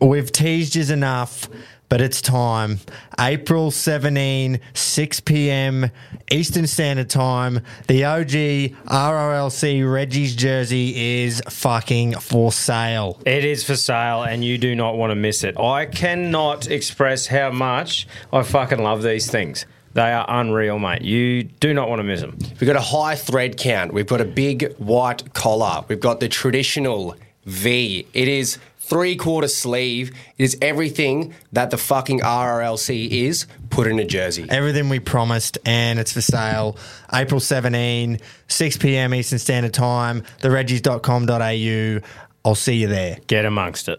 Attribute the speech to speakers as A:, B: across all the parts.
A: We've teased you enough, but it's time. April 17, 6 p.m. Eastern Standard Time. The OG RRLC Reggie's jersey is fucking for sale.
B: It is for sale, and you do not want to miss it. I cannot express how much I fucking love these things. They are unreal, mate. You do not want to miss them.
C: We've got a high thread count. We've got a big white collar. We've got the traditional V. It is three quarter sleeve. It is everything that the fucking RRLC is put in a jersey.
A: Everything we promised, and it's for sale. April 17, 6 p.m. Eastern Standard Time, thereggies.com.au. I'll see you there.
B: Get amongst it.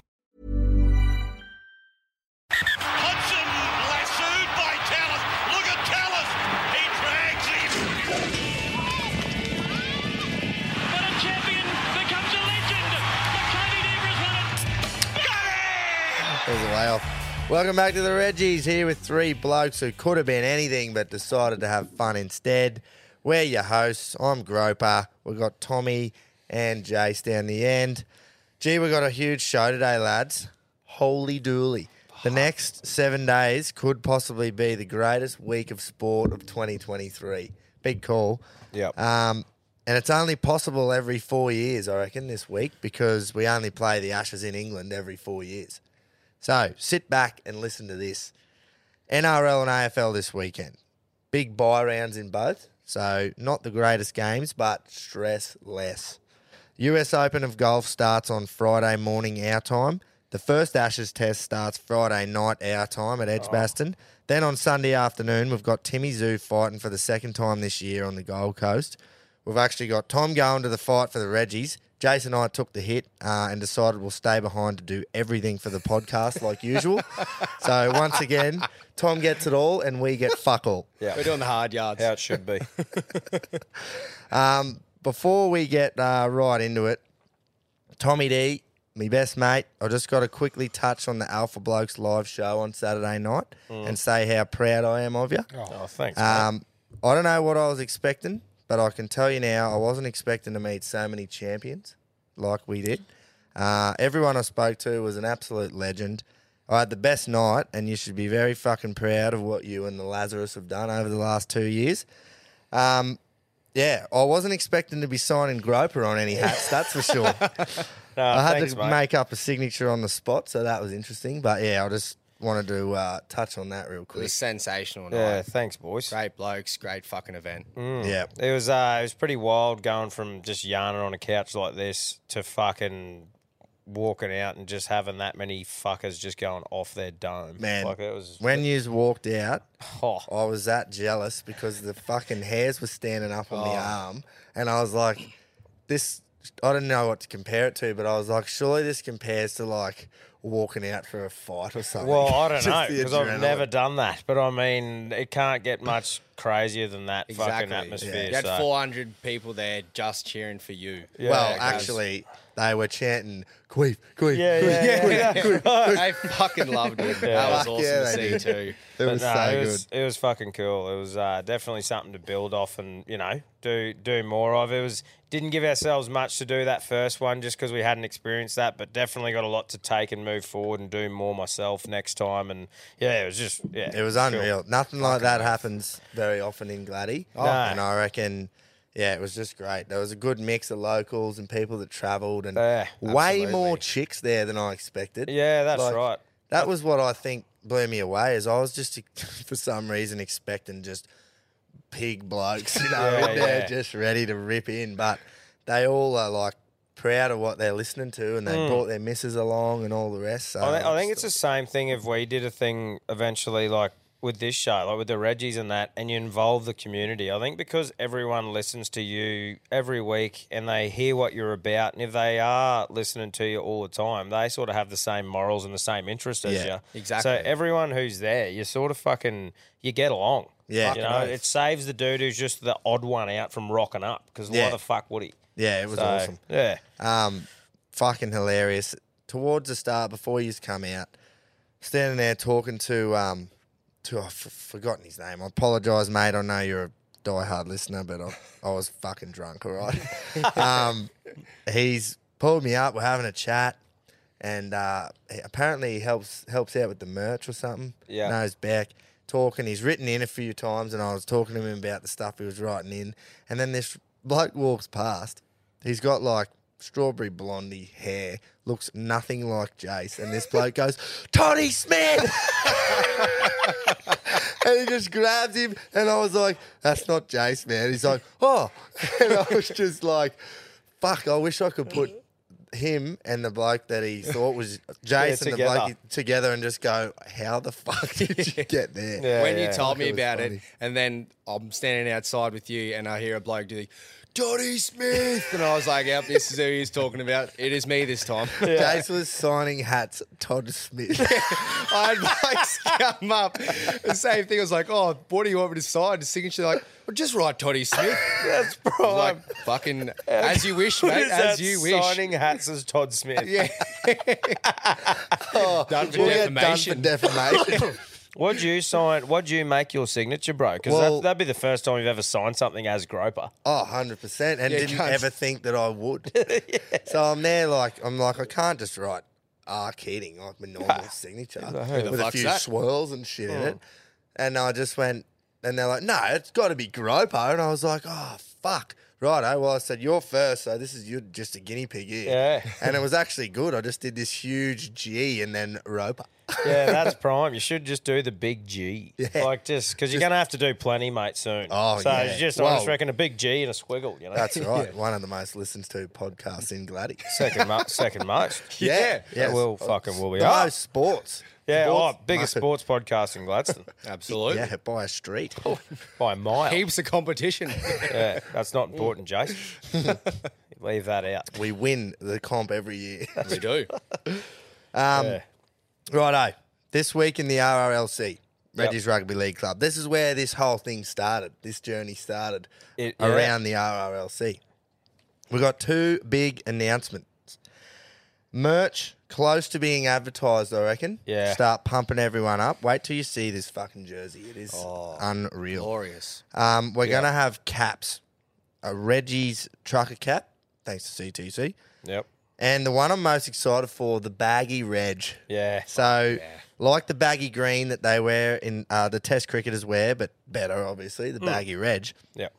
D: Hudson lassoed by Tallis. Look at Tallis. He drags him. But a champion becomes a legend. The Cody Debra's won it. Got it!
E: There's a layoff. Welcome back to the Reggies, here with three blokes who could have been anything but decided to have fun instead. We're your hosts. I'm Groper. We've got Tommy and Jace down the end. Gee, we've got a huge show today, lads. Holy dooly. The next seven days could possibly be the greatest week of sport of 2023. Big call.
C: Yep.
E: Um, and it's only possible every four years, I reckon, this week, because we only play the Ashes in England every four years. So sit back and listen to this. NRL and AFL this weekend. Big buy rounds in both. So not the greatest games, but stress less. US Open of Golf starts on Friday morning our time. The first Ashes test starts Friday night our time at Edgbaston. Then on Sunday afternoon, we've got Timmy Zoo fighting for the second time this year on the Gold Coast. We've actually got Tom going to the fight for the Reggies. Jace and I took the hit uh, and decided we'll stay behind to do everything for the podcast like usual. So once again, Tom gets it all and we get fuck all.
C: We're doing the hard yards. How it should be.
E: before we get uh, right into it, Tommy D, my best mate, I just got to quickly touch on the Alpha Blokes live show on Saturday night and say how proud I am of you.
C: oh, thanks.
E: Um, I don't know what I was expecting, but I can tell you now, I wasn't expecting to meet so many champions like we did. Uh, everyone I spoke to was an absolute legend. I had the best night, and you should be very fucking proud of what you and the Lazarus have done over the last two years. Um, yeah, I wasn't expecting to be signing Groper on any hats, that's for sure. I had
B: thanks,
E: to
B: mate.
E: make up a signature on the spot, so that was interesting. But yeah, I just wanted to uh, touch on that real
C: it
E: quick.
C: was sensational night.
F: Yeah, thanks, boys.
C: Great blokes, great fucking event.
E: Yeah.
F: It was uh, it was pretty wild going from just yarning on a couch like this to fucking walking out and just having that many fuckers just going off their dome.
E: Man,
F: like it was.
E: when you walked out,
F: oh,
E: I was that jealous because the fucking hairs were standing up on
F: Oh.
E: my arm, and I was like, "This." I didn't know what to compare it to, but I was like, "Surely this compares to like walking out for a fight or something."
F: well, I don't
E: Just
F: know
E: the
F: because I've
E: adrenaline.
F: never done that, but I mean, it can't get much crazier than that fucking atmosphere.
C: You had
F: so.
C: 400 people there just cheering for you.
E: well,
C: it was-
E: actually, they were chanting "Queef, queef,
F: Yeah,
E: queef."
F: yeah, yeah, yeah.
C: they fucking loved it. That was awesome
E: Yeah,
C: to
E: they
C: see
E: did.
C: too.
E: It
F: But
E: was
F: no,
E: so
F: it
E: good.
F: was it was fucking cool. It was uh, definitely something to build off and you know do do more of. It was didn't give ourselves much to do that first one just because we hadn't experienced that, but definitely got a lot to take and move forward and do more myself next time. And yeah, it was just yeah,
E: It was
F: cool.
E: unreal. Nothing like that happens very often in Gladdy.
F: Oh.
E: And I reckon, yeah, it was just great. There was a good mix of locals and people that travelled, and
F: Yeah,
E: way more chicks there than I expected.
F: Yeah, that's right.
E: That was what I think blew me away. Is I was just for some reason expecting just pig blokes, you know,
F: Yeah,
E: in there
F: yeah.
E: just ready to rip in, but they all are like proud of what they're listening to, and they
F: Hmm.
E: brought their missus along and all the rest. So
F: I, thi- I think it's the same thing if we did a thing eventually, like with this show, like with the Reggies and that, and you involve the community. I think because everyone listens to you every week and they hear what you're about, and if they are uh, listening to you all the time, they sort of have the same morals and the same interest as
E: Yeah,
F: you.
G: exactly.
F: So everyone who's there, you sort of fucking you get along.
E: Yeah.
F: you know, it saves the dude who's just the odd one out from rocking up because
E: Yeah.
F: why the fuck would he?
E: Yeah, it was
F: So,
E: awesome.
F: Yeah,
E: Um, fucking hilarious. Towards the start, before he's come out, standing there talking to um, to I've f- forgotten his name. I apologise, mate. I know you're a diehard listener, but I, I was fucking drunk. All right. um, he's pulled me up. We're having a chat, and uh, he- apparently he helps helps out with the merch or something.
F: Yeah.
E: knows back. Talking, he's written in a few times, and I was talking to him about the stuff he was writing in. And then this bloke walks past. He's got like strawberry blondie hair, looks nothing like Jace. And this bloke goes, Tony Smith! and he just grabs him, and I was like, "That's not Jace, man." He's like, "Oh," and I was just like, "Fuck!" I wish I could put him and the bloke that he thought was Jace and the
F: together.
E: bloke he- together and just go, "How the fuck did you get there?"
F: Yeah,
G: when
F: yeah.
G: you told me
E: Fuck, it was
G: about
E: funny.
G: it, and then I'm standing outside with you, and I hear a bloke do the Johnny Smith, and I was like, "Yep, this is who he's talking about. It is me this time."
E: Jace was signing hats. Todd Smith.
G: I had blokes come up. The same thing. I was like, "Oh, what do you want me to sign?" The signature, like, well, "Just write Toddy Smith." That's probably like, fucking as you wish,
F: What
G: mate.
F: is
G: As
F: that
G: you wish.
F: Signing hats as Todd Smith.
G: Yeah. done for
E: we'll get done for
G: defamation.
E: defamation.
F: What'd you sign? What'd you make your signature, bro? Because
E: Well-
F: that, that'd be the first time you've ever signed something as Groper.
E: Oh, 100%. And
G: Yeah,
E: didn't
G: can't-
E: ever think that I would. So I'm there, like, I'm like, I can't just write R Keating, like my normal signature,
G: the
E: with a
G: fuck's
E: few
G: that? Oh.
E: swirls and shit in it. And I just went, and they're like, no, it's got to be Gropo. And I was like, oh, fuck. Righto. Well, I said, you're first, so this is, you're just a guinea pig here.
F: Yeah.
E: And it was actually good. I just did this huge G and then Roper.
F: Yeah, that's prime. You should just do the big G. Like, just because you're going to have to do plenty, mate, soon.
E: Oh,
F: so
E: yeah.
F: it's just, I just
E: Well-
F: reckon a big G and a squiggle, you know?
E: That's right. One of the most listened to podcasts in Gladys.
F: second, mo- second most.
E: Yeah.
F: That
E: Yes.
F: will fucking will be
E: the
F: up.
E: most sports.
F: Yeah,
E: Sports
F: oh, biggest
E: market.
F: sports podcast in Gladstone
G: Absolutely.
E: Yeah, by a street.
F: by a mile.
G: Heaps of competition.
F: Yeah, that's not important, Jace. Leave that out.
E: We win the comp every year. Um,
G: we do.
F: yeah.
E: Righto. This week in the RRLC, Reggie's Rugby League Club. This is where this whole thing started. This journey started
F: It- yeah.
E: around the RRLC. We got two big announcements. Merch close to being advertised, I reckon.
F: Yeah.
E: Start pumping everyone up. Wait till you see this fucking jersey. It is
F: Oh.
E: unreal.
G: Glorious.
E: Um, we're going to have caps. A Reggie's trucker cap, thanks to CTC.
F: Yep.
E: And the one I'm most excited for, the baggy reg.
F: Yeah.
E: So, like the baggy green that they wear in uh, the Test cricketers wear, but better, obviously, the baggy reg.
F: Hmm. Yep.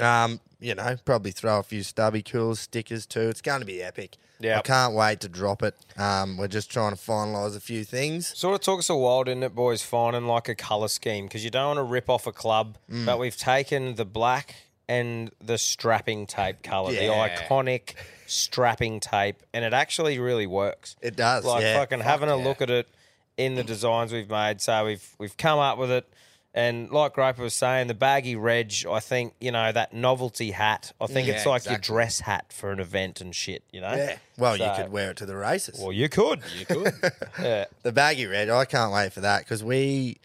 E: Um, you know, probably throw a few stubby coolers, stickers too. It's going to be epic.
F: Yeah.
E: I can't wait to drop it. Um, we're just trying to finalise a few things.
F: Sort of took us a while, didn't it, boys, finding like a colour scheme because you don't want to rip off a club,
E: Mm.
F: but we've taken the black and the strapping tape colour,
E: Yeah.
F: the iconic strapping tape, and it actually really works.
E: It does,
F: Like
E: yeah.
F: fucking having a look at it in the designs we've made. So we've we've come up with it. And like Groper was saying, the baggy reg, I think, you know, that novelty hat, I think it's
G: Yeah,
F: like
G: exactly.
F: your dress hat for an event and shit, you know?
E: Well, you
F: So-
E: could wear it to the races.
F: Well, you could. You could. yeah.
E: The baggy red, I can't wait for that because we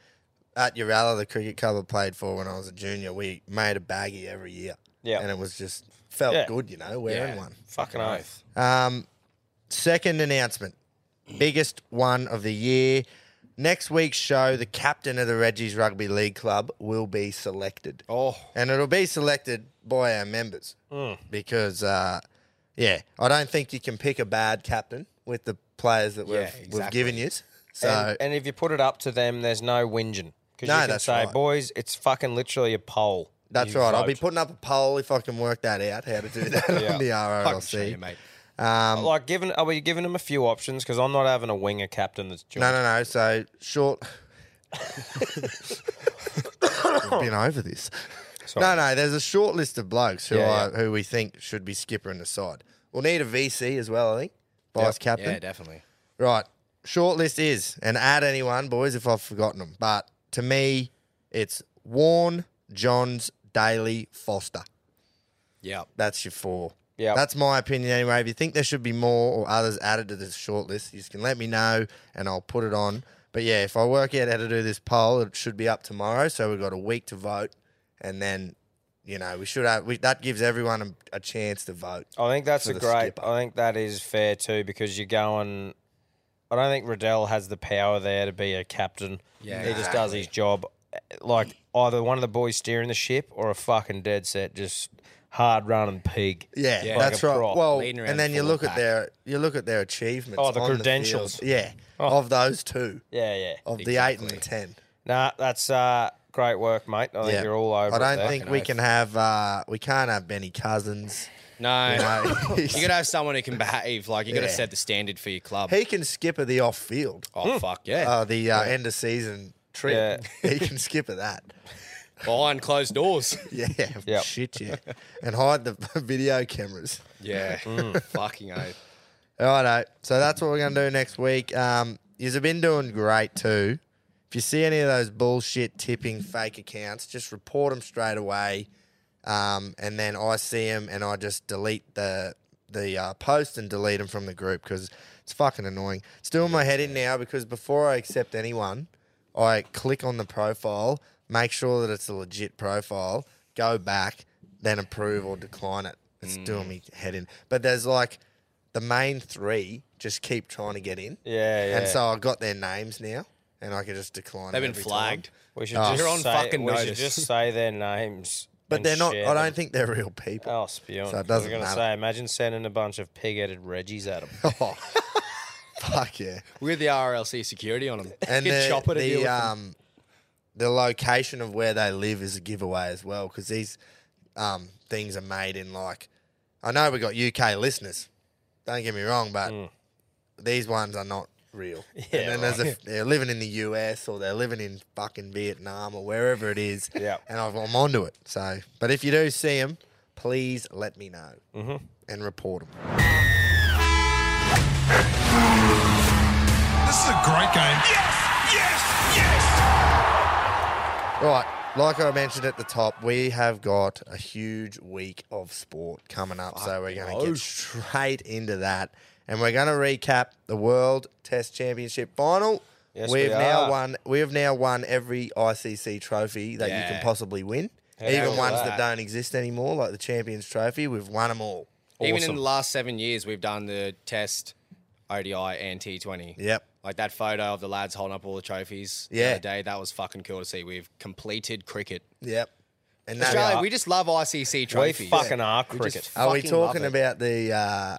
E: at Uralla, the cricket club I played for when I was a junior, we made a baggy every year.
F: Yeah.
E: and it was just felt
F: Yeah.
E: good, you know, wearing
G: Yeah.
E: one.
F: Fucking oath.
E: Um, second announcement, biggest one of the year. Next week's show, the captain of the Reggie's Rugby League Club will be selected.
G: Oh.
E: And it'll be selected by our members
F: Hmm.
E: because, uh, yeah, I don't think you can pick a bad captain with the players that we've,
G: Yeah,
E: we've
G: exactly.
E: given you. So
F: and, and if you put it up to them, there's no whinging. Because
E: Uh, No,
F: you can
E: that's
F: say,
E: right.
F: boys, it's fucking literally a poll.
E: That's
F: You
E: right. I'll be
F: vote."
E: putting up a poll if I can work that out how to do that on the
G: Fucking shame,
E: RRLC.
G: mate.
E: Um,
F: like giving. Are we giving them a few options? Because I'm not having a winger captain that's joined.
E: No, no, no. So short. I've been over this. No, no. There's a short list of blokes who
F: Yeah,
E: are, who we think should be skipper in the side. We'll need a VC as well. I think vice captain.
G: Yeah, definitely.
E: Right. Short list is, and add anyone, boys, if I've forgotten them. But to me, it's Warren, Johns, Daly, Foster.
C: Yeah.
E: That's your four.
F: Yep.
E: That's my opinion anyway. If you think there should be more or others added to this short list, you can let me know and I'll put it on. But yeah, if I work out how to do this poll, it should be up tomorrow. So we've got a week to vote. And then, you know, we should have, we, that gives everyone a, a chance to vote.
F: I think that's
E: for
F: a
E: the
F: great.
E: skipper.
F: I think that is fair too because you're going. I don't think Riddell has the power there to be a captain.
C: Yeah,
F: he just does
C: exactly.
F: his job. Eh, Like either one of the boys steering the ship or a fucking dead set, just hard running pig.
E: Yeah,
F: Yeah.
E: that's
F: Like a
E: right.
F: prop,
E: Well,
C: leading around
E: and then
C: the
E: you
C: full
E: look at
C: pack.
E: their you look at their achievements.
F: Oh, the
E: on
F: credentials. Oh.
E: field. yeah, of those two,
F: Yeah, yeah.
E: of the eight and the ten.
F: Nah, that's uh, great work, mate. I think
E: yeah,
F: you're all over.
E: I
F: it
E: don't
F: there.
E: think we can have uh, we can't have Benny Cousins.
C: No,
E: You
C: no.
E: know,
C: you gotta have someone who can behave. Like you gotta
E: Yeah.
C: set the standard for your club.
E: he can skip at the off field,
C: oh fuck yeah!
E: uh, the uh, end of season trip. he can skip at that.
C: Behind closed doors.
E: Yeah,
F: Yep.
E: shit, yeah, and hide the video cameras.
C: yeah. Hmm, Fucking oath.
E: Righto. So that's what we're going to do next week. Um, you've been doing great too. If you see any of those bullshit tipping fake accounts, just report them straight away. Um, and then I see them and I just delete the the uh, post and delete them from the group because it's fucking annoying. It's doing my head in now because before I accept anyone, I click on the profile, make sure that it's a legit profile, go back, then approve or decline it.
F: Hmm.
E: It's doing me head in. But there's like the main three just keep trying to get in.
F: Yeah, yeah.
E: And so I got their names now, and I can just decline.
C: They've
E: them
C: been
E: every
C: flagged.
E: Time.
F: we should
E: Oh.
F: just
C: You're on
F: say,
C: fucking
F: we should
C: notice.
F: just say their names.
E: But
F: and
E: they're not.
F: share
E: I
F: them.
E: don't think they're real people.
F: Oh, spewing.
E: So it doesn't
F: I was gonna
E: matter.
F: say, imagine sending a bunch of pig-headed Reggies at them.
E: Oh, fuck yeah!
C: With the RLC security on them.
E: And
C: You
E: the,
C: chop it a deal
E: the
C: with them.
E: um, the location of where they live is a giveaway as well because these um things are made in like. I know we got UK listeners. Don't get me wrong, but
C: Mm.
E: these ones are not real. and then there's a, they're living in the US or they're living in fucking Vietnam or wherever it is.
F: Yeah.
E: And I've, I'm onto it. So, but if you do see them, please let me know
C: Mm-hmm.
E: and report them.
H: This is a great game.
E: Right, like I mentioned at the top, we have got a huge week of sport coming up, so we're going to get straight into that, and we're going to recap the World Test Championship final.
F: Yes,
E: we've
F: we
E: now
F: are.
E: won. We have now won every ICC trophy that you
C: Yeah.
E: can possibly win, even
F: about
E: ones that
F: that?
E: don't exist anymore, like the Champions Trophy. We've won them all.
C: Even in the last seven years, we've done the test, ODI, and T20.
E: Yep.
C: Like that photo of the lads holding up all the trophies the
E: Yeah.
C: other day, that was fucking cool to see. We've completed cricket.
E: Yep. And that,
C: Australia, we just love ICC
F: we
C: trophies.
F: fucking are
C: We just
F: cricket.
E: are we
C: fucking love
E: talking
C: it.
E: about the uh,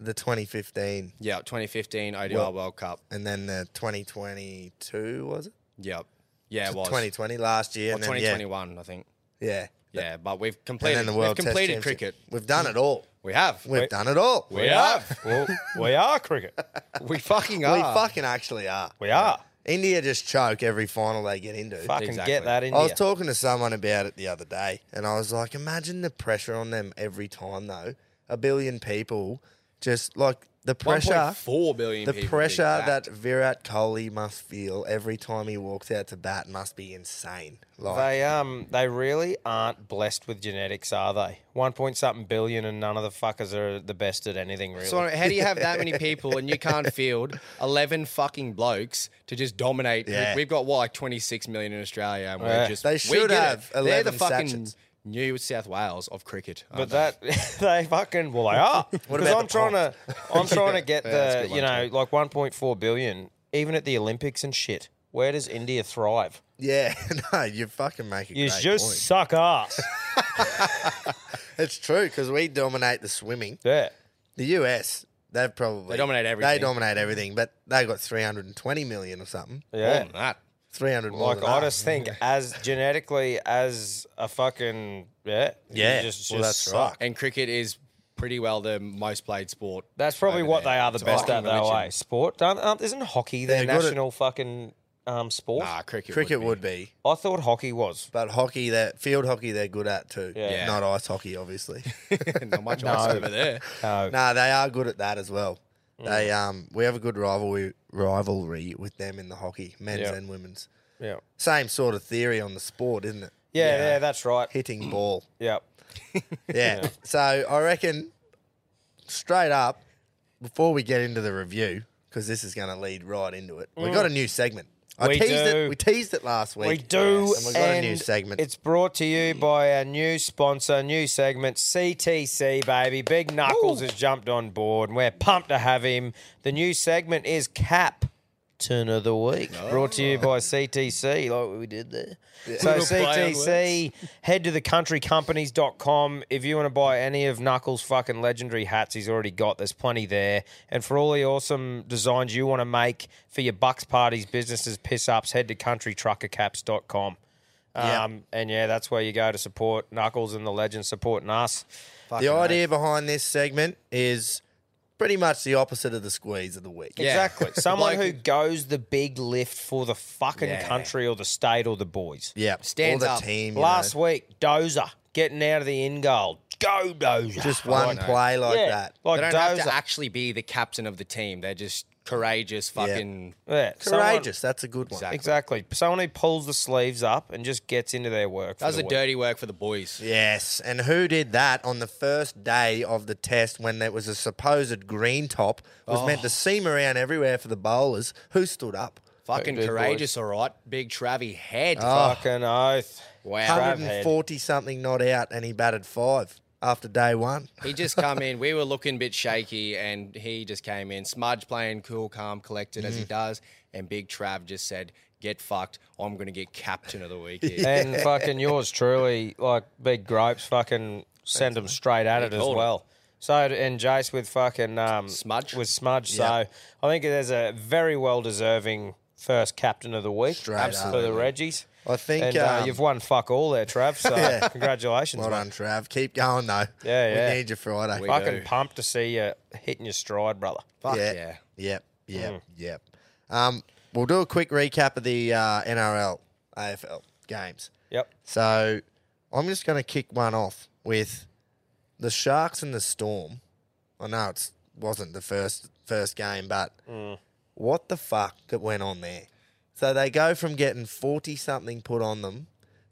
E: the 2015
C: Yeah, 2015 ODI
E: Well-
C: World Cup.
E: and then the 2022 was it?
C: Yep. Yeah, it was.
E: 2020 last year.
C: Or
E: and then, yeah,
C: 2021, I think.
E: Yeah.
C: Yeah, but we've
E: And
C: completed.
E: then the World
C: we've
E: Test
C: completed
E: Championship.
C: cricket.
E: We've done it all.
C: We have.
E: We've
C: We,
E: done it all.
C: we have.
F: well, we are cricket.
C: we fucking
E: We
C: are.
E: fucking actually are.
F: We are.
E: India just choke every final they get into.
F: Fucking
C: Exactly.
F: get that in
E: I was
F: here.
E: talking to someone about it the other day, and I was like, imagine the pressure on them every time, though. A billion people, just like the pressure.
C: 1.4 billion
E: The
C: people did
E: pressure
C: that.
E: that Virat Kohli must feel every time he walks out to bat must be insane. Like,
F: They um they really aren't blessed with genetics, are they? One point something billion, and none of the fuckers are the best at anything really.
C: So how do you have that many people and you can't field eleven fucking blokes to just dominate? We-
E: Yeah.
C: We've got what like twenty six million in Australia, and we're
F: Yeah.
C: just
E: They
C: we
E: should
C: get it.
E: have
C: They're the
E: 11
C: fucking
E: sachets.
C: New South Wales of cricket.
F: but
C: aren't they?
F: that they fucking well they are. Because
E: about
F: I'm
E: the
F: trying to I'm trying to get
C: Yeah, that's a
F: the
C: good
F: you
C: one,
F: know like 1.4 billion even at the Olympics and shit. Where does India thrive?
E: yeah, no, you fucking make a
F: You
E: great
F: just
E: point.
F: suck ass.
E: It's true because we dominate the swimming.
F: yeah.
E: The US, they've probably
C: They dominate
E: They
C: everything.
E: dominate everything, but they got 320 million or something.
C: More
F: Yeah.
C: than that.
E: 300 more
F: Like
E: than
F: I
E: us.
F: just think as genetically as a fucking yeah
E: Yeah,
F: you just,
E: well,
F: just
E: that's
F: suck.
E: right.
C: And cricket is pretty well the most played sport.
F: That's probably
C: over
F: what
C: there.
F: they are the
C: It's
F: best
C: fucking
F: at though.
C: religion.
F: Eh? Sport don't, aren't- isn't hockey
E: They're
F: their
E: good at-
F: national fucking um, sport?
C: Nah, cricket.
E: cricket
C: would. be.
E: would be.
F: I thought hockey was.
E: But hockey, that field hockey, they're good at too.
F: Yeah.
E: Not ice hockey, obviously.
C: Not much ice over there.
F: No,
E: no, they are good at that as well.
F: Mm.
E: They um, we have a good rivalry rivalry with them in the hockey, men's
F: Yeah.
E: and women's.
F: Yeah.
E: Same sort of theory on the sport, isn't it?
F: Yeah, yeah, that's right.
E: Hitting ball.
F: Yep.
E: Yeah. So I reckon straight up, before we get into the review, because this is going to lead right into it, we got a new segment. I
F: Mm. We
E: teased
F: do.
E: it. We teased it last week.
F: We do.
E: And we've got a new
F: and
E: segment.
F: It's brought to you by our new sponsor, new segment, CTC, baby. Big Knuckles has jumped on board, and we're pumped to have him. The new segment is Cap. Turn of the week brought to you by CTC, like we did there. So,
I: Little Oh. play on
F: CTC, head to thecountrycompanies.com if you want to buy any of Knuckles' fucking legendary hats. He's already got, there's plenty there. And for all the awesome designs you want to make for your bucks, parties, businesses, piss ups, head to countrytruckercaps.com.
E: Yeah.
F: Um, and yeah, that's where you go to support Knuckles and the legend supporting us.
E: the idea behind this segment is pretty much the opposite of the squeeze of the week.
F: Exactly. Someone
C: bloke-
F: who goes the big lift for the fucking
C: Yeah.
F: country or the state or the boys.
E: Yeah.
C: Stands
E: All the
C: up.
E: team. you
F: Last
E: know.
F: week, Dozer getting out of the end goal. Go Dozer.
E: just one
C: know.
E: play like
F: yeah,
E: that.
F: Like
C: They don't
F: Dozer.
C: have to actually be the captain of the team. They're just courageous, fucking.
F: yeah, someone-
E: Courageous. That's a good one.
F: exactly. Someone who pulls the sleeves up and just gets into their work. for
C: Does
F: the
C: the
F: week.
C: dirty work for the boys.
E: Yes, and who did that on the first day of the test when there was a supposed green top was meant to
F: Oh.
E: seam around everywhere for the bowlers? Who stood up?
C: Fucking
F: Dirty boys.
C: courageous, all right. Big Travy head.
F: Fucking oath.
C: Oh, Wow.
F: Trav head.
E: 140 something not out, and he batted five after day one.
C: he just come in. We were looking a bit shaky, and he just came in. Smudge playing cool, calm, collected as he does. And Big Trav just said, "Get fucked. I'm gonna get captain of the week." Here.
F: And fucking yours truly, like big gropes, fucking send them straight at it as
C: called it.
F: well. So and Jace with fucking um,
C: Smudge.
F: with Smudge. So I think there's a very well deserving first captain of the week for
E: Absolutely.
F: the Reggies.
E: I think,
F: and, uh,
E: um,
F: you've won fuck all there, Trav. So congratulations,
E: Well
F: mate.
E: done, Trav. Keep going though.
F: Yeah, yeah.
E: We need you Friday.
F: Fucking pumped to see you hitting your stride, brother.
C: Fuck yeah.
E: yeah, yep, yep, yep. Um, we'll do a quick recap of the uh, NRL, AFL games.
F: Yep.
E: So I'm just going to kick one off with the Sharks and the Storm. I know it wasn't the first first game, but what the fuck that went on there? So they go from getting forty something put on them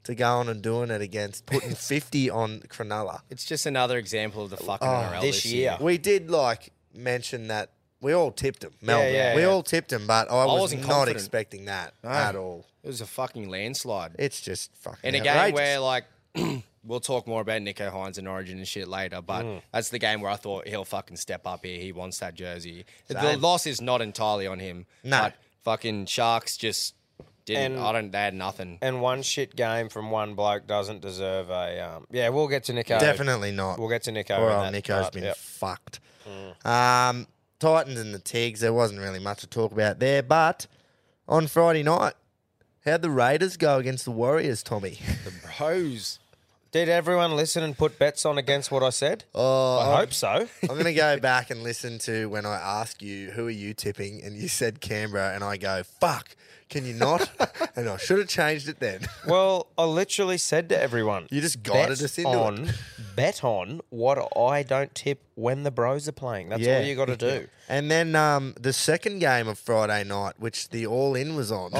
E: to going and doing it against putting fifty on Cronulla.
C: It's just another example of the fucking NRL Oh,
F: this
C: this,
F: year.
C: year.
E: We did like mention that we all tipped them, Melbourne.
F: yeah,
E: we
F: yeah.
E: all tipped them, but I, was
C: wasn't
E: not
C: confident.
E: expecting that at all.
C: It was a fucking landslide.
E: It's just fucking
C: In a game
E: outrageous.
C: where, like, we'll talk more about Nico Hines and Origin and shit later, but
F: Mm.
C: that's the game where I thought he'll fucking step up here. He wants that jersey. The loss is not entirely on him.
E: No.
C: But fucking Sharks just didn't.
F: And-
C: I don't. They had nothing.
F: And one shit game from one bloke doesn't deserve a. Um, yeah, we'll get to Nico.
E: Definitely not.
F: We'll get to Nico.
E: Poor
F: in
E: old
F: that
E: Nico's
F: part,
E: been
F: yep. Mm.
E: fucked. Um, Titans and the Tigs. There wasn't really much to talk about there, but on Friday night, how'd the Raiders go against the Warriors, Tommy?
C: Hose.
F: Did everyone listen and put bets on against what I said?
E: Uh,
F: Oh, I hope so.
E: I'm gonna go back and listen to when I asked you who are you tipping, and you said Canberra, and I go fuck. Can you not? and I should have changed it then.
F: well, I literally said to everyone,
E: You just
F: bet
E: guided us into
F: on,
E: it.
F: bet on what I don't tip when the Bros are playing. That's all you got to do.
E: And then um, the second game of Friday night, which the all in was on.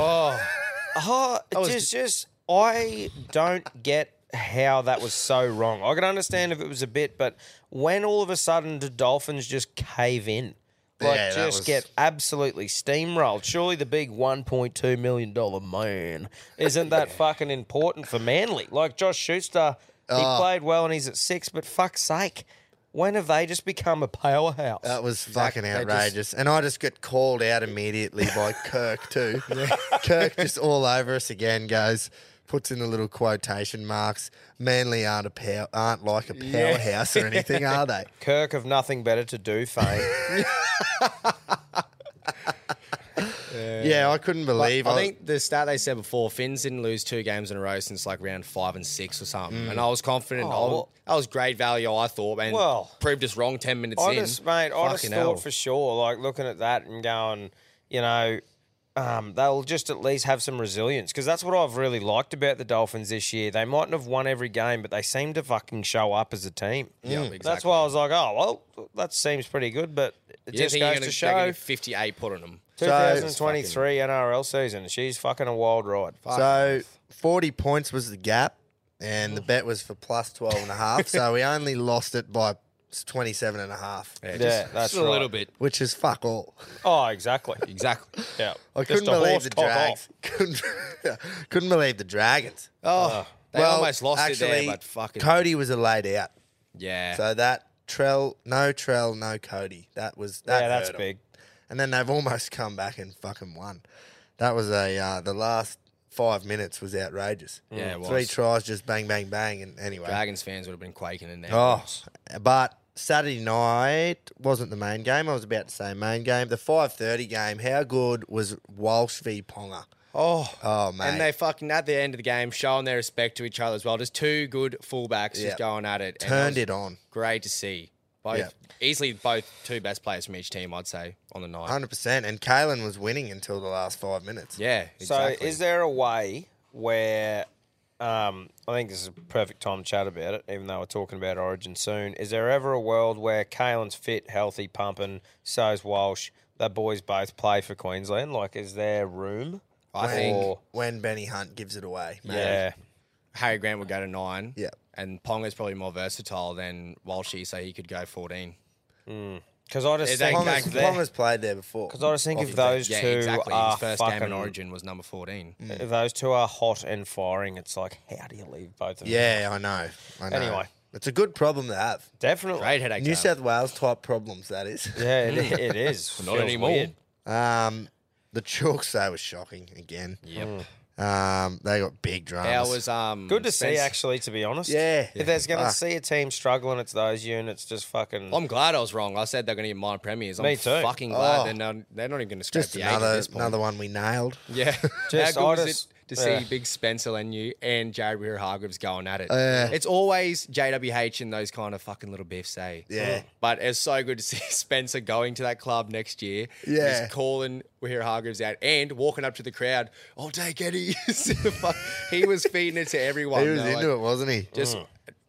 F: Oh, just, just I don't get how that was so wrong. I can understand if it was a bit, but when all of a sudden the Dolphins just cave in, like
E: Yeah, that
F: just
E: was-
F: get absolutely steamrolled. Surely the big one point two million dollar man isn't that fucking important for Manly? Like Josh Schuster, he
E: Ah.
F: played well and he's at six, but fuck's sake. When have they just become a powerhouse?
E: That was fucking outrageous. and I just got called out immediately by Kirk, too. Kirk just all over us again goes, puts in the little quotation marks. Manly aren't, a pow- aren't like a powerhouse or anything, are they?
F: Kirk of nothing better to do fame.
E: Yeah, I couldn't believe
C: I think the stat they said before, Finns didn't lose two games in a row since like round five and six or something.
F: Mm.
C: And I was confident. I was, that was great value, I thought, and
F: Oh, Well-
C: proved us wrong 10 minutes
F: I
C: in.
F: just, mate, I just
C: Fucking
F: thought
C: hell.
F: for sure, like looking at that and going, you know, um, they'll just at least have some resilience because that's what I've really liked about the Dolphins this year. They mightn't have won every game, but they seem to fucking show up as a team. Yeah, That's why I was like, oh well, that seems pretty good, but it
C: You didn't
F: just
C: think you're
F: goes
C: gonna-
F: to
C: they're gonna
F: show.
C: get 58 put on them.
F: 2023 NRL season. She's fucking a wild ride.
E: So 40 points was the gap, and the bet was for plus 12 and a half. so we only lost it by 27 and a half,
F: yeah, that's
C: Just a
F: right.
C: little bit.
E: which is fuck all.
F: Oh, exactly.
C: Exactly.
F: Yeah.
E: I
F: Just
E: couldn't
F: a
E: believe
F: horse
E: the
F: cock
E: Dragons.
F: off.
E: Couldn't, couldn't believe the Dragons.
C: Oh, they
E: Well,
C: almost lost it
E: actually,
C: there, but fucking
E: Cody was a laid out.
C: yeah.
E: So that Trell, no Trell, no Cody. That was that
F: Yeah, that's
E: hurt 'em.
F: big.
E: And then they've almost come back and fucking won. That was a uh, the last five minutes was outrageous.
C: Yeah, it
E: three
C: was.
E: tries, just bang, bang, bang, and anyway.
C: Dragons fans would have been quaking in there.
E: Oh, but Saturday night wasn't the main game. I was about to say main game. The five thirty game. How good was Walsh v Ponga?
C: Oh,
E: Oh, mate.
C: And they fucking at the end of the game showing their respect to each other as well. Just two good fullbacks
E: Yeah.
C: just going at it. And that
E: Turned
C: was
E: it on.
C: Great to see. Both
E: Yeah.
C: easily both two best players from each team, I'd say, on the night.
E: Hundred percent. And Kalen was winning until the last five minutes.
C: Yeah,
F: So,
C: exactly.
F: is there a way where um, I think this is a perfect time to chat about it, even though we're talking about Origin soon? Is there ever a world where Kalen's fit, healthy, pumping, so's Walsh? The boys both play for Queensland. Like, is there room?
C: I think
F: Or-
E: When Benny Hunt gives it away. mate.
F: Yeah.
C: Harry Grant would go to nine.
E: Yeah.
C: And Ponga's probably more versatile than Walshy, so he could go fourteen.
F: Because I just
C: Is that
F: think
C: Ponga's-
E: Ponga's,
F: if they're-
E: Ponga's played there before.
F: Because I just think
C: Off
F: if
C: the bench.
F: those
C: yeah,
F: two
C: exactly.
F: are
C: His first
F: fucking, Mm.
C: game in Origin was number fourteen.
F: if those two are hot and firing, it's like, how do you leave both of them?
E: Yeah, I know. I know.
F: Anyway.
E: it's a good problem to have.
F: definitely.
C: Great headache.
E: New
C: to have.
E: South Wales type problems. That is.
F: Yeah, it, it is.
C: Not
F: Feels
C: anymore.
F: weird.
E: Um, the chalks though was shocking again.
C: Yep.
E: Um, they got big dramas.
C: How was um
F: Good to see,
C: Spence-
F: actually. To be honest,
E: Yeah.
F: If there's gonna
E: Fuck.
F: see a team struggling, it's those units just fucking.
C: I'm glad I was wrong. I said they're going to get minor premiers. I'm
F: Me too.
C: fucking glad
E: Oh.
C: they're, not, they're not even going to scrap
E: Just
C: the eight at
E: another
C: this point.
E: another one we nailed.
C: Yeah.
F: Just-
C: How
F: I
C: good was
F: just-
C: it to
F: yeah.
C: see Big Spencer and you and Jared Weir Hargreaves going at
E: Oh,
C: it? it's always JWH and those kind of fucking little biffs, eh?
E: Yeah.
C: But it's so good to see Spencer going to that club next year. and
E: Yeah.
C: Just calling Weir Hargreaves out and walking up to the crowd, I'll take Eddie. Fuck, he was feeding it to everyone.
E: He was
C: though,
E: into
C: like,
E: it, wasn't he?
C: Just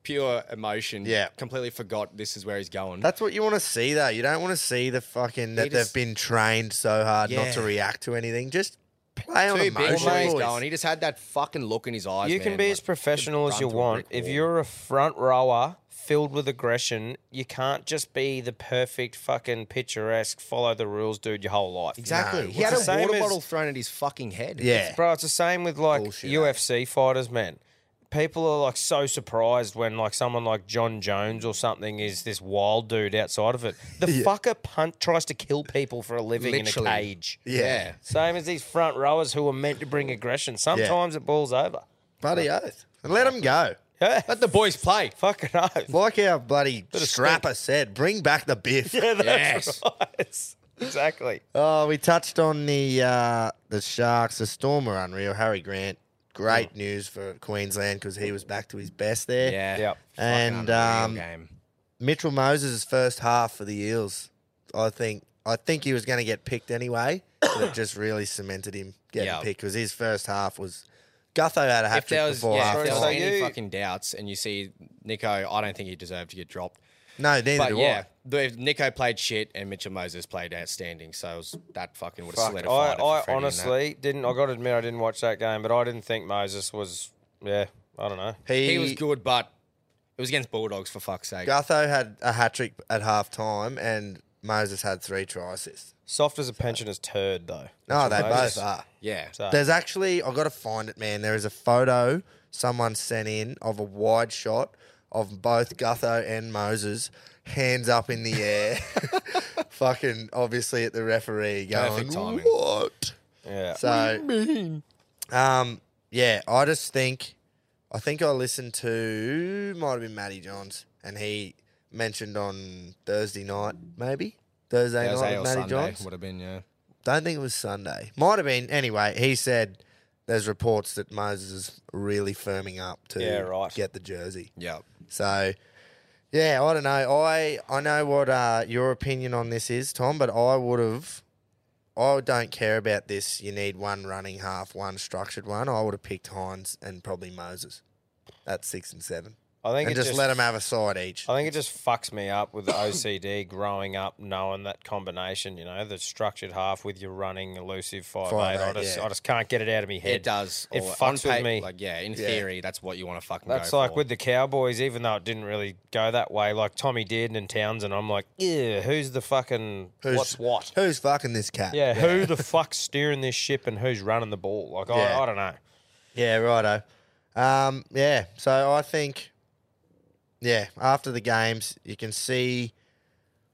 C: pure emotion.
E: Mm. Yeah.
C: Completely forgot this is where he's going.
E: That's what you want to see, though. You don't want to see the fucking that
C: just-
E: they've been trained so hard not to
C: Yeah.
E: react to anything. Just play on
C: too big
E: emotion,
C: where he's
E: boys.
C: going. He just had that fucking look in his eyes.
F: you can
C: man,
F: be
C: like,
F: as professional
C: just
F: as you
C: run through a
F: want.
C: brick
F: If
C: wall.
F: you're a front rower filled with aggression, you can't just be the perfect fucking picturesque, follow the rules dude your whole life.
C: Exactly.
E: No,
C: he
F: it's
C: had
F: the
C: a
F: same
C: water
F: as-
C: bottle thrown at his fucking head.
E: Yeah,
F: Bro, it's the same with like
E: Bullshit, eh?
F: UFC fighters, man. People are like so surprised when like someone like John Jones or something is this wild dude outside of it. The fucker punt tries to kill people for a living
C: Literally.
F: in a cage.
E: yeah,
C: Yeah.
F: Same as these front rowers who are meant to bring aggression. Sometimes it balls over.
E: bloody oath. And let them go.
F: Yeah.
C: Let the boys play.
F: Fucking oath.
E: Like our bloody
F: of
E: strapper said, bring back the biff.
C: Yes.
F: Yes. exactly.
E: Oh, we touched on the uh, the Sharks. The Storm were unreal. Harry Grant, great news for Queensland because he was back to his best there.
C: Oh. Yeah.
F: Yep.
C: Fucking
E: And,
C: unreal
E: um,
C: game.
E: Mitchell Moses' first half for the Eels, I think. I think he was going to get picked anyway, but it just really cemented him getting
C: Yeah.
E: picked because his first half was. Gutho had a hat
C: If
E: trick
C: there was,
E: before
C: yeah,
E: half.
C: if there was
F: So
E: time.
C: any
F: you-
C: fucking doubts, and you see Nico, I don't think he deserved to get dropped.
E: No, neither
C: But
E: do
C: yeah, the, Nico played shit, and Mitchell Moses played outstanding. So it was, that fucking would have
F: Fuck,
C: solidified. it for
F: I, I
C: Freddie and that.
F: honestly didn't. I got to admit, I didn't watch that game, but I didn't think Moses was. Yeah, I don't know.
E: I. He,
C: he was good, but it was against Bulldogs for fuck's sake.
E: Gutho had a hat trick at half time and Moses had three try assists.
F: Soft as a pensioner's turd, though.
E: No, they
F: Moses.
E: both are.
C: yeah,
E: There's actually, I've got to find it, man. There is a photo someone sent in of a wide shot of both Gutho and Moses, hands up in the air, fucking obviously at the referee going,
C: Perfect timing.
E: What?
F: Yeah.
E: So, um, yeah, I just think, I think I listened to, might have been Matty Johns, and he mentioned on Thursday night, maybe? Thursday,
C: Thursday
E: night
C: or
E: with Matty
C: Sunday
E: Johns
C: would have been yeah.
E: don't think it was Sunday. Might have been. Anyway, he said there's reports that Moses is really firming up to
F: Yeah, right.
E: get the jersey.
C: Yeah.
E: So, yeah, I don't know. I I know what uh, your opinion on this is, Tom, but I would have. I don't care about this. You need one running half, one structured one. I would have picked Hines and probably Moses. That's six and seven.
F: I think
E: and
F: it
E: just,
F: just
E: let them have a side each.
F: I think it just fucks me up with the OCD growing up knowing that combination, you know, the structured half with your running elusive 5'8".
E: Five
F: I,
E: eight,
F: just,
E: yeah.
F: I just can't get it out of my head.
C: It does.
F: It
C: Or- on
F: fucks with
C: pa-
F: me.
C: Like, yeah, in theory, that's what you want to fucking
F: That's
C: go
F: like
C: for.
F: with the Cowboys, even though it didn't really go that way, like Tommy Dearden and Townsend, I'm like, yeah, who's the fucking,
E: Who's-
F: what's what?
E: Who's fucking this cat?
F: Yeah, who the fuck's steering this ship and who's running the ball? Like, oh,
E: Yeah.
F: I, I don't know.
E: Yeah, righto. Um, yeah, so I think, yeah, after the games, you can see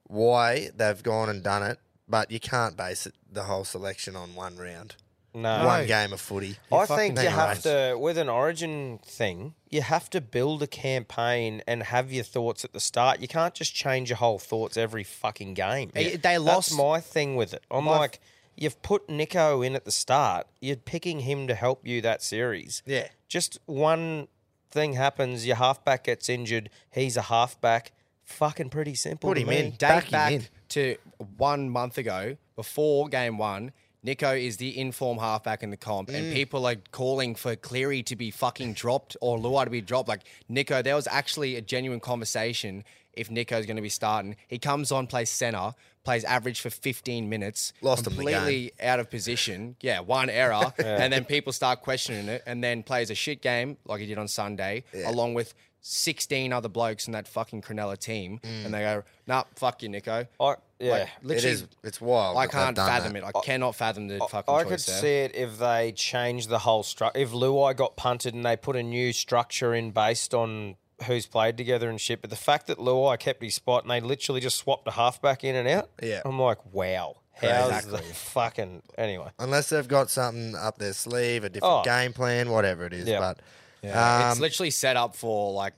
E: why they've gone and done it, but you can't base it, the whole selection on one round,
F: No.
E: one game of footy.
F: I think you
E: fucking
F: have
E: right.
F: to, with an origin thing, you have to build a campaign and have your thoughts at the start. You can't just change your whole thoughts every fucking game.
C: Eh, they lost-
F: That's my thing with it. I'm like, you've put Nico in at the start. You're picking him to help you that series.
E: Yeah.
F: Just one thing happens. Your halfback gets injured. He's a halfback. Fucking pretty simple.
E: Put
F: to
E: him
F: me.
E: in.
C: date
E: Back
C: back,
E: him in.
C: to one month ago, before game one, Nico is the inform halfback in the comp,
E: Mm.
C: and people are calling for Cleary to be fucking dropped or Luai to be dropped. Like Nico, there was actually a genuine conversation if Nico's going to be starting. He comes on, plays center, plays average for 15 minutes,
E: Lost him the game.
C: completely out of position. Yeah, one error, and then people start questioning it, and then plays a shit game like he did on Sunday, along with. 16 other blokes in that fucking Cronulla team, and they go, nah, fuck you, Nico.
F: I, yeah.
C: Like,
E: It
C: literally,
E: is, it's wild.
C: I
E: that they've
C: can't
E: done
C: fathom
E: that.
C: it. I cannot fathom the fucking choice
F: I could
C: there.
F: see it if they changed the whole structure. If Luai got punted and they put a new structure in based on who's played together and shit. But the fact that Luai kept his spot and they literally just swapped a halfback in and out,
E: Yeah.
F: I'm like, wow. How's the fucking anyway?
E: Unless they've got something up their sleeve, a different
F: Oh.
E: game plan, whatever it is.
F: Yeah.
E: But um,
C: it's literally set up for like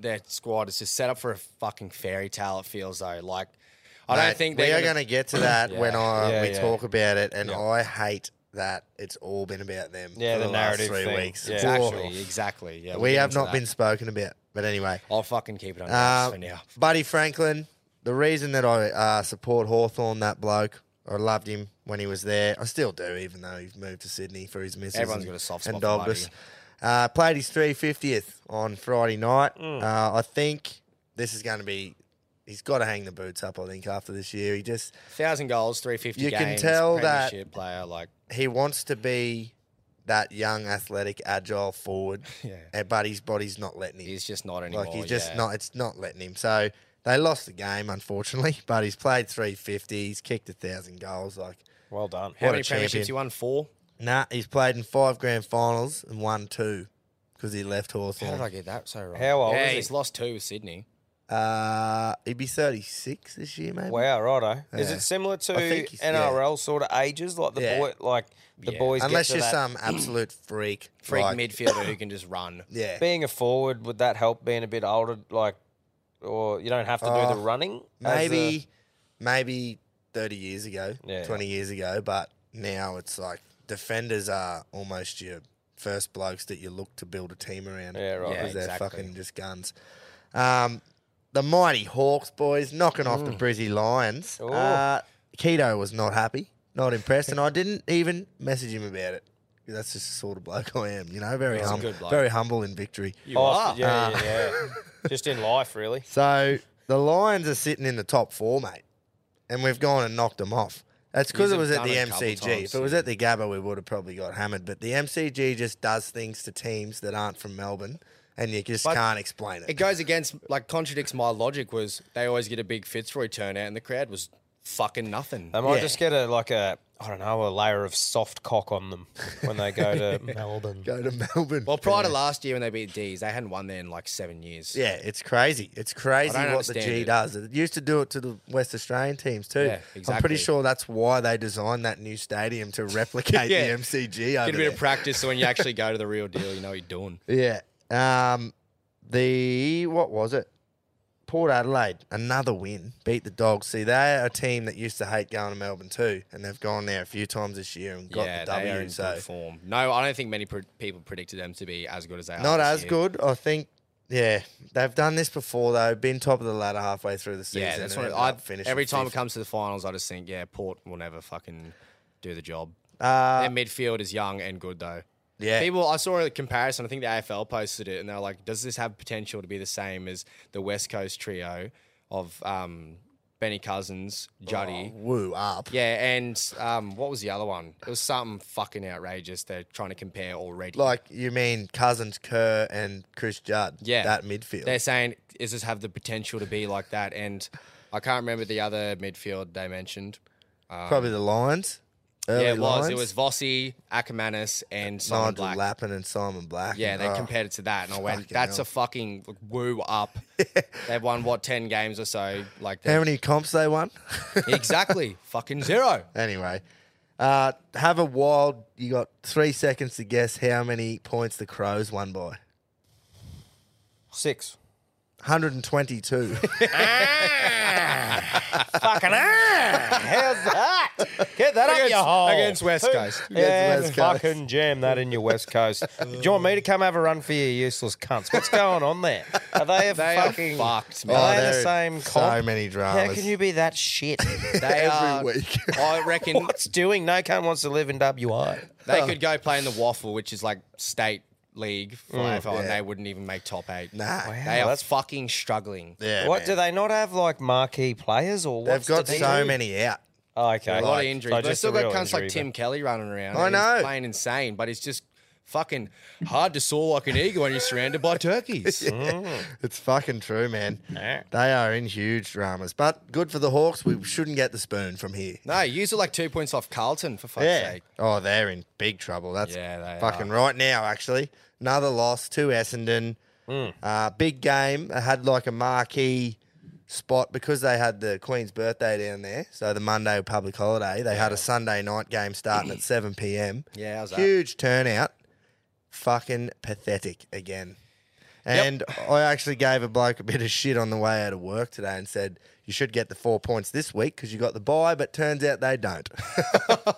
C: their squad is just set up for a fucking fairy tale. It feels though, like I
E: Mate,
C: don't think
E: we
C: they're
E: are going to get to that when I
F: Yeah,
E: we
F: yeah.
E: talk about it, and I hate that it's all been about them.
F: Yeah,
E: for
F: the
E: the, last
F: narrative
E: three
F: thing.
E: weeks.
F: Yeah.
E: It's all-
C: Exactly, exactly. Yeah, we'll
E: we
C: get
E: have
C: into
E: not
C: that.
E: been spoken about, but anyway,
C: I'll fucking keep it on
E: uh,
C: wraps for now.
E: Buddy Franklin. The reason that I uh, support Hawthorn, that bloke, I loved him when he was there. I still do, even though he's moved to Sydney for his missus.
C: Everyone's
E: and-
C: got a soft
E: and
C: spot for
E: Dogbus. Uh, played his 350th on Friday night.
C: Mm.
E: Uh, I think this is going to be. He's got to hang the boots up. I think after this year, he just
C: Thousand goals, three fifty.
E: You can
C: games,
E: tell that-
C: premiership player like
E: he wants to be that young, athletic, agile forward.
C: Yeah.
E: eh, But his body's not letting him.
C: he's just not anymore.
E: like he's just
C: yeah.
E: not. It's not letting him. So they lost the game, unfortunately. But he's played three fifty. He's kicked a thousand goals. Like
F: Well done.
C: How
E: what
C: many
E: a
C: premierships
E: champion.
C: you won? Four.
E: nah, he's played in five grand finals and won two because he left
C: How did I
E: Hawthorn.
C: get that so wrong?
F: How old
C: Yeah,
F: is he?
C: he's lost two with Sydney.
E: Uh, he'd be thirty six this year, maybe.
F: Wow, righto. Is
E: Yeah.
F: it similar to
E: I think he's- yeah.
F: NRL sort of ages? Like the
E: Yeah.
F: boy, like the
C: Yeah.
F: boys.
E: Unless
F: get
E: you're
F: to that-
E: some absolute freak,
C: Freak
E: like-
C: midfielder who can just run.
E: Yeah,
F: being a forward would that help? Being a bit older, like, or you don't have to do the running. as a-
E: Oh, maybe, maybe thirty years ago,
F: Yeah.
E: twenty years ago, but now it's like defenders are almost your first blokes that you look to build a team around.
F: Yeah, right.
E: Because
C: Yeah,
E: they're
C: exactly.
E: fucking just guns. Um, the mighty Hawks boys knocking off the
F: Mm.
E: Brizzy Lions. Uh, Keto was not happy, not impressed, and I didn't even message him about it. That's just the sort of bloke I am, you know. Very
C: a
E: humble,
C: good bloke.
E: very humble in victory. Uh,
F: Oh, Yeah, yeah, yeah. Just in life, really.
E: So the Lions are sitting in the top four, mate, and we've gone and knocked them off. That's because
C: These
E: it
C: have
E: was at
C: done
E: the
C: it a couple
E: MCG. if
C: times,
E: it was at the Gabba, we would have probably got hammered. But the MCG just does things to teams that aren't from Melbourne, and you just can't explain it.
C: It goes against, like, contradicts my logic. Was they always get a big Fitzroy turnout, and the crowd was fucking nothing.
F: They might
E: Yeah.
F: just get a like a I don't know a layer of soft cock on them when they go to Melbourne.
E: Go to Melbourne.
C: well, prior to last year when they beat D's, they hadn't won there in like seven years.
E: yeah, it's crazy. It's crazy
C: I don't
E: what the
C: understand
E: G
C: it.
E: does. It used to do it to the West Australian teams too.
C: Yeah,
E: I'm pretty
C: exactly.
E: sure that's why they designed that new stadium to replicate
C: Yeah.
E: the MCG. Over
C: Get a bit of
E: there.
C: practice so when you actually go to the real deal, you know what you're doing.
E: Yeah. Um, the what was it? Port Adelaide, another win, beat the Dogs. See, they're a team that used to hate going to Melbourne too, and they've gone there a few times this year and got
C: yeah,
E: the
C: they are
E: W.
C: in
E: So
C: good form. No, I don't think many pre- people predicted them to be as good as they are.
E: not
C: this
E: as
C: year.
E: good, I think. Yeah, they've done this before though. Been top of the ladder halfway through the season.
C: Yeah, that's
E: and
C: what
E: ended
C: I
E: up finishing
C: every time it
E: fifth.
C: comes to the finals, I just think, yeah, Port will never fucking do the job.
E: Uh,
C: Their midfield is young and good though.
E: Yeah.
C: People, I saw a comparison. I think the AFL posted it, and they're like, "Does this have potential to be the same as the West Coast trio of um, Benny Cousins, Juddy,
E: Oh, Woo up.
C: yeah, and um, what was the other one? It was something fucking outrageous. They're trying to compare already.
E: Like you mean Cousins, Kerr, and Chris Judd?
C: yeah,
E: that midfield.
C: They're saying, "Does this have the potential to be like that?" And I can't remember the other midfield they mentioned.
E: Probably the Lions. Early
C: Um, yeah, it was. It
E: Lions.
C: was Vossi, Ackermanis, and Simon
E: Nigel
C: Black.
E: Lappin and Simon Black.
C: Yeah, they
E: Oh,
C: compared it to that, and I went,
E: fucking
C: "That's
E: hell.
C: a fucking woo up." They've won what ten games or so, like
E: How many comps they won?
C: exactly? fucking zero.
E: anyway, uh, have a wild. You got three seconds to guess how many points the Crows won by.
F: Six.
E: 122.
F: Fucking ah! How's that? Get that up
C: Against-
F: your hole.
C: against West
F: Who-
C: Coast.
F: Yeah,
E: West Coast.
F: fucking jam that in your West Coast. Do you want me to come have a run for you, useless cunts? What's going on there? Are they, a
C: They are
F: fucking
C: fucked, man.
F: Are they
E: there
F: the
E: are
F: same
E: so
F: comp?
E: many
F: How
E: dramas.
F: can you be that shit?
C: They are,
E: week.
C: I reckon
F: What's doing? No cunt wants to live in WI.
C: they could go play in the Waffle, which is like state league for AFL, and they wouldn't even make top eight.
E: Mm, Nah. Wow,
C: they are
F: that's-
C: fucking struggling.
E: yeah,
F: what
E: man.
F: do they not have like marquee players or
E: They've
F: what's
E: got
F: the deal?
E: so many out.
F: Oh, okay,
C: A lot of injuries.
F: So
C: But they've
F: just
C: still
F: a
C: got
F: real
C: cunts like
F: injury,
C: Tim Kelly running around.
E: I
C: and he's
E: know.
C: playing insane, but he's just fucking hard to saw like an eagle when you're surrounded by turkeys.
F: Mm.
E: It's fucking true, man. They are in huge dramas, but good for the Hawks. We shouldn't get the spoon from here.
C: no, use it like two points off Carlton for fuck's sake.
E: Oh, they're in big trouble. That's
C: Yeah, they
E: fucking right now, actually. Another loss to Essendon.
C: Hmm.
E: Uh, big game. They had like a marquee spot because they had the Queen's birthday down there. So the Monday public holiday. They had a Sunday night game starting at 7 p.m.
C: Yeah, how's that?
E: Huge turnout. Fucking pathetic again. And I actually gave a bloke a bit of shit on the way out of work today and said, you should get the four points this week because you got the bye, but turns out they don't. so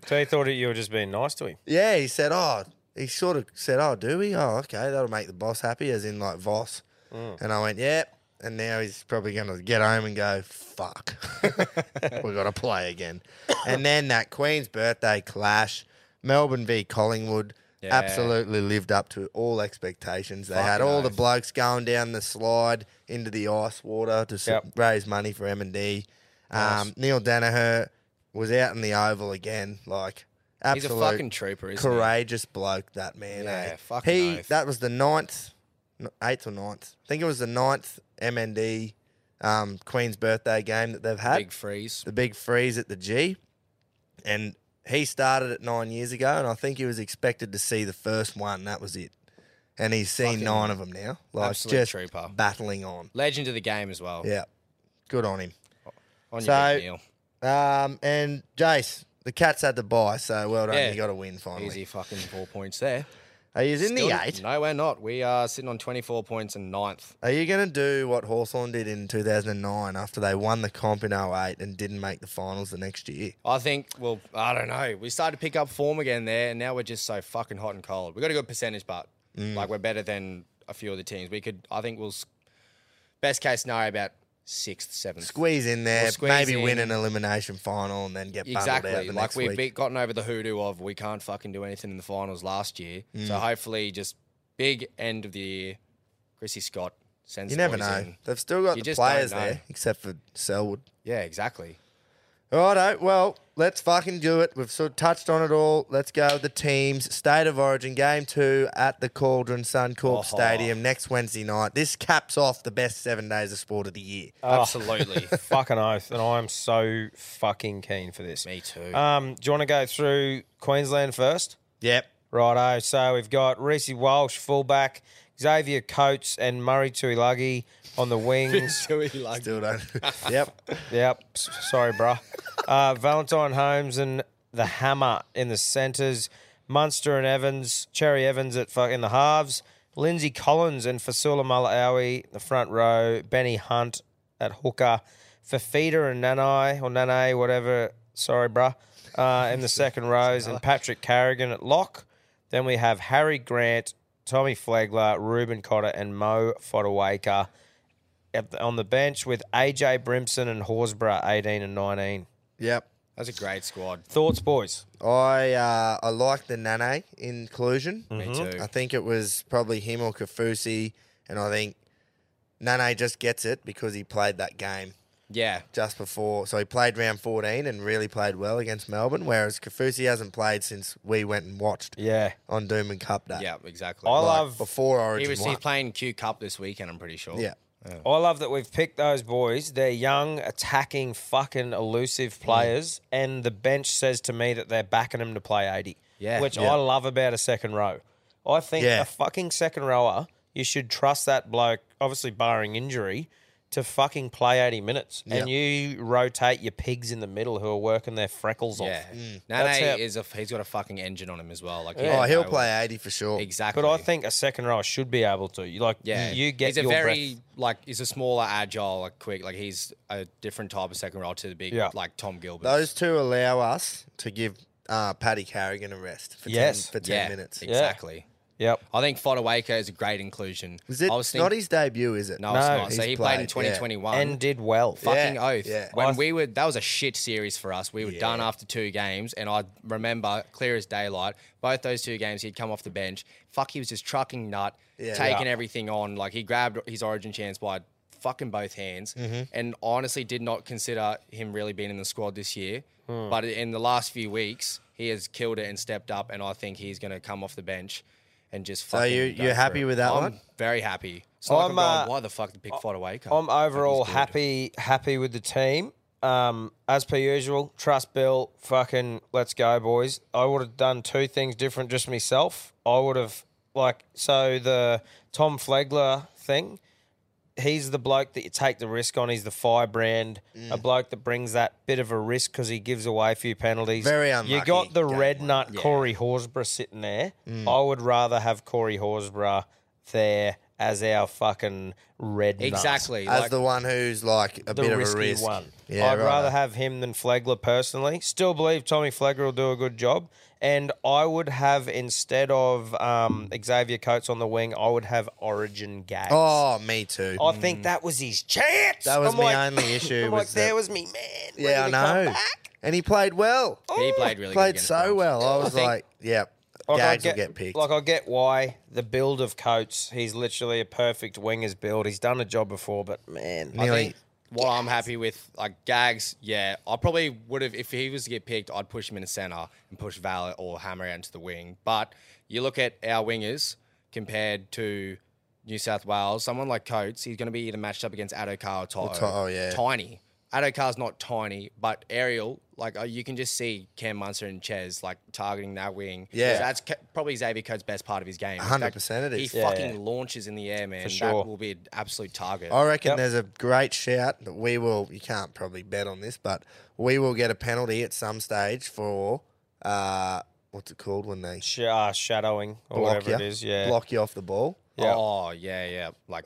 F: But. So he thought that you were just being nice to him.
E: yeah, he said, oh, he sort of said, oh, do we? Oh, okay, that'll make the boss happy, as in like Voss.
C: Mm.
E: And I went, yep. And now he's probably going to get home and go, fuck, we got to play again. and then that Queen's birthday clash, Melbourne v Collingwood, absolutely lived up to all expectations. They had all the blokes going down the slide into the ice water to s-
F: Yep.
E: raise money for M&D. Um, Neil Danaher was out in the oval again, like
C: He's a
E: absolute
C: fucking trooper, isn't he?
E: courageous bloke. That man,
C: Yeah,
E: eh?
C: fucking
E: he
C: oath.
E: that was the ninth, n- eighth or ninth. I think it was the ninth MND um, Queen's birthday game that they've had.
C: Big freeze.
E: the big freeze at the G, and he started it nine years ago, and I think he was expected to see the first one. That was it, and he's seen nine of them now. Like
C: absolute
E: just
C: trooper.
E: battling on.
C: Legend of the game as well.
E: Yeah, good on him.
C: On your
E: So-
C: big Neil.
E: Um, and Jace, the Cats had to buy, so well done.
C: Yeah.
E: You got a win finally.
C: Easy fucking four points there.
E: Are you in
C: Still-
E: the eight?
C: No, we're not. We are sitting on 24 points and ninth.
E: Are you going to do what Hawthorn did in 2009 after they won the comp in 08 and didn't make the finals the next year?
C: I think, well, I don't know. We started to pick up form again there, and now we're just so fucking hot and cold. We got a good percentage, but
E: Mm.
C: like we're better than a few of the teams. We could, I think, we'll s- best case scenario about sixth, seventh.
E: Squeeze in there,
C: We'll squeeze
E: maybe win
C: in.
E: an elimination final and then get bundled out
C: Exactly.
E: the
C: Like
E: next
C: we've
E: week.
C: beat, gotten over the hoodoo of we can't fucking do anything in the finals last year.
E: Mm.
C: So hopefully, just big end of the year. Chrissy Scott sends.
E: you
C: the
E: never
C: boys
E: know.
C: in.
E: They've still got
C: You
E: the
C: just don't
E: players
C: know.
E: there, except for Selwood.
C: Yeah, exactly.
E: Righto, well, let's fucking do it. We've sort of touched on it all. Let's go with the teams. State of Origin, game two at the Cauldron
C: Oh.
E: Suncorp Stadium next Wednesday night. This caps off the best seven days of sport of the year.
C: Uh.
F: Oh.
C: Absolutely.
F: fucking oath, and I'm so fucking keen for this.
C: Me too.
F: Um, do you want to go through Queensland first?
E: Yep.
F: Righto. So we've got Reese Walsh, fullback, Xavier Coates, and Murray Tuilagi on the wings.
E: Still don't. yep.
F: yep. s- Sorry, bruh. Uh, Valentine Holmes and the Hammer in the centres. Munster and Evans, Cherry Evans at fuck in the halves. Lindsay Collins and Fasula Malawi the front row. Benny Hunt at hooker. Fafita and Nanai or Nanay, whatever. Sorry, bruh. Uh, in the second rows and Patrick Carrigan at lock. Then we have Harry Grant, Tommy Flagler, Ruben Cotter, and Mo Fodawaker at the, on the bench with AJ Brimson and Horsburgh, 18 and 19.
E: Yep.
C: That's a great squad.
F: Thoughts, boys?
E: I uh, I like the Nane in collusion.
C: Me too.
E: I think it was probably him or Kafusi, and I think Nane just gets it because he played that game
C: Yeah.
E: just before. So he played round 14 and really played well against Melbourne, whereas Kafusi hasn't played since we went and watched
F: Yeah.
E: on Doom and Cup Day.
C: Yeah, exactly.
F: I
E: Like,
F: love
E: before
C: he
E: Origin.
C: was, he's
E: one.
C: playing Q Cup this weekend, I'm pretty sure.
E: Yeah.
F: I love that we've picked those boys. They're young, attacking, fucking elusive players, and the bench says to me that they're backing them to play 80.
C: Yeah.
F: Which
C: Yeah.
F: I love about a second row. I think
E: Yeah.
F: a fucking second rower, you should trust that bloke, obviously barring injury, to fucking play 80 minutes. And you rotate your pigs in the middle who are working their freckles
C: Yeah. Mm.
F: off. That's how-
C: Nane is a he's got a fucking engine on him as well. Like
E: Mm. Oh,
C: yeah,
E: he'll
C: no-
E: play 80 for sure.
C: Exactly.
F: But I think a second rower should be able to. You Like,
C: yeah,
F: you get
C: he's a
F: your
C: very
F: breath.
C: like he's a smaller, agile, like quick. Like he's a different type of second role to the big
F: Yeah.
C: like Tom Gilbert.
E: Those two allow us to give uh, Paddy Carrigan a rest for
F: Yes.
E: 10, for 10
C: yeah,
E: minutes.
C: exactly.
F: Yep.
C: I think Fodawaker is a great inclusion.
E: Is it
C: I was
E: not
C: thinking-
E: his debut, is it?
C: No, it's
F: No,
C: not. So
E: he's
C: he
E: played,
C: played in
E: yeah.
C: 2021
F: And did well.
C: Fucking
E: Yeah,
C: oath.
E: yeah.
C: When
F: I-
C: we were, that was a shit series for us. We were done after two games, and I remember clear as daylight. Both those two games, he'd come off the bench. Fuck, he was just trucking nut, taking everything on. Like he grabbed his origin chance by fucking both hands,
F: Mm-hmm.
C: and honestly did not consider him really being in the squad this year.
F: Hmm.
C: But in the last few weeks, he has killed it and stepped up, and I think he's going to come off the bench and just.
E: So
C: Fucking
E: you,
C: go
E: you're
C: for
E: happy
C: it.
E: with that
C: I'm
E: one?
C: Very happy. It's not like I'm,
F: I'm,
C: going,
F: uh,
C: why the fuck did pick Fodawaker?
F: I'm overall
C: good.
F: happy happy with the team. Um, as per usual, trust Bill. Fucking let's go, boys. I would have done two things different, just myself. I would have like so the Tom Flegler thing. He's the bloke that you take the risk on. He's the firebrand,
E: Mm.
F: a bloke that brings that bit of a risk because he gives away a few penalties.
E: Very
F: You
E: unlucky
F: got the
E: game
F: red
E: one. Mm.
F: nut Corey Horsburgh sitting there. I would rather have Corey Horsburgh there as our fucking red nut
C: Exactly.
E: As
C: like-
E: the one who's like a
F: the
E: bit of a
F: risky
E: risk.
F: one.
E: Yeah,
F: I'd
E: right.
F: rather have him than Flagler personally. Still believe Tommy Flagler will do a good job, and I would have instead of um, Xavier Coates on the wing, I would have Origin Gags.
E: Oh, me too.
F: I think that was his chance.
E: That was
F: I'm
E: my
F: like-
E: only issue.
F: I'm
E: was
F: like, there
E: that-
F: was me, man.
E: Yeah, I
F: ready to come
E: know.
F: back.
E: And he played well.
C: he played really good
E: Oh, played
C: against
E: so
C: Bronx.
E: well. I was
C: think-
E: like, yeah,
F: Like, I
E: Gags will get picked.
F: Like I get why the build of Coates. He's literally a perfect winger's build. He's done a job before, but man, I
E: Nearly.
F: think-
C: What I'm happy with, like Gags, yeah, I probably would have if he was to get picked, I'd push him in the center and push Valor or Hammer out into the wing. But you look at our wingers compared to New South Wales, someone like Coates, he's going to be either matched up against Adokar or Toto.
E: Toto, yeah.
C: tiny. Adokar's not tiny, but Ariel, like uh, you can just see Cam Munster and Ches like targeting that wing.
E: Yeah.
C: that's ca- probably Xavier Coates' best part of his game. In fact,
E: 100% it is.
C: He fucking launches in the air, man.
F: sure.
C: That will be an absolute target.
E: I reckon there's a great shout that we will. You can't probably bet on this, but we will get a penalty at some stage for uh, what's it called when they
F: sh- uh, shadowing or
E: block
F: whatever
E: you,
F: it is. Yeah,
E: block you off the ball.
C: Oh yeah, Uh, yeah. Like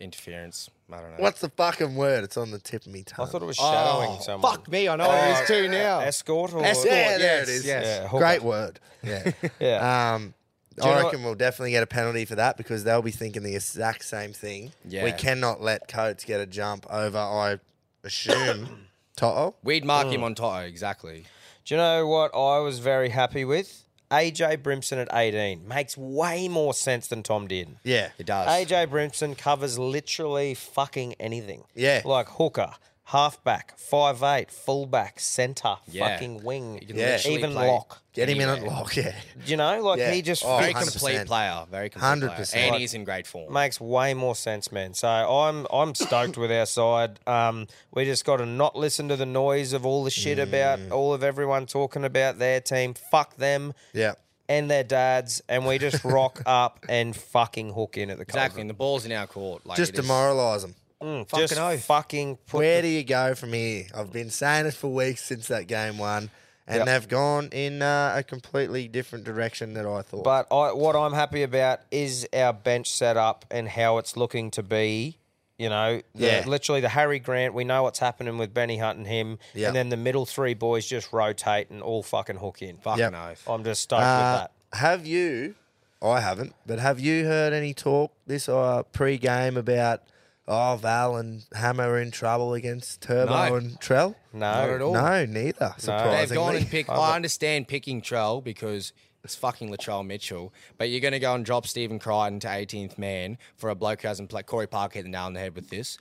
C: interference. I don't know.
E: What's the fucking word? It's on the tip of me tongue.
F: I thought it was shadowing
E: Oh,
F: someone.
C: Fuck me, I know it is too now.
F: Escort or
C: Escort,
E: yeah, there
C: yes,
E: it is.
C: yes.
F: Yeah, hooker.
E: great word. Yeah.
F: Yeah.
C: Uh,
E: Um,
F: you
E: I
F: know
E: reckon we'll definitely get a penalty for that because they'll be thinking the exact same thing. We
C: Yeah.
E: cannot let Coates get a jump over, I assume, Toto.
C: We'd mark him on Toto, exactly.
F: Do you know what I was very happy with? AJ Brimson at 18 makes way more sense than Tom did.
E: Yeah.
C: It does.
F: AJ Brimson covers literally fucking anything.
E: Yeah.
F: Like hooker, halfback, 5'8, fullback, centre,
C: Yeah.
F: fucking wing,
C: can
E: Yeah.
C: literally
F: even
C: play
F: lock.
E: Get him in on lock, yeah.
F: You know, like
E: Yeah.
F: he just
E: Oh,
C: Very
F: fits.
E: 100%.
C: complete player. Very complete 100%.
E: 100%.
C: player. And he's in great form.
F: makes way more sense, man. So I'm I'm stoked with our side. Um, we just got to not listen to the noise of all the shit
C: Mm.
F: about all of everyone talking about their team. Fuck them
E: Yeah.
F: and their dads, and we just rock up and fucking hook in at the
C: exactly.
F: cover.
C: And the ball's in our court. Like
E: Just
C: it is-
E: demoralise him.
F: Mm, Just
C: Fucking oath.
F: fucking put
E: Where do
F: the-
E: you go from here? I've been saying it for weeks since that game one, and they've gone in uh, a completely different direction than I thought.
F: But I, what I'm happy about is our bench setup and how it's looking to be. You know, the,
E: Yeah.
F: literally the Harry Grant. We know what's happening with Benny Hunt and him,
E: Yep.
F: and then the middle three boys just rotate and all fucking hook in. Fucking
E: Yep.
C: oath.
F: I'm just stoked with
E: Uh,
F: that.
E: have you? I haven't, but have you heard any talk this uh, pre-game about oh, Val and Hammer are in trouble against Turbo
C: No.
E: and Trell?
C: Not at all.
E: No, neither. Surprisingly.
C: They've gone and picked. I understand picking Trell because it's fucking Latrell Mitchell, but you're going to go and drop Stephen Crichton to 18th man for a bloke who hasn't played. Corey Parker hit the nail on the head with this.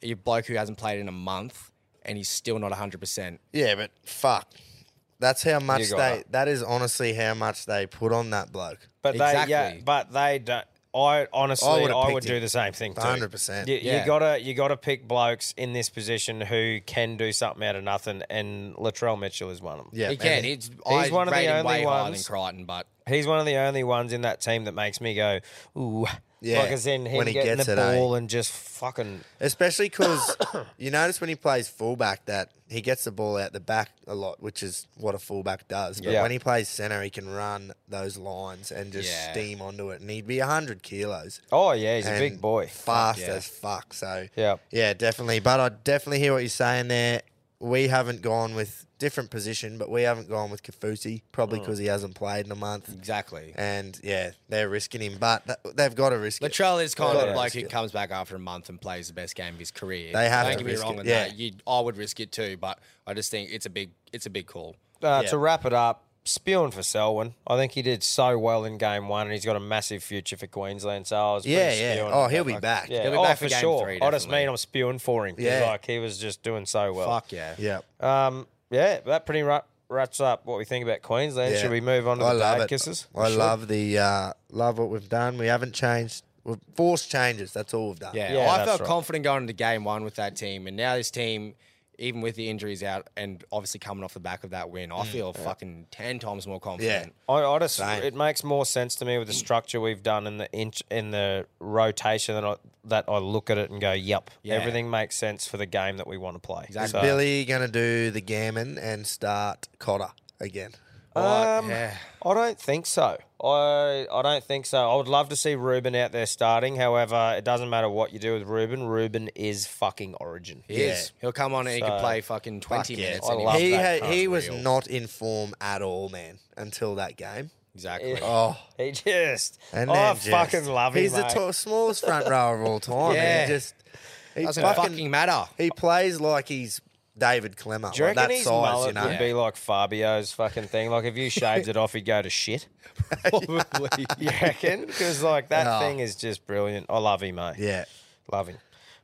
C: Your bloke who hasn't played in a month and he's still not 100%.
E: Yeah, but fuck. That's how much
F: got
E: they.
F: it.
E: That is honestly how much they put on that bloke.
F: But they, yeah,
C: Exactly.
F: but they don't. I honestly,
E: I would've
F: I, would
E: picked him.
F: do the same thing. too.
E: 100%.
F: You,
C: Yeah.
F: you gotta, you gotta pick blokes in this position who can do something out of nothing, and Latrell Mitchell is one of them.
E: Yeah,
C: he
E: man.
C: can. It's, I
F: one of the
C: rate him
F: only
C: way higher than
F: ones-
C: Crichton, but
F: He's one of the only ones in that team that makes me go, ooh.
E: Yeah,
F: Like as in him
E: when he
F: getting
E: gets
F: the
E: it, eh?
F: ball and just fucking.
E: Especially because you notice when he plays fullback that he gets the ball out the back a lot, which is what a fullback does. But
F: Yeah.
E: when he plays centre, he can run those lines and just
C: Yeah.
E: steam onto it. And he'd be 100 kilos.
F: Oh yeah, he's a big
E: and
F: boy.
E: Fast
C: yeah.
E: as fuck. So,
F: Yeah.
E: yeah, definitely. But I definitely hear what you're saying there. We haven't gone with different position, but we haven't gone with Kafusi, probably
F: Mm.
E: because he hasn't played in a month.
C: exactly.
E: And yeah, they're risking him, but th- they've got to risk it.
C: Latrell is kind
E: Yeah.
C: of like who comes back after a month and plays the best game of his career.
E: They have
C: Don't
E: to
C: get me
E: risk
C: wrong
E: it,
C: on
E: yeah.
C: that. You, I would risk it too, but I just think it's a big, it's a big call.
F: Uh,
E: Yeah.
F: To wrap it up, spewing for Selwyn. I think he did so well in game one, and he's got a massive future for Queensland. So I was pretty
E: Yeah, yeah.
F: spewing
E: Oh,
F: for
E: he'll
F: that
E: be
F: fuck.
E: back.
F: Yeah,
C: He'll be
F: oh,
C: back
F: for
C: for game
F: sure.
C: three,
F: I just
C: definitely.
F: mean I'm spewing for him. 'cause,
E: Yeah.
F: like he was just doing so well.
C: Fuck yeah.
E: Yeah.
F: Um, yeah, that pretty ra- wraps up what we think about Queensland.
E: Yeah.
F: Should we move on to
E: I
F: the
E: love
F: dad
E: it.
F: kisses?
E: I
F: Should.
E: love the uh, love what we've done. We haven't changed. We've forced changes. That's all we've done.
C: Yeah,
F: Yeah,
C: I
F: that's
C: felt
F: right.
C: confident going into game one with that team, and now this team, even with the injuries out and obviously coming off the back of that win, I
F: Mm,
C: feel fucking ten times more confident.
F: I, I just it makes more sense to me with the structure we've done in the inch in the rotation that I that I look at it and go, yep,
C: Yeah.
F: everything makes sense for the game that we want to play.
E: Is
F: So-
E: Billy gonna do the gammon and start Cotter again?
F: Um,
C: yeah.
F: I don't think so. I I don't think so. I would love to see Ruben out there starting. However, it doesn't matter what you do with Ruben. Ruben is fucking Origin.
C: He is. He'll come on and he can play fucking twenty
E: yeah.
C: minutes.
F: I
C: and he-
F: love
E: he
F: that
E: ha- he was not in form at all, man, until that game.
C: exactly.
E: Oh,
F: He just.
E: and
F: Oh, I
E: then just-
F: fucking love him.
E: He's
F: mate.
E: the tall- smallest front rower of all time.
C: Yeah.
E: and he just he
C: Doesn't
E: fucking,
C: fucking matter.
E: he plays like he's David Clemmer.
F: Do you
E: like
F: reckon
E: that
F: his
E: size,
F: mullet
E: you know.
F: would be like Fabio's fucking thing? Like, if you shaved it off, he'd go to shit.
C: Probably.
F: You reckon? Because like that
E: Oh.
F: thing is just brilliant. I love him, mate.
E: Yeah.
F: love him.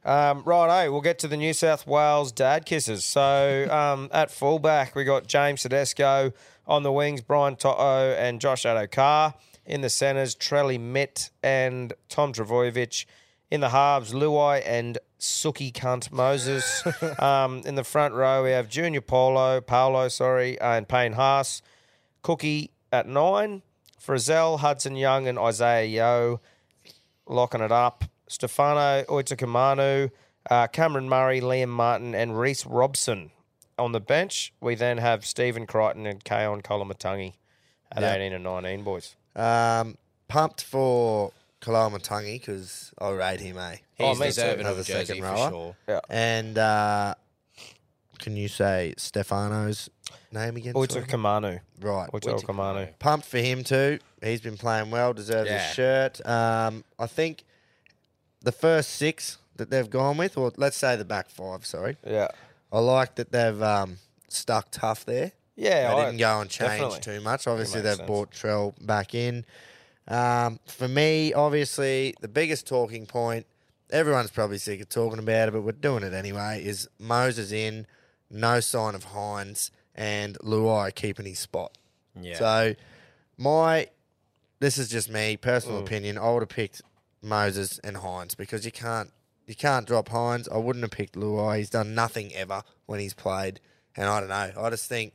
F: Um, right, we'll get to the New South Wales dad kisses. So um, at fullback, we got James Tedesco on the wings, Brian Toto and Josh Adokar in the centres, Trelly Mitt and Tom Travojevic. In the halves, Luai and Suki Cunt Moses. um, in the front row, we have Junior Polo, Paolo, sorry, and Payne Haas. Cookie at nine, Frizzell, Hudson Young, and Isaiah Yo locking it up. Stefano Oitakamanu, uh, Cameron Murray, Liam Martin, and Reese Robson on the bench. We then have Stephen Crichton and Kaon Kolamatangi at 18 and 19, boys.
E: Um, pumped for Kalama Tungi because I rate him, eh?
C: He's
F: me too.
C: deserving of
E: Another
C: a jersey
E: second
C: for
E: rower.
C: sure.
E: And uh, can you say Stefano's name again? sorry?
F: Oitakamanu.
E: right.
F: Oitakamanu.
E: Pumped for him too. He's been playing well, deserves
C: Yeah.
E: his shirt. Um, I think the first six that they've gone with, or let's say the back five, sorry.
F: Yeah.
E: I like that they've um, stuck tough there.
F: Yeah,
E: they
F: I-
E: didn't go and change
F: definitely.
E: too much. Obviously,
F: makes
E: they've
F: sense.
E: brought Trell back in. Um, for me, obviously, the biggest talking point, everyone's probably sick of talking about it, but we're doing it anyway, is Moses in, no sign of Hines, and Luai keeping his spot.
C: Yeah.
E: So, my, this is just me, personal opinion, I would have picked Moses and Hines because you can't. You can't drop Hines. I wouldn't have picked Luai. He's done nothing ever when he's played. And I don't know. I just think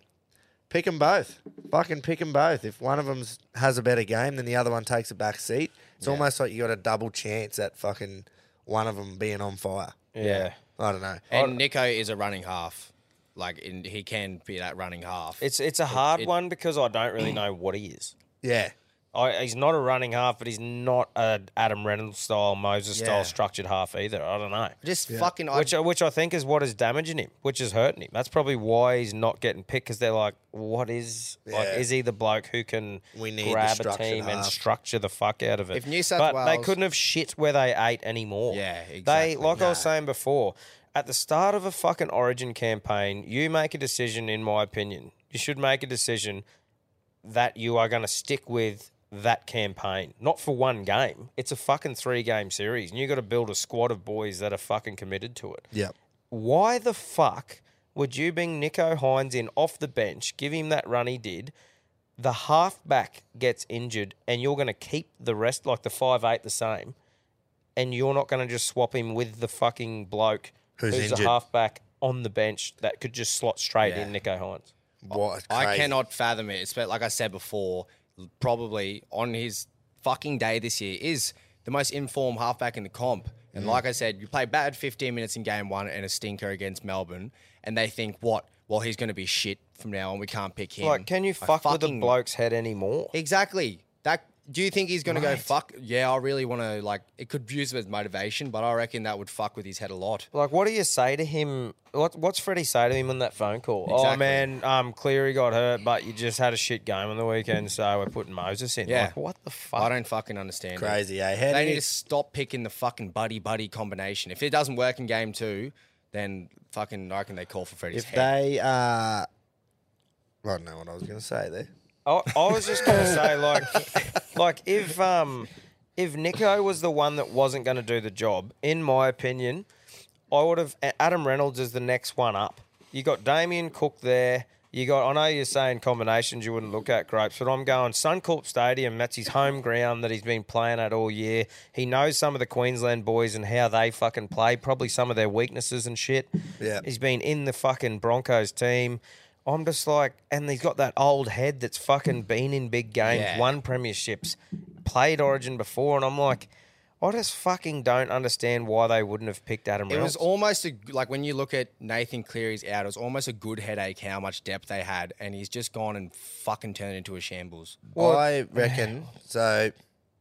E: Pick them both. Fucking pick them both. If one of them has a better game, then the other one takes a back seat. It's almost like you got a double chance at fucking one of them being on fire.
F: Yeah.
E: I don't know.
C: and Nico is a running half. Like in, he can be that running half.
F: It's it's a hard
C: it-
F: one because I don't really know what he is.
E: Yeah.
F: I, he's not a running half, but he's not a Adam Reynolds style, Moses
C: Yeah.
F: style structured half either. I don't know.
C: Just fucking. I,
F: Which, I- which I think is what is damaging him, which is hurting him. That's probably why he's not getting picked because they're like, what is like,
E: Yeah.
F: is he the bloke who can
E: We need the
F: grab a
E: structured
F: team and
E: half.
F: structure the fuck out of it?
C: If New South
F: but they
C: Wales-
F: couldn't have shit where they ate anymore.
C: Yeah,
F: They
C: exactly.
F: like I was saying before, at the start of a fucking Origin campaign, you make a decision. In my opinion, you should make a decision that you are going to stick with that campaign, not for one game. It's a fucking three game series, and you got to build a squad of boys that are fucking committed to it.
E: Yep.
F: Why the fuck would you bring Nico Hines in off the bench, give him that run he did? The halfback gets injured, and you're going to keep the rest, like the five eight, the same, and you're not going to just swap him with the fucking bloke
E: Who's
F: a
E: injured.
F: halfback on the bench that could just slot straight in Nico Hines.
E: What?
C: I
E: crazy.
C: cannot fathom it. It's but like I said before, probably on his fucking day this year is the most informed halfback in the comp. And like I said, you play bad 15 minutes in game one and a stinker against Melbourne, and they think what? Well, he's going to be shit from now on. We can't pick him.
F: Like, can you
C: I
F: fuck with a
C: fucking-
F: bloke's head anymore?
C: Exactly. That. Do you think he's going to go fuck? Yeah, I really want to like. It could use it as motivation, but I reckon that would fuck with his head a lot.
F: Like, what do you say to him? What, what's Freddie say to him on that phone call? Oh
C: Exactly.
F: man, um, Cleary got hurt, but you just had a shit game on the weekend, so we're putting Moses in.
C: Yeah.
F: Like, what the fuck?
C: I don't fucking understand. it.
E: Crazy, eh? How
C: they
E: do
C: need
E: you-
C: to stop picking the fucking buddy buddy combination. If it doesn't work in game two, then fucking I reckon they call for Freddie's
E: If
C: head.
E: they are. I don't know what I was going to say there.
F: I, I was just gonna say, like, like if um, if Nico was the one that wasn't gonna do the job, in my opinion, I would have Adam Reynolds is the next one up. You got Damien Cook there. You got. I know you're saying combinations you wouldn't look at grapes, but I'm going Suncorp Stadium. That's his home ground that he's been playing at all year. He knows some of the Queensland boys and how they fucking play. Probably some of their weaknesses and shit.
E: Yeah.
F: He's been in the fucking Broncos team. I'm just like, and he's got that old head that's fucking been in big games,
C: Yeah.
F: won premierships, played Origin before, and I'm like, I just fucking don't understand why they wouldn't have picked Adam.
C: It was
F: Reynolds.
C: almost a, like when you look at Nathan Cleary's out, it was almost a good headache how much depth they had, and he's just gone and fucking turned into a shambles.
E: I reckon. So,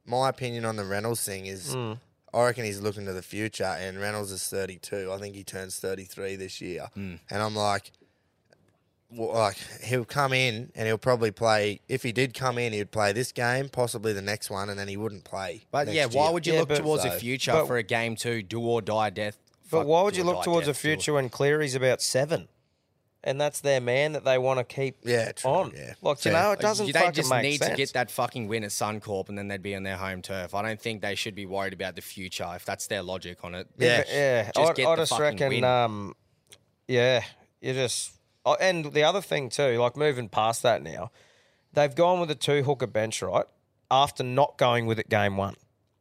E: my opinion on the Reynolds thing is,
C: Hmm.
E: I reckon he's looking to the future, and Reynolds is 32. I think he turns 33 this year,
C: Hmm.
E: and I'm like, well, like he'll come in and he'll probably play. If he did come in, he'd play this game, possibly the next one, and then he wouldn't play.
C: But
E: next
C: yeah, why
E: year.
C: would you
F: Yeah,
C: look
F: but-
C: towards
E: So-
C: the future
F: but-
C: for a game two, do or die death?
F: But
C: fuck,
F: why would
C: do
F: you
C: or
F: look
C: die
F: towards the
C: death, do or-
F: future when Cleary's about seven, and that's their man that they want to keep
E: Yeah, true,
F: on?
E: yeah.
F: Like
E: Fair.
F: you know, it
C: Like,
F: doesn't
C: They
F: fucking
C: just
F: make
C: need
F: sense.
C: to get that fucking win at Suncorp, and then they'd be on their home turf. I don't think they should be worried about the future if that's their logic on it.
E: Yeah.
F: Yeah,
C: Just
F: I,
C: get
F: I
C: the
F: just
C: fucking
F: reckon.
C: win.
F: Um, yeah, you just oh, and the other thing too, like moving past that now, they've gone with a two hooker bench right after not going with it game one.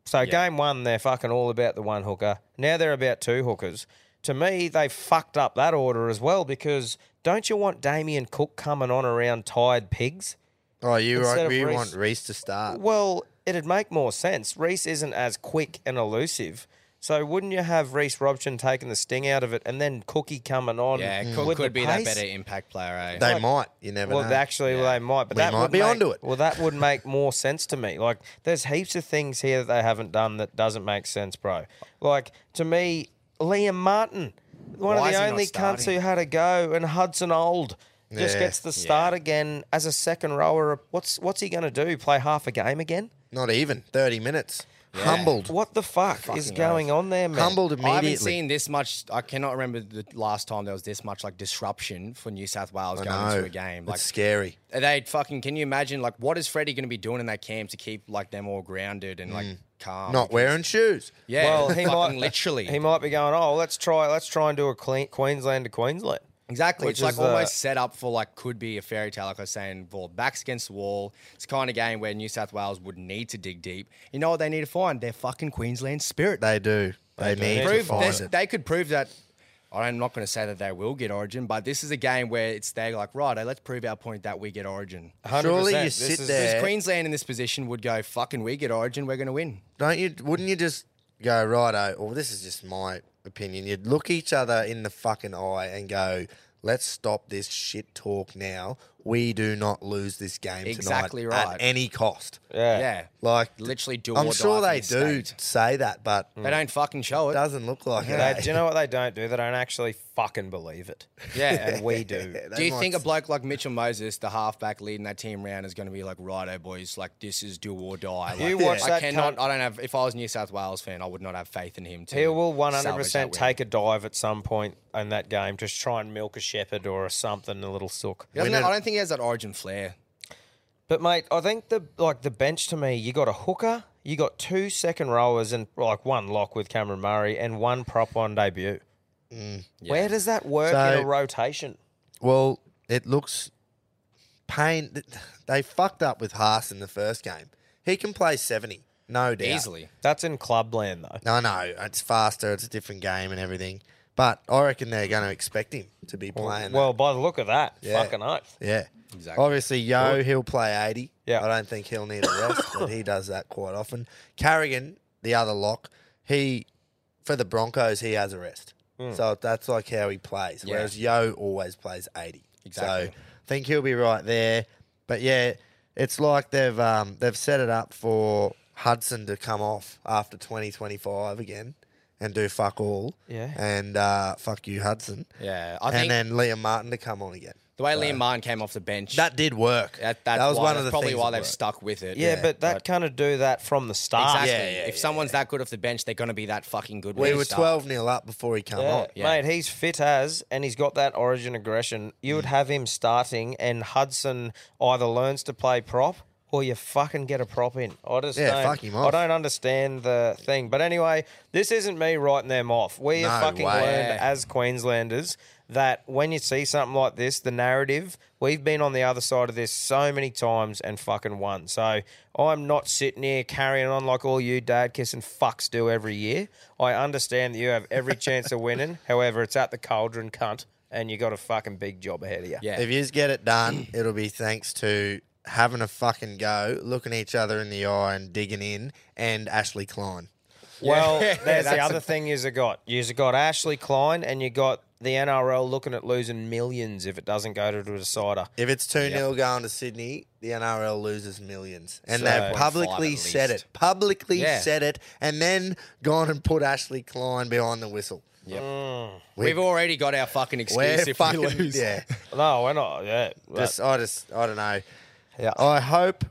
F: So game one, they're fucking all about the one hooker. Now they're about two hookers. To me, they fucked up that order as well because don't you want Damien Cook coming on around tired pigs?
E: Oh, you
F: Instead
E: right,
F: of
E: you
F: Reece-
E: want Reese to start?
F: Well, it'd make more sense. Reese isn't as quick and elusive. So wouldn't you have Reese Robson taking the sting out of it and then Cookie coming on?
C: Yeah, Cook
F: mm. with the
C: could be that
F: pace?
C: better impact player, eh?
E: They might. You never
F: Well,
E: know.
F: actually, they might, but
E: We
F: that
E: might
F: would
E: be
F: make-
E: onto it.
F: Well, that would make more sense to me. Like, there's heaps of things here that they haven't done that doesn't make sense, bro. Like to me, Liam Martin, one
C: Why
F: of
C: is he
F: the
C: not
F: only cunts
C: starting?
F: who had a go, and Hudson Old just
E: Yeah.
F: gets the start again as a second rower. What's what's he going to do? Play half a game again?
E: Not even 30 minutes. Humbled.
F: What the fuck is going on there, man?
E: Humbled
C: I haven't
E: immediately.
C: seen this much. I cannot remember the last time there was this much like disruption for New South Wales
E: I
C: going
E: know.
C: into a game. Like
E: it's scary.
C: they fucking. Can you imagine? Like, what is Freddie going to be doing in that camp to keep like them all grounded and like calm?
E: Not wearing shoes.
C: Yeah,
F: Mm. Well, he might
C: fucking literally.
F: He might be going. Oh, let's try. Let's try and do a clean, Queensland to Queensland.
C: Exactly.
F: Which
C: it's like
F: is, uh,
C: almost set up for like could be a fairy tale, like I was saying, well, backs against the wall. It's the kind of game where New South Wales would need to dig deep. You know what they need to find? Their fucking Queensland spirit.
E: They do. They, need to
C: prove
E: find
C: this,
E: it.
C: they could prove that. I'm not going to say that they will get Origin, but this is a game where it's they're like, right, let's prove our point that we get Origin.
F: 100%.
E: Surely you
F: This
E: sit
F: is-
E: there.
C: Because Queensland in this position would go, fucking, we get Origin, we're going to win.
E: Don't you? Wouldn't you just go righto? Or this is just my opinion. You'd look each other in the fucking eye and go, "Let's stop this shit talk now. we do not lose this game
C: Exactly
E: tonight
C: right.
E: at any cost.
F: Yeah.
C: yeah.
E: Like
C: Literally do
E: I'm
C: or die
E: sure
C: for
E: they
C: this Mm.
E: do
C: state.
E: say that, but
C: They don't fucking show
E: it
C: it.
E: doesn't look like
F: They,
E: it. eh?
F: do you know what they don't do? They don't actually fucking believe it.
C: Yeah.
F: And we do.
E: eh?
C: Do
E: They
C: you
E: might
C: think a
E: s-
C: bloke like Mitchell Moses, the halfback leading that team round, is going to be like, righto, boys, like this is do or die? Like,
F: You watch
C: I
F: that
C: cannot.
F: cunt-
C: I don't have. If I was a New South Wales fan, I would not have faith in him. To
F: He will
C: salvage that
F: 100%
C: win.
F: take a dive at some point in that game. Just try and milk a shepherd or a something, a little sook.
C: He doesn't- I don't think he has that origin flair.
F: But mate, I think the like the bench to me, you got a hooker, you got two second rowers, and like one lock with Cameron Murray and one prop on debut.
C: Mm,
F: Where does that work
E: So-
F: in a rotation?
E: Well, it looks pain. th- They fucked up with Haas in the first game. He can play 70, no doubt.
C: Easily.
F: That's in clubland though.
E: No, no, it's faster. It's a different game and everything. But I reckon they're going to expect him to be playing. that.
F: Well, by the look of that,
E: Yeah.
F: fucking oath.
E: yeah.
C: Exactly.
E: Obviously, Yo, he'll play 80.
F: Yeah.
E: I don't think he'll need a rest, but he does that quite often. Carrigan, the other lock, he, for the Broncos, he has a rest. So that's like how he plays,
C: Hmm. Yeah.
E: whereas Yo always plays 80. So
C: Exactly.
E: I think he'll be right there. But yeah, it's like they've um, they've set it up for Hudson to come off after 2025 again and do fuck all.
F: Yeah.
E: And uh, fuck you, Hudson.
C: Yeah, I
E: and
C: think
E: then Liam Martin to come on again.
C: the way Liam Martin came off the bench.
E: That did work.
C: that, that's
E: that was
C: why-
E: one
C: that's
E: of the
C: probably
E: things
C: why
E: that
C: they've
E: worked.
C: stuck with it.
F: Yeah, but that kind of do that from the start.
C: exactly.
E: Ah, yeah, yeah,
C: if
E: yeah,
C: someone's that good off the bench, they're going to be that fucking good. when
E: We
C: they
E: were
C: start.
E: twelve nil up before he came
F: Yeah,
E: on.
C: yeah.
F: Mate, he's fit as, and he's got that origin aggression. You would have him starting, and Hudson either learns to play prop or you fucking get a prop in. I just
E: Yeah,
F: don't,
E: fuck him
F: I
E: off.
F: don't understand the thing. But anyway, this isn't me writing them off. We have
E: No
F: fucking
E: way.
F: learned as Queenslanders that when you see something like this, the narrative, we've been on the other side of this so many times and fucking won. So I'm not sitting here carrying on like all you dad kissing fucks do every year. I understand that you have every chance of winning. However, it's at the cauldron, cunt, and you got a fucking big job ahead of you.
C: Yeah.
E: If you just get it done, it'll be thanks to having a fucking go, looking each other in the eye and digging in, and Ashley Klein.
F: Well, there's the
C: that's
F: other thing you got. You got Ashley Klein, and you got the NRL looking at losing millions if it doesn't go to a decider.
E: If it's 2 0 going to Sydney, the NRL loses millions. And
C: So-
E: they've
C: 1.5
E: publicly
C: at
E: said it.
C: least.
E: Publicly
C: Yeah.
E: said it. And then gone and put Ashley Klein behind the whistle.
C: We've already got our fucking
E: We're
C: excuse if
E: fucking.
C: we lose.
E: Yeah.
F: No, we're not. Yeah,
E: Just, I just, I don't know.
F: Yeah.
E: I hope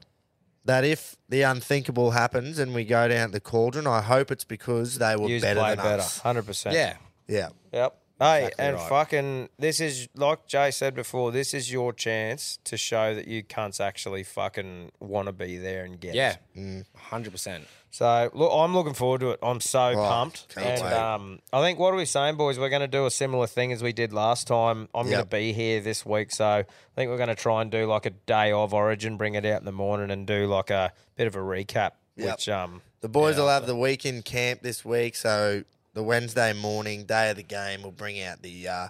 E: that if the unthinkable happens and we go down the cauldron, I hope it's because they were
F: you
E: better
F: play
E: than
F: better,
E: us.
F: hundred percent.
C: Yeah.
E: Yeah.
F: Yep. Hey, and fucking, this is like Jay said before. This is your chance to show that you cunts actually fucking want to be there and get.
C: Yeah.
F: It.
C: Hundred percent.
F: So look, I'm looking forward to it. I'm so pumped.
E: can't
F: And
E: wait.
F: um, I think what are we saying, boys? We're going to do a similar thing as we did last time. I'm going
E: Yep.
F: to be here this week, so I think we're going to try and do like a day of Origin, bring it out in the morning, and do like a bit of a recap.
E: Yep.
F: Which um,
E: The boys will have the weekend camp this week, so the Wednesday morning, day of the game, will bring out the uh,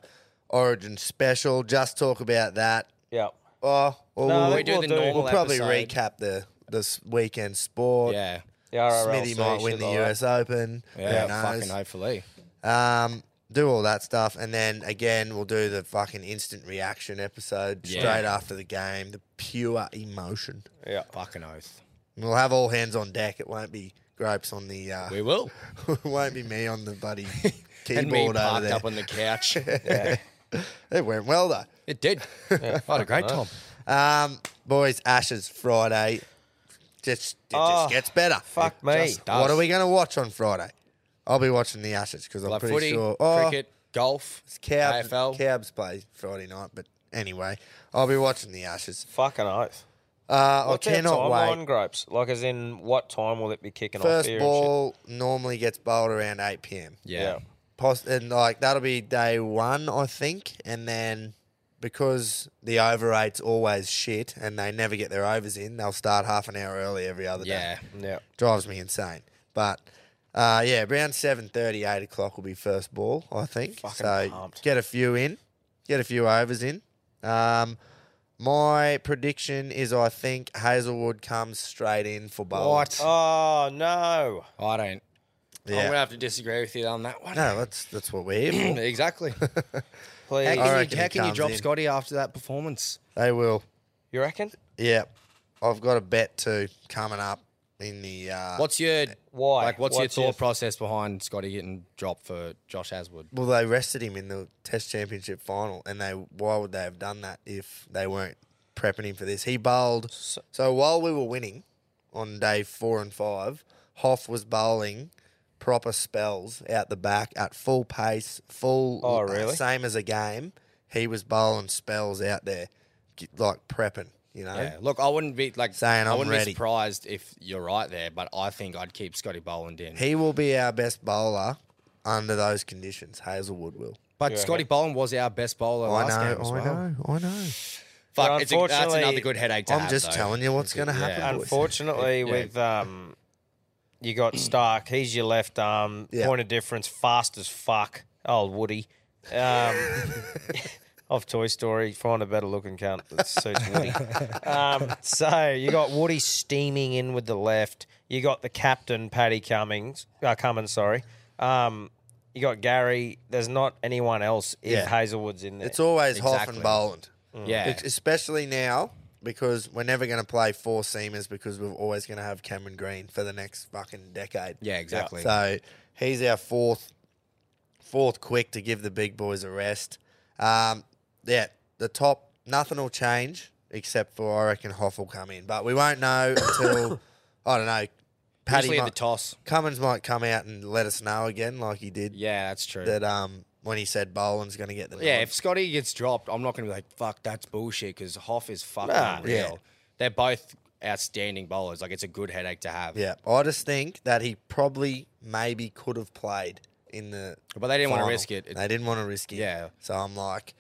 E: Origin special. Just talk about that.
F: yeah,
E: Oh, or
F: No,
E: we'll,
C: We do
F: We'll
C: the
F: do.
C: normal
E: we'll probably
C: episode.
E: recap the this weekend sport.
C: Yeah.
F: the RRLC
E: Smithy might win
F: shit
E: the
F: like that.
E: US Open. Who
C: Yeah.
E: knows?
C: Fucking hopefully.
E: Um, do all that stuff, and then again, we'll do the fucking instant reaction episode
C: Yeah.
E: straight after the game. The pure emotion.
F: Yeah.
C: Fucking oath.
E: And We'll have all hands on deck. It won't be grapes on the. Uh,
C: We will.
E: it won't be me on the bloody
C: And me
E: keyboard over
C: parked
E: there.
C: up on the couch.
E: it went well though.
C: It did. I had a great time.
E: Um, boys, Ashes Friday. Just it
F: Oh,
E: just gets better.
F: Fuck me.
C: just-
E: What
C: does.
E: are we going to watch on Friday? I'll be watching the Ashes because I'm
C: Like
E: pretty
C: footy,
E: sure. Oh,
C: cricket, golf,
E: It's Cabs,
C: AFL.
E: Cabs play Friday night, but anyway, I'll be watching the Ashes.
F: Fucking oath.
E: Uh,
F: What's
E: I
F: our
E: cannot
F: timeline,
E: wait.
F: Gropes? Like, as in, what time will it be kicking off
E: First
F: here? and
E: ball normally gets bowled around 8 p.m.
F: shit?
C: Yeah.
E: Post- and like that'll be day one, I think, and then because the over eight's always shit and they never get their overs in, they'll start half an hour early every other
C: Yeah.
E: day.
F: yeah, yeah.
E: drives me insane. But uh, yeah, around 7.30, 8 o'clock will be first ball, I think. so
F: pumped.
E: get a few in, get a few overs in. Um, my prediction is I think Hazelwood comes straight in for bowl.
F: Oh no!
C: I don't. I'm
E: Yeah.
C: gonna have to disagree with you on that one.
E: No, that's that's what we're here for.
C: exactly.
F: Please,
E: I reckon he comes in.
C: Scotty after that performance?
E: they will.
F: You reckon?
E: Yeah, I've got a bet too coming up in the. Uh,
C: What's your
F: Why?
C: Like, what's, your
F: What's
C: thought
F: your-
C: process behind Scotty getting dropped for Josh Aswood?
E: well, they rested him in the Test Championship final, and they why would they have done that if they weren't prepping him for this? He bowled. So, while we were winning on day four and five, Hoff was bowling proper spells out the back at full pace, full.
F: Oh,
E: uh,
F: really?
E: same as a game. He was bowling spells out there, g- like prepping. You know,
C: Yeah. Look, I wouldn't be like
E: Saying
C: I
E: I'm
C: wouldn't
E: ready.
C: be surprised if you're right there, but I think I'd keep Scotty Boland in.
E: he will be our best bowler under those conditions. Hazelwood will.
C: but Scotty Boland was our best bowler
E: I
C: last game
E: know,
C: as
E: I
C: well.
E: know, I know.
C: Fuck,
F: But
C: it's a, that's another
F: unfortunately-
C: good headache to
E: I'm
C: have,
E: just
C: though.
E: telling you what's going to happen.
C: Yeah.
E: boys.
F: Unfortunately,
C: Yeah.
F: with um, you got Stark. He's your left arm.
E: Yeah.
F: Point of difference, fast as fuck. Old Woody. Um, off Toy Story, find a better looking cunt that suits Woody. um, so you got Woody steaming in with the left. You got the captain Paddy Cummings. Uh, Cummins, sorry. Um, you got Gary. There's not anyone else if
E: Yeah.
F: Hazelwood's in there.
E: It's always Hoff
C: Exactly. Mm.
E: and Boland,
C: Yeah.
E: Ex- especially now because we're never going to play four seamers because we're always going to have Cameron Green for the next fucking decade.
C: Yeah, exactly.
E: So he's our fourth, fourth quick to give the big boys a rest. Um, yeah, the top nothing will change except for I reckon Hoff will come in, but we won't know until I don't know. Paddy
C: Usually
E: might-
C: the toss.
E: Cummins might come out and let us know again, like he did.
C: Yeah, that's true.
E: That um, when he said Boland's going to get the
C: yeah,
E: nod.
C: if Scotty gets dropped, I'm not going to be like, fuck, that's bullshit because Hoff is fucking
F: Nah.
C: real. They're both outstanding bowlers. Like, it's a good headache to have.
E: Yeah, I just think that he probably maybe could have played in the.
C: But they didn't wanna
E: final.
C: risk it. It-
E: They didn't want to risk him.
C: Yeah.
E: So I'm like,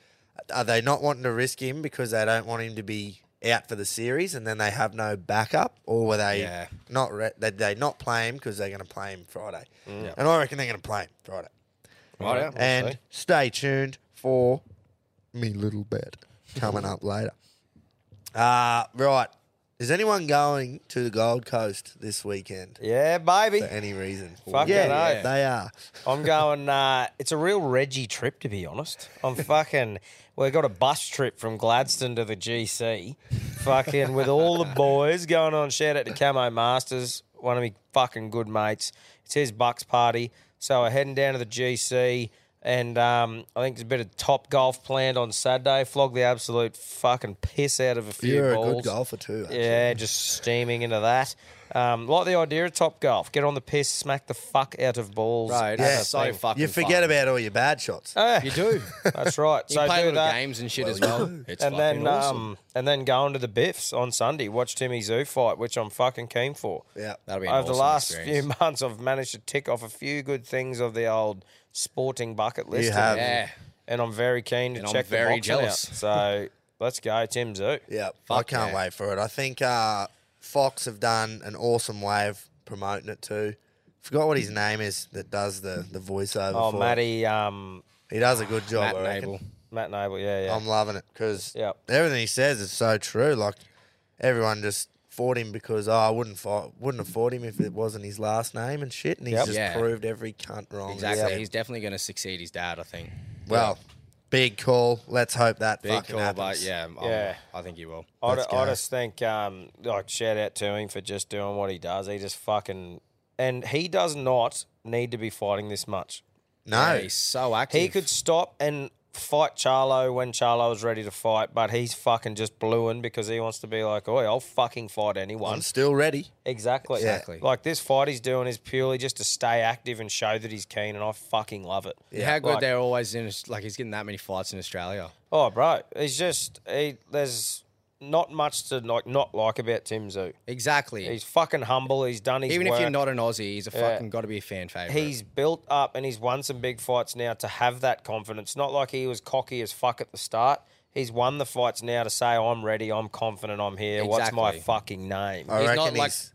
E: are they not wanting to risk him because they don't want him to be out for the series and then they have no backup, or were they
C: Yeah.
E: not? Re- did they not play him because they're going to play him Friday?
C: Mm.
E: And I reckon they're going to play him Friday.
C: Right?
E: and stay tuned for me little bet coming up later. Uh, right. Is anyone going to the Gold Coast this weekend?
F: yeah, baby.
E: for any reason.
F: Fucking
E: yeah,
F: oath.
E: they are.
F: I'm going. Uh, it's a real Reggie trip, to be honest. I'm fucking. We got a bus trip from Gladstone to the GC, fucking with all the boys going on. Shout out to Camo Masters, one of my fucking good mates. It's his bucks party, so we're heading down to the GC, and um, I think there's a bit of top golf planned on Saturday. Flog the absolute fucking piss out of a few
E: You're
F: balls.
E: a good golfer too. Actually.
F: Yeah, just steaming into that. Um, like the idea of Top Golf. Get on the piss, smack the fuck out of balls.
C: Bro,
F: Have
C: that's
F: a
C: so
F: thing.
C: fucking
E: You forget
C: fun. Oh.
E: about all your bad shots.
F: Yeah,
C: You do.
F: that's right.
C: you
F: so
C: play
F: do
C: little
F: that.
C: games and shit as well. It's
F: and
C: fucking
F: then,
C: awesome.
F: um, and then going to the Biffs on Sunday, watch Timmy Zoo fight, which I'm fucking keen for.
E: yeah.
C: That'll be an
F: Over the
C: awesome
F: last
C: experience.
F: few months, I've managed to tick off a few good things of the old sporting bucket list. and-
E: have.
C: Yeah.
F: and I'm very keen to
C: And I'm
F: check
C: very
F: the boxing out.
C: jealous.
F: So let's go, Tim Zoo.
E: Yeah. I
C: Fuck
E: can't
C: yeah.
E: wait for it. I think uh, Fox have done an awesome way of promoting it too. Forgot what his name is that does the, the voiceover.
F: Oh,
E: for it.
F: Matty, um,
E: He does a good job.
C: Ah, Matt
E: I reckon.
C: Nable.
F: Matt Noble. Yeah, yeah.
E: I'm loving it because
F: Yep.
E: everything he says is so true. Like everyone just fought him because oh, I wouldn't fight, wouldn't have fought him if it wasn't his last name and shit. And he's
F: Yep.
E: just
C: Yeah.
E: proved every cunt wrong.
C: Exactly.
E: Yep.
C: He's definitely going to succeed his dad, I think.
E: Well, big call. Let's hope that
C: Big
E: fucking
C: call,
E: happens.
C: but yeah, um,
F: Yeah.
C: I think he will.
F: I,
E: Let's
F: ju- I
E: go.
F: just think, um, like, shout out to him for just doing what he does. He just fucking, and he does not need to be fighting this much.
E: No.
C: Yeah, he's so active.
F: He could stop and fight Charlo when Charlo was ready to fight, but he's fucking just blueing because he wants to be like, "Oi, I'll fucking fight anyone."
E: I'm still ready.
F: exactly,
E: Exactly.
F: Like this fight he's doing is purely just to stay active and show that he's keen, and I fucking love it.
C: How good
F: Like-
C: they're always in. Like he's getting that many fights in Australia.
F: Oh, bro, he's just he, there's not much to like not like about Tim Zoo.
C: Exactly.
F: He's fucking humble. He's done his
C: Even
F: work.
C: if you're not an Aussie, he's a fucking got to be a fan favorite.
F: He's built up and he's won some big fights now to have that confidence. Not like he was cocky as fuck at the start. He's won the fights now to say, I'm ready, I'm confident, I'm here. What's my
C: Exactly.
F: fucking name?
E: I
C: He's
E: reckon
C: not like
E: he's-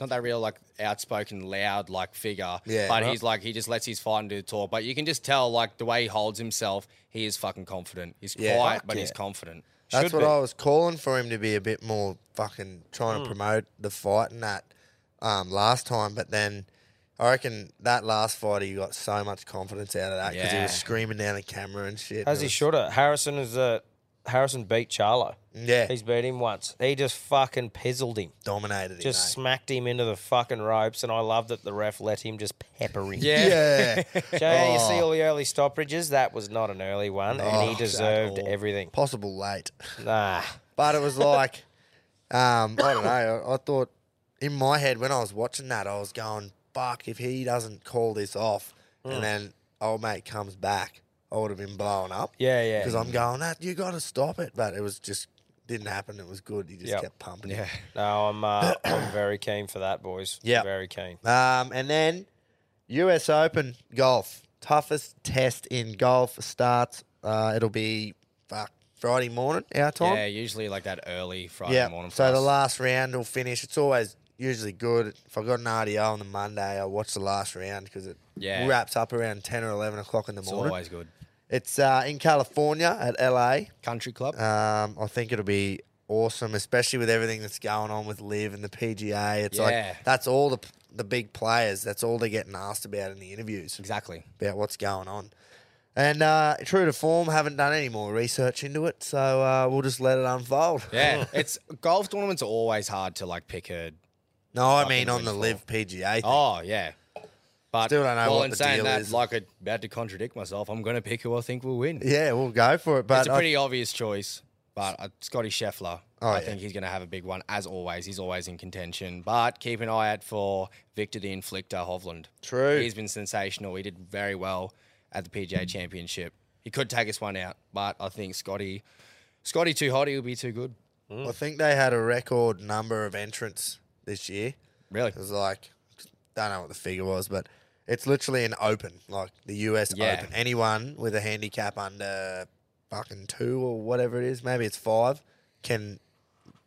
C: not that real like outspoken, loud like figure.
E: Yeah.
C: But he's like he just lets his fight and do the talk. But you can just tell like the way he holds himself, he is fucking confident. He's
E: Yeah.
C: quiet,
E: Fuck
C: but
E: yeah.
C: he's confident.
E: That's
F: should
E: what
F: be. Hmm.
E: I was calling for him to be a bit more fucking trying to promote the fight and that um, last time. But then I reckon that last fight, he got so much confidence out of that because he
C: Yeah.
E: was screaming down the camera and shit.
F: As
E: It
F: he
E: was-
F: should have. Harrison is the Harrison beat Charlo.
E: Yeah.
F: He's beat him once. He just fucking pizzled him.
E: Dominated him,
F: Just
E: eh?
F: smacked him into the fucking ropes, and I love that the ref let him just pepper him.
C: Yeah. Oh.
F: So you see all the early stoppages. That was not an early one, and he deserved everything.
E: Possible late.
F: Nah.
E: But it was like, um, I don't know. I, I thought in my head when I was watching that, I was going, fuck, if he doesn't call this off and then old mate comes back, I would have been blown up.
F: Yeah, yeah.
E: Because I'm going, that you got to stop it. But it was just, didn't happen. It was good. He just
F: Yep.
E: kept pumping. Yeah.
F: No, I'm uh, I'm very keen for that, boys.
E: Yeah.
F: Very keen.
E: Um, and then US Open golf, toughest test in golf starts. Uh, it'll be fuck, Friday morning our time.
C: Yeah, usually like that early Friday
E: Yeah.
C: morning. for
E: So the
C: us.
E: last round will finish. It's always usually good. If I got an RDO on the Monday, I watch the last round because it
C: Yeah.
E: wraps up around ten or eleven o'clock in the
C: it's
E: morning.
C: always good.
E: It's uh, in California at LA.
C: Country club.
E: Um, I think it'll be awesome, especially with everything that's going on with Live and the PGA. It's
C: Yeah.
E: like that's all the the big players. That's all they're getting asked about in the interviews
C: exactly.
E: about what's going on. And uh, true to form, haven't done any more research into it, so uh, we'll just let it unfold.
C: Yeah, it's golf tournaments are always hard to like pick a.
E: No, I mean
C: Fucking
E: on the
C: windfall.
E: Live PGA. Thing.
C: Oh yeah, but
E: Still don't know
C: well,
E: what
C: in
E: the
C: saying
E: deal
C: that,
E: is.
C: like I had to contradict myself. I'm going to pick who I think will win.
E: Yeah, we'll go for it. But
C: it's a
E: I-
C: pretty obvious choice, but uh, Scotty Scheffler.
E: Oh,
C: I
E: yeah.
C: think he's going to have a big one as always. He's always in contention, but keep an eye out for Victor the Inflictor Hovland.
E: True.
C: he's been sensational. He did very well at the PGA Championship. He could take us one out, but I think Scotty, Scotty too hot. He'll be too good.
E: I think they had a record number of entrants this year.
C: Really,
E: It was like don't know what the figure was, but it's literally an open, like the US
C: Yeah.
E: Open. Anyone with a handicap under fucking two or whatever it is, maybe it's five, can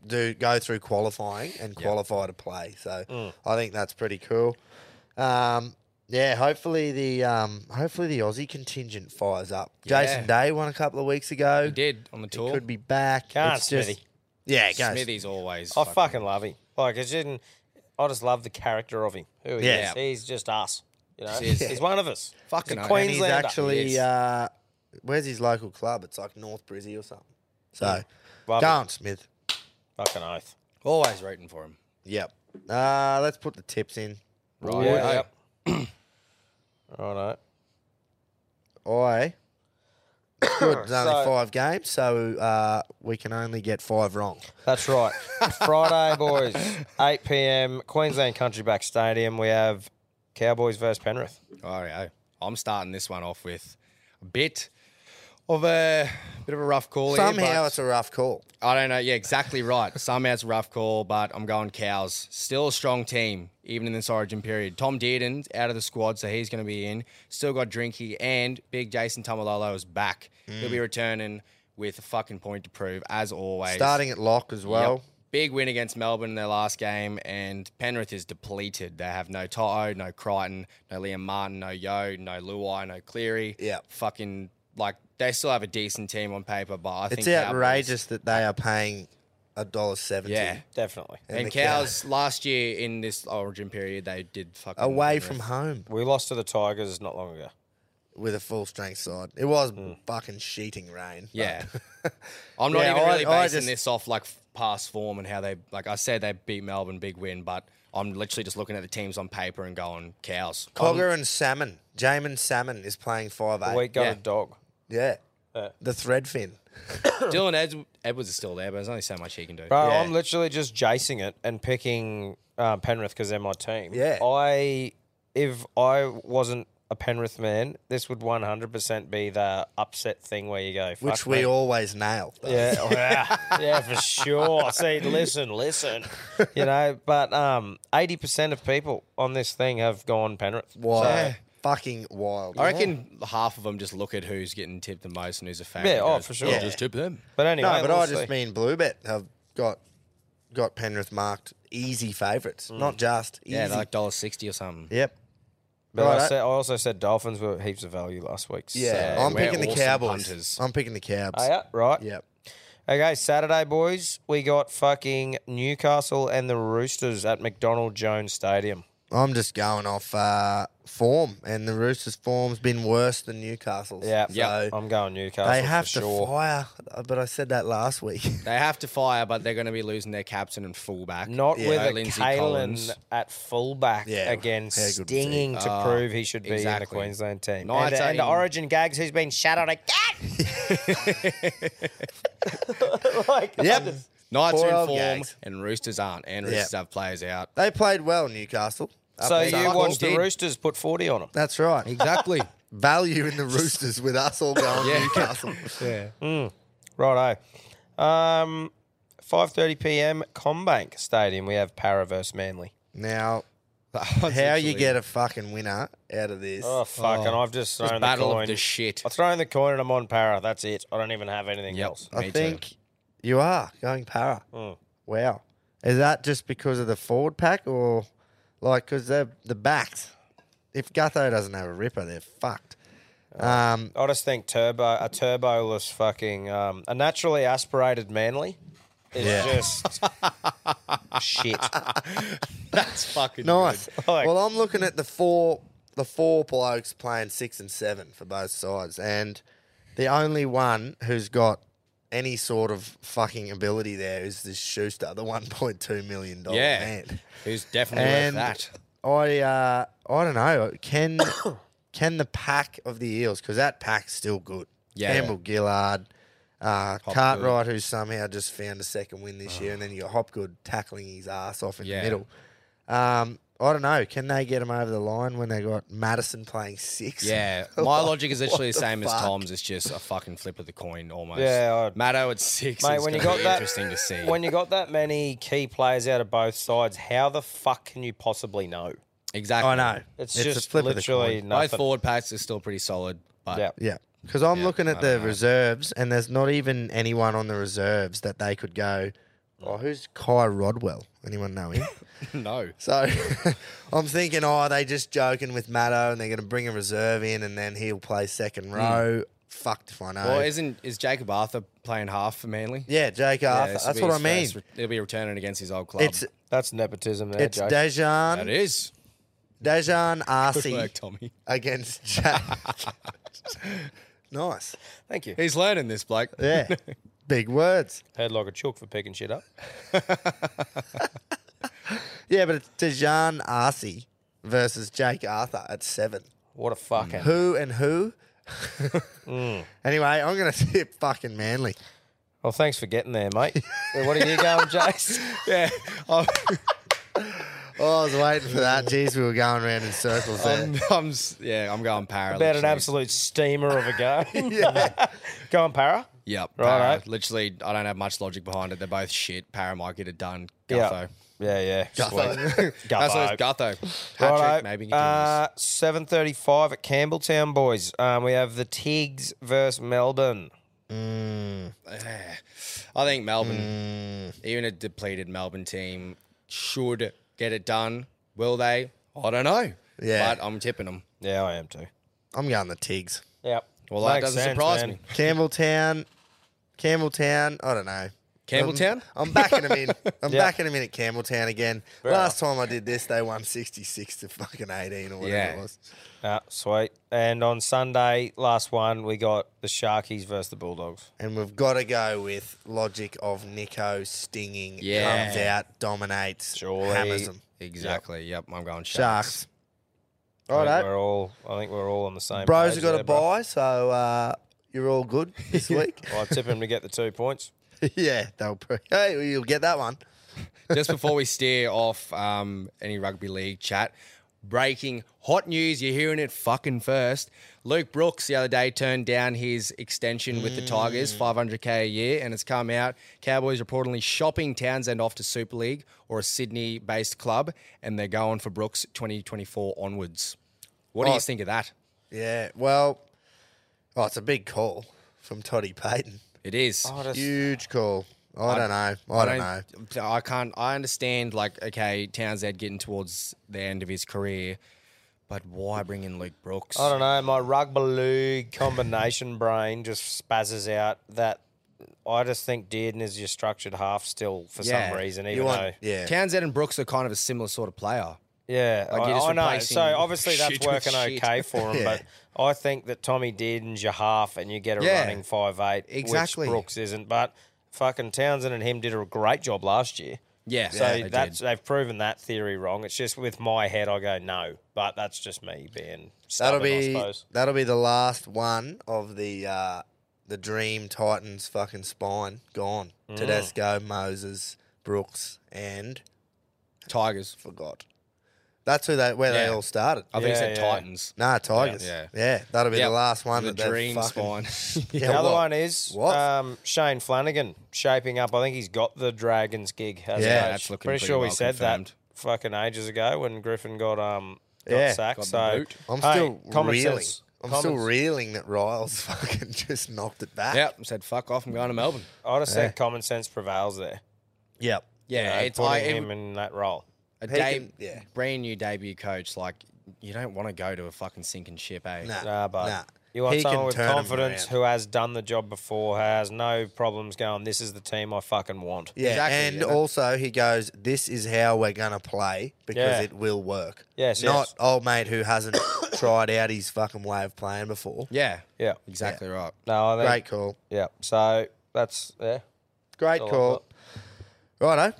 E: do go through qualifying and qualify to play. So
C: Mm.
E: I think that's pretty cool. Um, yeah, hopefully the um, hopefully the Aussie contingent fires up. Jason Day won a couple of weeks ago.
C: he did on the tour.
E: Could be back.
F: Can't,
E: It's just-
F: Smithy.
E: yeah, it goes.
C: Smithy's always.
E: Oh,
F: I fucking love him. Like, it's just, I just love the character of him. Who he
E: Yeah.
F: is. He's just us. You know,
C: Yes.
F: he's one of us.
C: Fucking
F: he's
C: oath.
F: a
C: And
E: And he's
F: Queenslander.
E: actually
C: Yes.
E: uh, where's his local club? It's like North Brizzy or something. So
F: Love
E: go
F: him.
E: on, Smith.
F: fucking oath.
C: always rooting for him.
E: Yep. Uh, let's put the tips in.
C: Right. oh,
F: Yeah. Yep. Righto.
E: I it's good. There's only
F: So-
E: five games, so uh, we can only get five wrong.
F: That's right. Friday, boys, 8 p.m. Queensland Country Back Stadium. We have Cowboys versus Penrith.
C: All right, Oh, I'm starting this one off with a bit of a bit of a rough call. here,
E: Somehow
C: but
E: it's a rough call.
C: I don't know. Yeah, exactly right. Somehow it's a rough call, but I'm going cows. Still a strong team, even in this Origin period. Tom Dearden's out of the squad, so he's going to be in. Still got Drinky and Big Jason Tamalolo is back. He'll
E: Mm.
C: be returning with a fucking point to prove, as always.
E: Starting at lock as well.
C: Yep. Big win against Melbourne in their last game, and Penrith is depleted. They have no Toto, no Crichton, no Liam Martin, no Yo, no Luai, no Cleary.
E: Yep.
C: Fucking, like, they still have a decent team on paper, but I think.
E: It's
C: Cowboys-
E: outrageous that they are paying a dollar seventy.
C: Yeah.
F: Definitely.
E: And
C: And
E: the
C: Cows, last year in this origin period, they did fucking.
E: Away
C: Penrith.
E: from home
F: We lost to the Tigers not long ago.
E: with a full strength side. It was fucking sheeting rain. but-
C: Yeah. I'm not
E: Yeah,
C: even
E: I-
C: really
E: I
C: basing
E: just-
C: this off, like, f- past form and how they. Like, I said they beat Melbourne, big win, but I'm literally just looking at the teams on paper and going, Cows.
E: Cogger and Salmon. Jamin Salmon is playing five eight.
F: The week got
C: Yeah.
F: a dog.
E: Yeah. the thread fin.
C: Dylan Ed- Edwards is still there, but there's only so much he can do.
F: Bro,
E: Yeah.
F: I'm literally just jacing it and picking uh, Penrith because they're my team.
E: Yeah.
F: I if I wasn't a Penrith man, this would 100% be the upset thing where you go, Fuck
E: Which we
F: me.
E: always nail. though.
F: Yeah, oh, yeah, yeah, for sure. See, listen, listen. You know, but um, 80% of people on this thing have gone Penrith.
E: Wild.
F: So,
E: Fucking wild.
C: I reckon half of them just look at who's getting tipped the most and who's a favourite.
F: Yeah,
C: and
F: oh,
C: goes,
F: for sure.
C: "Well, Just tip them.
F: but anyway,
E: no, but
F: we'll
E: I just
F: see.
E: mean Bluebet have got got Penrith marked easy favourites. Not just easy.
C: Yeah, they're like dollar sixty or something.
E: yep.
F: But I,
E: Righto.
F: said, I also said Dolphins were heaps of value last week.
E: Yeah.
F: so-
E: I'm
C: we're
E: picking the
C: awesome
E: Cowboys.
C: punters.
E: I'm picking the Cowboys.
F: Oh, yeah, right.
E: Yep.
F: Okay, Saturday, boys, we got fucking Newcastle and the Roosters at McDonald Jones Stadium.
E: I'm just going off uh, form, and the Roosters' form's been worse than Newcastle's.
F: Yeah,
E: so
F: I'm going Newcastle.
E: They have
F: for
E: to
F: sure.
E: fire, uh, but I said that last week.
C: They have to fire, but they're going to be losing their captain and fullback.
F: Not
C: You
F: with
C: know,
F: a Kalen at fullback
E: Yeah,
F: again,
E: how good was he?
F: stinging to
C: Ah,
F: prove he should be in the
C: exactly.
F: Queensland team.
C: Knights
F: and,
C: are
F: and
C: in-
F: Origin Gags, who's been shadowed again. like, I
E: yep.
F: just-
C: Knights
E: Poor
C: are in
E: old
C: form,
E: Gags.
C: and Roosters aren't. And Roosters have players out.
E: They played well, Newcastle. Up
F: So
E: and
F: you
E: down.
F: watched the
C: did.
F: Roosters put 40 on them.
E: That's right.
C: Exactly.
E: Value in the Roosters with us all going Newcastle.
F: Righto. Um, 5.30 p.m. Combank Stadium. We have Para versus Manly.
E: Now, how you get a fucking winner out of this?
F: Oh, fuck. And I've just thrown the
C: battle of
F: coin.
C: the shit.
F: I've thrown the coin and I'm on Para. That's it. I don't even have anything
C: Yep.
F: else.
E: I
C: Me too.
E: think you are going para.
F: Oh.
E: Wow. Is that just because of the forward pack or like because they're the backs? If Gutho doesn't have a ripper, they're fucked. Um,
F: I just think turbo a turboless fucking um, a naturally aspirated manly is just shit.
C: That's fucking
E: nice.
F: Like-
E: well, I'm looking at the four the four blokes playing six and seven for both sides, and the only one who's got any sort of fucking ability there is this Schuster, the 1.2 million dollar
C: Yeah.
E: man.
C: Who's definitely
E: And
C: worth that?
E: I uh, I don't know. Can can the pack of the Eels because that pack's still good.
C: Yeah.
E: Campbell Gillard, uh, Cartwright, who somehow just found a second win this year, and then you got Hopgood tackling his ass off in
C: Yeah.
E: the middle. Um, I don't know. Can they get him over the line when they got Madison playing six?
C: Yeah,
E: Like,
C: my logic is literally
E: what
C: the same as
E: fuck?
C: Tom's. It's just a fucking flip of the coin almost.
F: Yeah, I-
C: Matto at six.
F: Mate,
C: is
F: when you
C: gonna
F: got
C: be
F: that
C: interesting to see.
F: when you got that many key players out of both sides, how the fuck can you possibly know?
C: exactly.
E: I know.
F: It's,
E: a
F: just
E: flip of the
F: literally
E: coin.
C: Both
F: nothing.
C: forward packs are still pretty solid, but
F: yeah.
E: Yeah. Because I'm
C: Yeah,
E: looking
C: I
E: at the
C: don't know.
E: reserves, and there's not even anyone on the reserves that they could go. Oh, who's Kai Rodwell? Anyone know him?
C: no.
E: So I'm thinking, oh, are they just joking with Matto and they're going to bring a reserve in and then he'll play second row? Fucked if I know.
C: Hmm. Well, isn't is Jacob Arthur playing half for Manly?
E: yeah, Jake
C: Yeah,
E: Arthur.
C: this will
E: That's
C: be
E: what I
C: his
E: mean.
C: first re- He'll be returning against his old club.
E: It's
F: That's nepotism there,
E: it's
F: Jake.
C: that
E: Dejan
C: is.
E: Dejan
C: Good work,
E: Arce
C: Tommy.
E: against Jake. nice.
F: Thank you.
C: He's learning this, bloke.
E: Yeah. Big words.
F: Heard like a chook for picking shit up.
E: Yeah, but it's Dejan Arce versus Jake Arthur at seven.
F: What a fucking
C: Mm.
E: Who and who?
C: Hmm.
E: Anyway, I'm going to tip fucking Manly.
F: Well, thanks for getting there, mate. what are you going, Jace?
C: yeah. I'm,
E: Oh, I was waiting for that. Jeez, we were going around in circles there.
F: Um,
C: I'm, I'm s- yeah, I'm going para.
F: About an
C: literally.
F: absolute steamer of a go. Go on, para.
C: Yep.
F: Right,
C: Para.
F: eh?
C: Literally, I don't have much logic behind it. They're both shit. Para might get it done.
F: Yeah.
C: Gutho.
F: Yeah, yeah. Sweet. Gutho.
C: That's what it's Gutho. Patrick,
F: Righto.
C: maybe.
F: Uh, 7.35 at Campbelltown, boys. Um, we have the Tigs versus Melbourne. Uh,
C: I think Melbourne,
F: mm.
C: even a depleted Melbourne team, should get it done. Will they? I don't know.
E: Yeah.
C: But I'm tipping them.
F: Yeah, I am too.
E: I'm going the Tigs.
F: Yep.
C: Well, that doesn't surprise me.
E: Campbelltown, Campbelltown. I don't know.
C: Campbelltown?
E: I'm, I'm backing them in. I'm
F: Yeah.
E: backing them in at Campbelltown again. Last time I did this, they won 66 to fucking 18 or whatever
C: Yeah.
E: it was.
F: Ah, sweet. And on Sunday, last one, we got the Sharkies versus the Bulldogs.
E: And we've got to go with logic of Nico stinging,
C: Yeah.
E: comes out, dominates,
F: Surely.
E: hammers them.
C: Exactly. Yep. I'm going Sharks.
E: Sharks.
F: I think
E: Righto.
F: we're all. I think we're all on the same.
E: Bros have
F: page
E: got
F: there,
E: a
F: bro.
E: buy, so uh, you're all good this week.
F: Well, I tip him to get the two points.
E: yeah, they'll pre- hey, well, you'll get that one.
C: Just before we steer off um, any rugby league chat, breaking hot news. You're hearing it fucking first. Luke Brooks the other day turned down his extension with the Tigers, 500k a year, and it's come out. Cowboys reportedly shopping Townsend off to Super League or a Sydney-based club, and they're going for Brooks 2024 onwards. What do you think of that?
E: Yeah, well, oh, it's a big call from Toddy Payton.
C: It is.
E: Huge call. I, don't know. I, don't know.
C: know. I can't. I understand. Like, okay, Townsend getting towards the end of his career, but why bring in Luke Brooks?
F: I don't know. My rugby league combination brain just spazzes out. That I just think Dearden is your structured half still for
C: Yeah.
F: some reason.
E: You
F: Even
E: want
F: though
E: yeah.
C: Townsend and Brooks are kind of a similar sort of player.
F: Yeah,
C: Like,
F: I,
C: you're just
F: I know.
C: replacing
F: So obviously that's
C: shit with
F: working
C: shit.
F: okay for him, but I think that Tommy did and Jahaf and you get a
C: Yeah.
F: running five eight,
C: Exactly.
F: Which Brooks isn't, but fucking Townsend and him did a great job last year.
C: Yeah,
F: So
C: yeah, they
F: that's
C: did.
F: they've proven that theory wrong. It's just with my head, I go no, but that's just me being.
E: That'll
F: Stubborn, I
E: be
F: suppose.
E: that'll be the last one of the uh, the Dream Titans fucking spine gone.
C: Mm.
E: Tedesco, Moses, Brooks, and
C: Tigers.
E: forgot. That's who they where they
C: Yeah.
E: all started.
C: I think he
F: Yeah,
C: said
F: yeah.
C: Titans.
E: Nah, Tigers. Yeah,
C: Yeah.
E: that'll be
C: Yep.
E: the last one.
C: The
E: that they've
C: dream
E: fucking,
C: spine.
E: Yeah,
F: The other
E: what?
F: one is
E: What?
F: um, Shane Flanagan shaping up. I think he's got the Dragons gig. hasn't
E: Yeah,
F: he?
C: that's looking
F: pretty,
C: pretty
F: sure we
C: well
F: said
C: confirmed.
F: that fucking ages ago when Griffin got um got
E: Yeah.
F: sacked.
C: Got the
F: so
C: boot.
E: I'm
F: hey,
E: still
F: common
E: reeling.
F: sense-
E: I'm
F: common-
E: still reeling that Riles fucking just knocked it back.
C: Yep, said fuck off. I'm going to Melbourne.
F: I'd have said common sense prevails there.
E: Yep.
C: Yeah,
F: Yeah,
C: it's
F: putting
C: like it-
F: him in that role.
C: a
E: He
C: day,
E: can- yeah.
C: brand new debut coach. Like you don't want to go to a fucking sinking ship, eh?
E: Nah,
F: Nah, but
E: nah.
F: you want
E: He can
F: someone with
E: turn 'em
F: confidence
E: around.
F: who has done the job before, has no problems going. This is the team I fucking want.
E: Yeah,
C: Exactly,
E: and
C: yeah.
E: also he goes, "This is how we're gonna play because
F: Yeah.
E: it will work."
F: Yes,
E: not
F: yes.
E: old mate who hasn't tried out his fucking way of playing before.
C: Yeah,
F: Yeah.
C: exactly right.
F: No, I think.
E: Great call,
F: Yeah. So that's yeah.
E: great
F: That's all I've
E: call. Righto,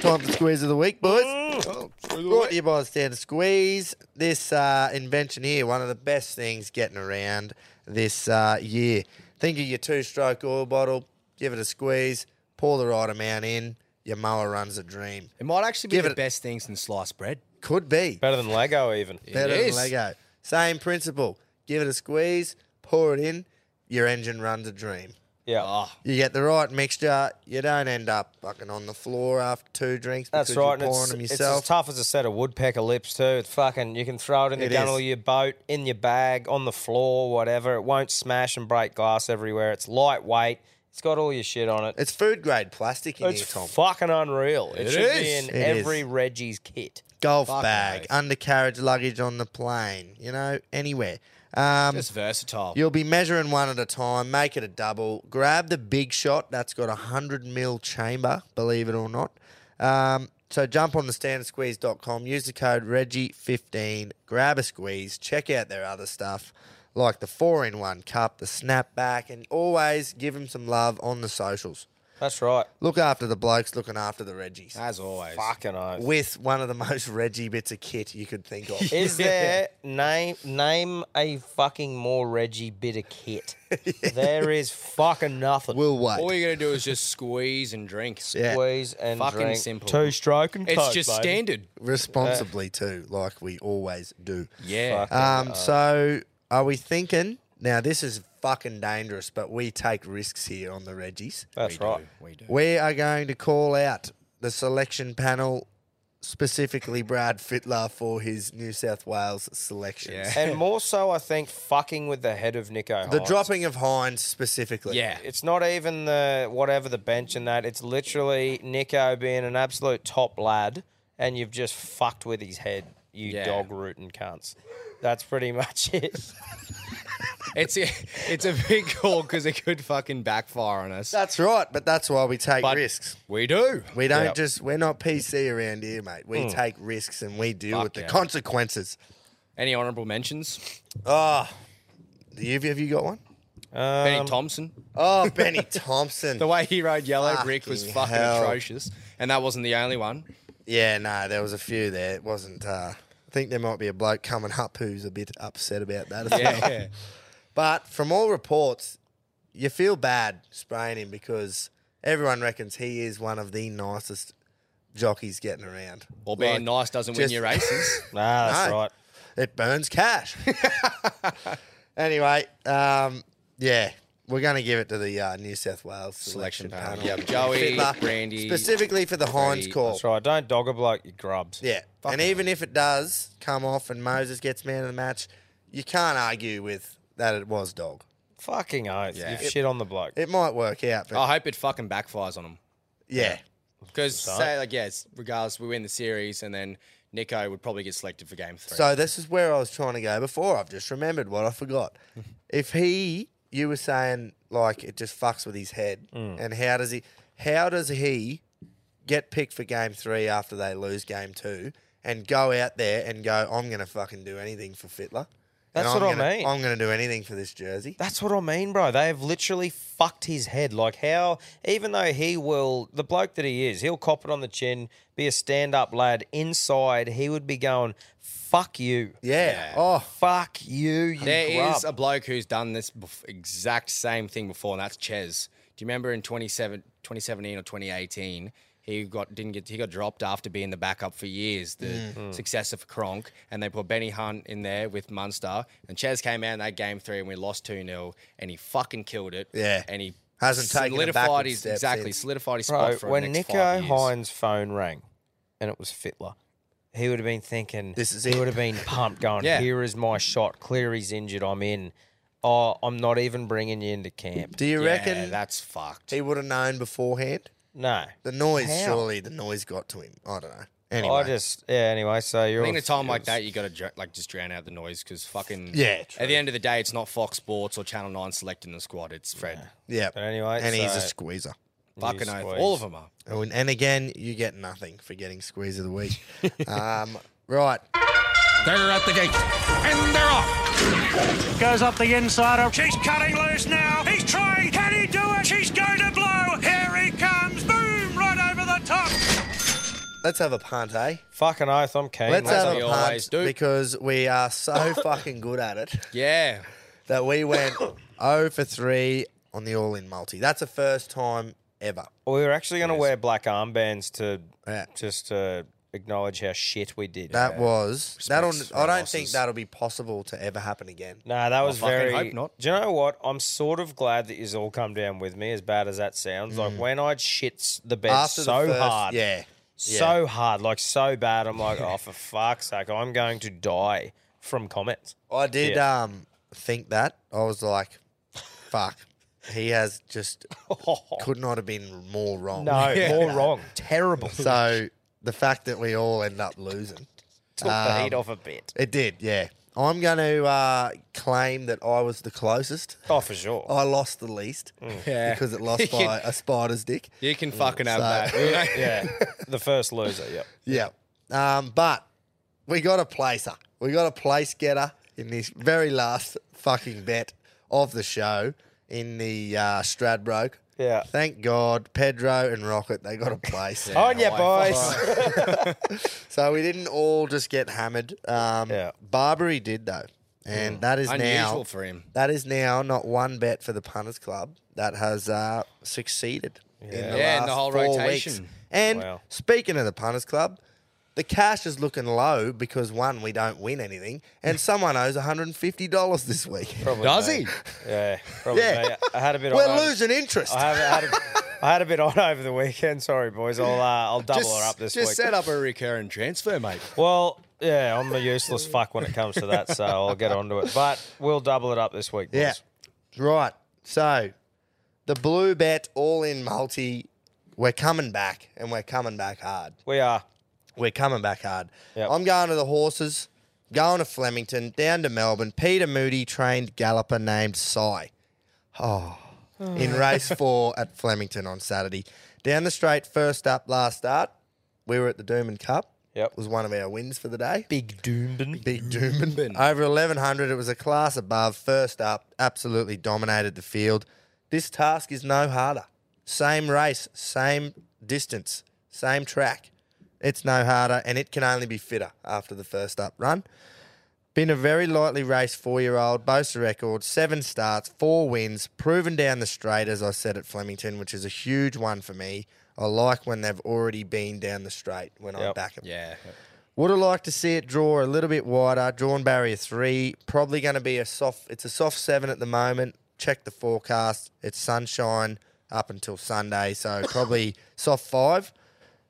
E: time for squeeze of the week, boys. Brought to you by the Standard Squeeze. This uh, invention here, one of the best things getting around this uh, year. Think of your two-stroke oil bottle, give it a squeeze, pour the right amount in. Your mower runs a dream.
C: It might actually be
E: Give
C: the
E: it-
C: best thing since sliced bread.
E: Could be.
F: Better than Lego even.
E: better
C: is.
E: than Lego. Same principle. Give it a squeeze, pour it in, your engine runs a dream.
F: Yeah.
E: You get the right mixture. You don't end up fucking on the floor after two drinks because
F: That's
E: you're
F: right, and
E: pouring
F: it's,
E: them
F: it's
E: yourself.
F: as tough as a set of woodpecker lips too. It's fucking you can throw it in the
E: It
F: gunnel
E: is.
F: of your boat, in your bag, on the floor, whatever. It won't smash and break glass everywhere. It's lightweight. It's got all your shit on it.
E: It's food grade plastic in
F: It's,
E: here, Tom.
F: fucking unreal. It, should
C: is.
F: be in
E: It is.
F: every Reggie's kit.
E: Golf
C: fucking
E: bag,
C: oath.
E: undercarriage luggage on the plane, you know, anywhere. Um,
C: It's versatile.
E: You'll be measuring one at a time, make it a double. Grab the big shot that's got a 100 mil chamber, believe it or not. Um, so jump on the standardsqueeze.com, use the code Reggie15, grab a squeeze, check out their other stuff like the 4 in 1 cup, the snapback, and always give them some love on the socials.
F: That's right.
E: Look after the blokes looking after the Reggies.
C: as always.
F: Fucking oath.
E: With one of the most Reggie bits of kit you could think of.
F: Is there name name a fucking more Reggie bit of kit? There is fucking nothing.
E: Will wait.
C: All you're gonna do is just squeeze and drink.
E: yeah.
F: Squeeze and
C: Fucking
F: drink.
C: simple.
F: Two stroke and
C: It's
F: Coke,
C: just
F: baby.
C: standard.
E: Responsibly, too, like we always do.
C: Yeah. uh,
F: Fuck.
E: Um, so are we thinking now? This is fucking dangerous, but we take risks here on the Reggies.
F: That's right.
C: We do.
E: We are going to call out the selection panel, specifically Brad Fitler for his New South Wales selections.
C: Yeah.
F: And more so, I think fucking with the head of Nico.
E: The
F: Hines.
E: dropping of Hines specifically.
C: Yeah.
F: It's not even the whatever the bench and that. It's literally Nico being an absolute top lad, and you've just fucked with his head, you
C: Yeah.
F: dog rootin' cunts. That's pretty much it.
C: It's a, it's a big call because it could fucking backfire on us.
E: That's right, but that's why we take
C: But-
E: risks.
C: We do.
E: We don't
F: Yep.
E: just, we're not PC around here, mate. We take risks and we deal
C: Hmm. Fuck
E: with the
C: yeah.
E: consequences.
C: Any honourable mentions?
E: Oh, you've, have you got one?
C: Benny Thompson.
E: Oh, Benny Thompson.
C: The way he rode yellow brick was
E: Fucking
C: fucking
E: hell.
C: atrocious, and that wasn't the only one.
E: Yeah, no, there was a few there. It wasn't. Uh, I think there might be a bloke coming up who's a bit upset about that. As well.
C: Yeah.
E: But from all reports, you feel bad spraying him because everyone reckons he is one of the nicest jockeys getting around.
C: Or being
E: Like,
C: nice doesn't
E: just-
C: win your races.
F: nah, that's
E: No.
F: right.
E: It burns cash. anyway, um, yeah, we're going to give it to the uh, New South Wales selection,
C: Selection
E: panel.
C: panel. Yep, Joey,
E: Fiddler,
C: Brandy,
E: specifically for the Hines
C: Brady,
E: call.
F: That's right. Don't dog a bloke, you grubs.
E: Yeah. and even if it does come off and Moses gets man of the match, you can't argue with that it was dog.
F: Fucking oath.
C: Yeah.
F: You've shit on the bloke.
E: It might work out, but
C: I hope it fucking backfires on him.
E: yeah.
C: Because say like yeah, it's, regardless, we win the series, and then Nico would probably get selected for game three.
E: So this is where I was trying to go before. I've just remembered what I forgot. if he, you were saying like it just fucks with his head, and how does he? How does he get picked for game three after they lose game two? and go out there and go, I'm going to fucking do anything for Fitler. And
F: That's
E: I'm
F: what I
E: gonna-
F: mean.
E: I'm going to do anything for this jersey.
F: That's what I mean, bro. They have literally fucked his head. Like how, even though he will, the bloke that he is, he'll cop it on the chin, be a stand-up lad. Inside, he would be going, "Fuck you,
E: Yeah. Oh,
F: fuck you." you
C: There is a
F: grub."
C: bloke who's done this bef- exact same thing before, and that's Ches. Do you remember in 27 2017 or 2018? He got didn't get he got dropped after being the backup for years, the
E: Mm.
F: Mm.
C: successor for Kronk, and they put Benny Hunt in there with Munster. And Ches came out in that game three, and we lost two 0 and he fucking killed it.
E: Yeah.
C: and he
E: Hasn't taken a
C: solidified
E: backward
C: his
E: step
C: exactly
E: since.
C: solidified his spot
F: bro.
C: for
F: When
C: the next
F: Nico
C: five years.
F: Hines' phone rang, and it was Fitler, he would have been thinking,
E: This is
F: He
E: it.
F: would have been pumped, going,
C: Yeah.
F: "Here is my shot. Cleary's injured. I'm in. Oh, I'm not even bringing you into camp."
E: do you
C: Yeah,
E: reckon
C: that's fucked.
E: he would have known beforehand?
F: No,
E: The noise,
F: How?
E: surely the noise got to him. I don't know. Anyway.
F: I just yeah. Anyway, so you're.
C: I think
F: all-
C: at a time
F: it
C: like
F: was-
C: that, you got to dr- like just drown out the noise because fucking
E: Yeah,
C: At the end of the day, it's not Fox Sports or Channel Nine selecting the squad. It's Fred.
E: yeah.
F: But anyway,
E: and he's a
F: so-
E: squeezer.
C: Fucking
F: You
C: oath.
F: squeeze.
C: All of them are.
E: Oh, And, and again, you get nothing for getting squeeze of the week. um, right.
J: They're at the gate. And they're off.
K: Goes up the inside. of- She's cutting loose now. He's trying. Can he do it? She's going to blow. Here he comes. Boom! Right over the top.
E: Let's have a punt, eh?
F: Fucking oath, I'm keen.
E: Let's
F: mate.
E: have
C: we
E: a
C: always
E: punt
C: do.
E: because we are so fucking good at it
C: Yeah.
E: that we went 0 for 3 on the all in multi. That's the first time ever.
F: we were actually going to wear black armbands to
E: Yeah.
F: just to acknowledge how shit we did.
E: That was that'll.
C: Respects
E: I
C: for
E: don't
C: losses.
E: think that'll be possible to ever happen again.
F: no, that was
C: fucking
F: very.
C: hope not.
F: Do you know what? I'm sort of glad that you've all come down with me. As bad as that sounds, like when I shits the bed
E: Mm. After
F: so
E: the first,
F: hard,
E: yeah,
F: so hard, like so bad. I'm like, oh for fuck's sake, I'm going to die from comments.
E: I did um think that. I was like, fuck. He has just could not have been more wrong.
F: No, more wrong. Terrible.
E: So the fact that we all end up losing,
F: Took the
E: Um,
F: heat off a bit.
E: it did. Yeah, I'm going to uh, claim that I was the closest.
F: Oh, for sure.
E: I lost the least
F: Mm.
C: Yeah.
E: because it lost
C: You
E: by a spider's dick.
C: can- You can fucking have
E: So-
C: that.
F: yeah, the first loser. Yep.
E: Yeah. Um, but we got a placer. We got a place getter in this very last fucking bet of the show in the uh, Stradbroke.
F: Yeah.
E: Thank God, Pedro and Rocket, they got a place.
F: On ya, boys.
E: So we didn't all just get hammered. Um,
F: Yeah.
E: Barbary did, though. And that is now
C: Mm. Unusual for him.
E: That is now not one bet for the punters club that has uh, succeeded in the
C: Yeah,
E: last
C: in the whole
E: four
C: rotation.
E: weeks. And
F: Wow.
E: speaking of the punters club, the cash is looking low because one, we don't win anything, and someone owes one hundred and fifty dollars this week.
C: Does he?
F: Yeah, probably.
E: Yeah.
F: mate. I had a bit.
E: We're
F: on over-
E: losing interest.
F: I have had. A, I had a bit on over the weekend. Sorry, boys. I'll uh, I'll double her up this
C: just
F: week.
C: set up a recurring transfer, mate.
F: Well, yeah, I'm a useless fuck when it comes to that, so I'll get onto it. But we'll double it up this week, boys.
E: Yeah, right. So the blue bet all in multi. We're coming back, and we're coming back hard.
F: We are.
E: We're coming back hard.
F: Yep.
E: I'm going to the horses, going to Flemington, down to Melbourne. Peter Moody trained galloper named Cy. Oh, in race four at Flemington on Saturday. Down the straight, first up, last start. We were at the Dooman Cup.
F: Yep.
E: Was one of our wins for the day.
F: Big Doombin.
E: Big Dooman. Over 1100, it was a class above. First up, absolutely dominated the field. This task is no harder. Same race, same distance, same track. It's no harder, and it can only be fitter after the first up run. Been a very lightly raced four year old, boasts a record, seven starts, four wins, proven down the straight, as I said at Flemington, which is a huge one for me. I like when they've already been down the straight when I
F: Yep.
E: back them.
C: Yeah.
E: Would have liked to see it draw a little bit wider. Drawn barrier three, probably going to be a soft. It's a soft seven at the moment. Check the forecast. It's sunshine up until Sunday, so probably soft five,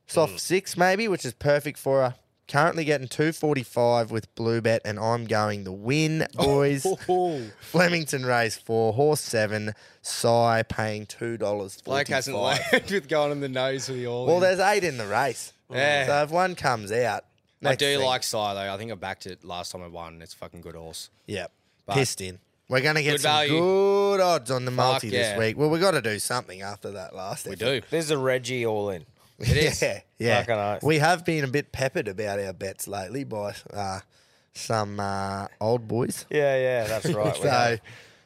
E: soft
C: Mm.
E: six maybe, which is perfect for her. Currently getting two forty five with Blue Bet, and I'm going the win, boys. Flemington race four, horse seven, Psy paying two dollars.
C: Bloke hasn't learned with going on the nose for the all.
E: Well,
C: in.
E: there's eight in the race,
C: Yeah.
E: so if one comes out,
C: I
E: next
C: do
E: thing-
C: like Sai though. I think I backed it last time I won. It's a fucking good horse.
E: Yeah.
C: But-
E: Pissed in. We're going to get
C: Good
E: some
C: value.
E: good odds on the multi this
C: yeah.
E: week. Well, we've got to do something after that last
C: We do.
F: There's a Reggie all in. It is.
E: Yeah, yeah.
F: Fucking oath.
E: We have been a bit peppered about our bets lately by uh, some uh, old boys.
F: Yeah, yeah, that's right. we
E: so
F: have.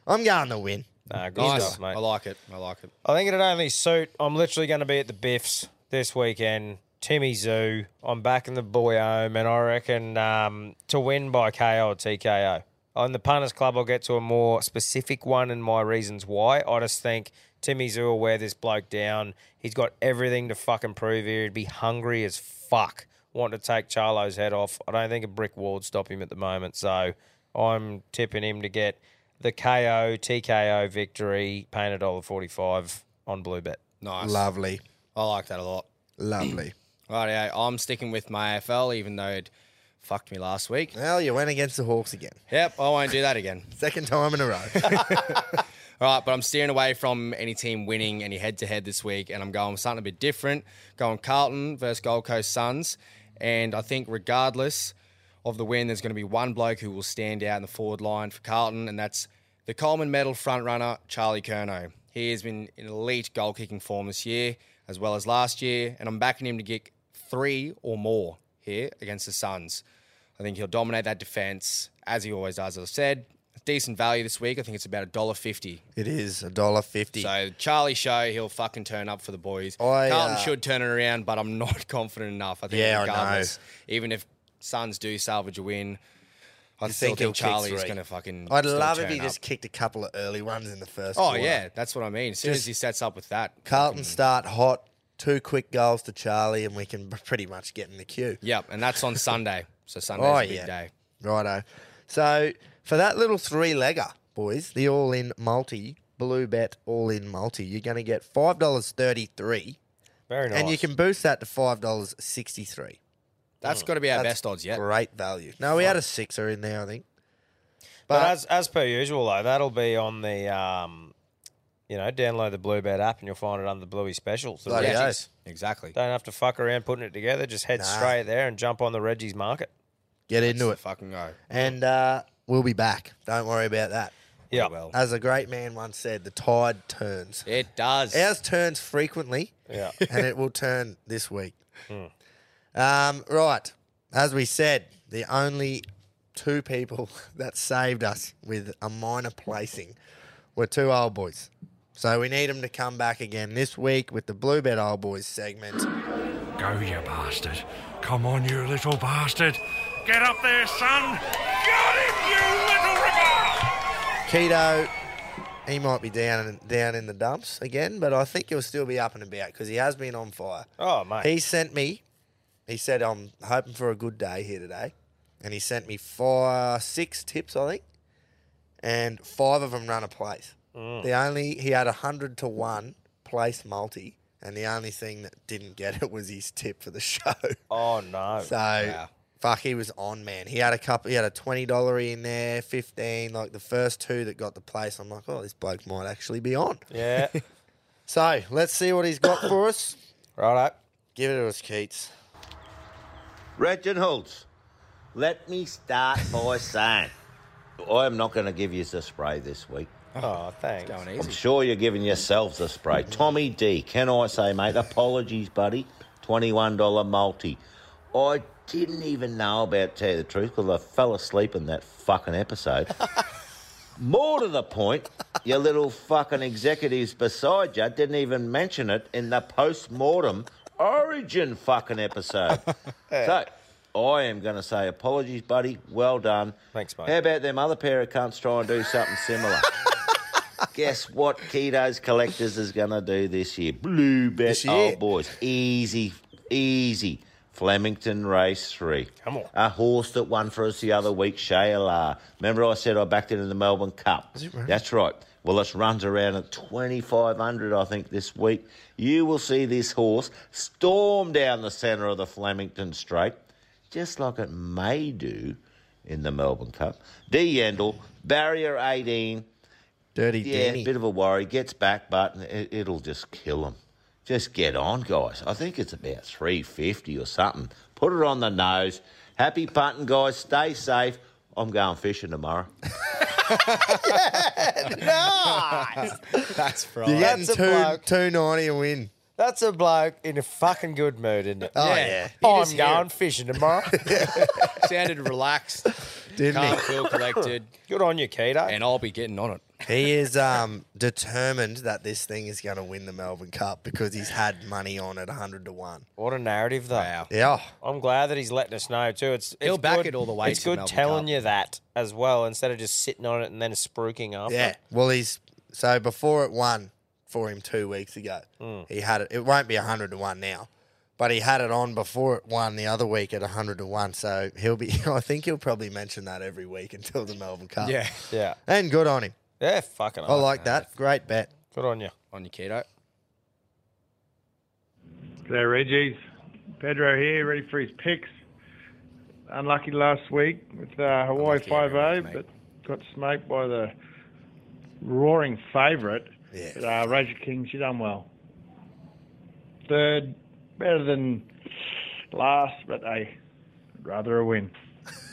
E: I'm going to win.
F: Nah, good
C: Nice.
F: stuff, mate.
C: I like it. I like it.
F: I think it'd only suit. I'm literally going to be at the Biffs this weekend. Timmy Zoo. I'm backing the boy home, and I reckon um, to win by KO or TKO. On the Punters Club, I'll get to a more specific one and my reasons why. I just think Timmy Zoo will wear this bloke down. He's got everything to fucking prove here. He'd be hungry as fuck. Want to take Charlo's head off. I don't think a brick wall would stop him at the moment. So I'm tipping him to get the KO TKO victory, paying a dollar forty five on Blue Bet.
C: Nice.
E: Lovely,
C: I like that a lot.
E: lovely.
C: Right, yeah, I'm sticking with my AFL, even though it fucked me last week.
E: well, you went against the Hawks again,
C: Yep, I won't do that again.
E: second time in a row.
C: All right, but I'm steering away from any team winning any head to head this week, and I'm going with something a bit different. Going Carlton versus Gold Coast Suns, and I think regardless of the win, there's going to be one bloke who will stand out in the forward line for Carlton, and that's the Coleman Medal frontrunner Charlie Kerno. He has been in elite goal kicking form this year, as well as last year, and I'm backing him to get three or more here against the Suns. I think he'll dominate that defense as he always does. As I said, decent value this week. I think it's about a dollar fifty.
E: it is a dollar fifty.
C: So Charlie Show, he'll fucking turn up for the boys.
E: I, uh,
C: Carlton should turn it around, but I'm not confident enough. I think
E: Yeah, I know.
C: regardless, even if Suns do salvage a win, I still
E: think
C: think,
E: he'll kick
C: Charlie is
E: three?
C: going to fucking.
E: I'd
C: still
E: love if
C: turn
E: he
C: up.
E: just kicked a couple of early ones in the first.
C: Oh
E: quarter.
C: yeah, that's what I mean. As soon as
E: Just-
C: he sets up with that,
E: Carlton start hot, two quick goals to Charlie, and we can pretty much get in the queue.
C: yep, and that's on Sunday. So Sunday's
E: Oh,
C: a big
E: yeah.
C: day.
E: Righto. So for that little three legger, boys, the all in multi, blue bet all in multi, you're going to get $5.33,
F: Very nice.
E: and you can boost that to $5.63.
C: That's got to be our
E: That's
C: best odds yet.
E: Great value. No, we had a sixer in there, I think.
F: but as as per usual though, that'll be on the um, you know, download the Blue Bet app and you'll find it under the Bluey specials. The
E: Bloody
F: Reggie's.
E: oath.
C: Exactly.
F: Don't have to fuck around putting it together. Just head straight there and jump on the Reggie's market.
E: Get into it.
C: Fucking go.
E: And uh, we'll be back. Don't worry about that.
F: Yeah.
C: Well,
E: As a great man once said, the tide turns.
C: it does.
E: Ours turns frequently.
F: Yeah.
E: and it will turn this week. Um, right. As we said, the only two people that saved us with a minor placing were two old boys. So we need them to come back again this week with the Bluebed Old Boys segment.
J: Go, you bastard. Come on, you little bastard. Get up there, son. Got him, you little river.
E: Keto, he might be down in, down in the dumps again, but I think he'll still be up and about because he has been on fire.
F: Oh mate.
E: He sent me. He said, "I'm hoping for a good day here today," and he sent me five, six tips, I think, and five of them run a place. The only he had a hundred to one place multi, and the only thing that didn't get it was his tip for the show.
F: oh no.
E: So fuck, he was on man. He had a couple. He had a twenty dollar in there, fifteen. Like the first two that got the place, I'm like, oh, this bloke might actually be on.
F: yeah.
E: So let's see what he's got for us.
F: Right up.
E: Give it to us, Keats.
L: Gretchen Holtz, let me start by saying I am not going to give you the spray this week.
F: Oh, thanks.
C: Going
L: I'm
C: easy.
L: sure you're giving yourselves the spray. Tommy D, can I say, mate, apologies, buddy. $21 multi. I didn't even know about, to tell you the truth, because I fell asleep in that fucking episode. More to the point, your little fucking executives beside you didn't even mention it in the post mortem origin fucking episode. so, I am going to say apologies, buddy. Well done.
F: Thanks, mate.
L: How about them other pair of cunts try and do something similar? Guess what Keto's Collectors is going to do this year? Blue Bet
E: This year?
L: Old Boys. Easy, easy. Flemington Race 3.
F: Come on.
L: A horse that won for us the other week, Shayla. Remember I said I backed it in the Melbourne Cup? That's right. Well, this runs around at 2,500, I think, this week. You will see this horse storm down the centre of the Flemington Straight just like it may do in the Melbourne Cup. D Yendall, barrier 18.
E: Dirty
L: Yeah,
E: Danny.
L: bit of a worry. Gets back, but it, it'll just kill him. Just get on, guys. I think it's about 350 or something. Put it on the nose. Happy punting, guys. Stay safe. I'm going fishing tomorrow.
C: That's right.
E: You're getting
G: That's a
E: two
G: bloke.
E: two ninety a win.
F: That's a bloke in a fucking good mood, isn't it?
C: Oh, yeah. You
F: I'm
C: just hear
F: going fishing tomorrow.
C: Sounded relaxed.
E: Didn't
C: Calm,
E: he?
C: cool, collected.
F: Good on you, Keto.
C: And I'll be getting on it.
E: He is um, determined that this thing is going to win the Melbourne Cup because he's had money on it 100 to 1.
F: What a narrative, though. Wow.
E: Yeah.
F: I'm glad that he's letting us know too. It's, it's
C: He'll back
F: good-
C: it all the way
F: It's
C: to
F: good
C: Melbourne
F: telling
C: Cup.
F: you that as well, instead of just sitting on it and then spruiking up.
E: Yeah. Well, he's so before it won for him two weeks ago, he had it. It won't be 100 to 1 now, but he had it on before it won the other week at 100 to 1. So he'll be, I think he'll probably mention that every week until the Melbourne Cup.
C: Yeah.
F: yeah,
E: And good on him.
F: yeah. Fucking,
E: I like that. Great bet.
F: Good on you.
C: On your keto.
B: There, Reggie's. Pedro here, ready for his picks. Unlucky last week with uh, Hawaii
C: Unlucky every
B: 5
C: week,
B: 0,
C: mate.
B: but got smoked by the roaring favourite.
E: Yeah.
B: But, uh, Roger King, she done well. Third, better than last, but hey, rather a win.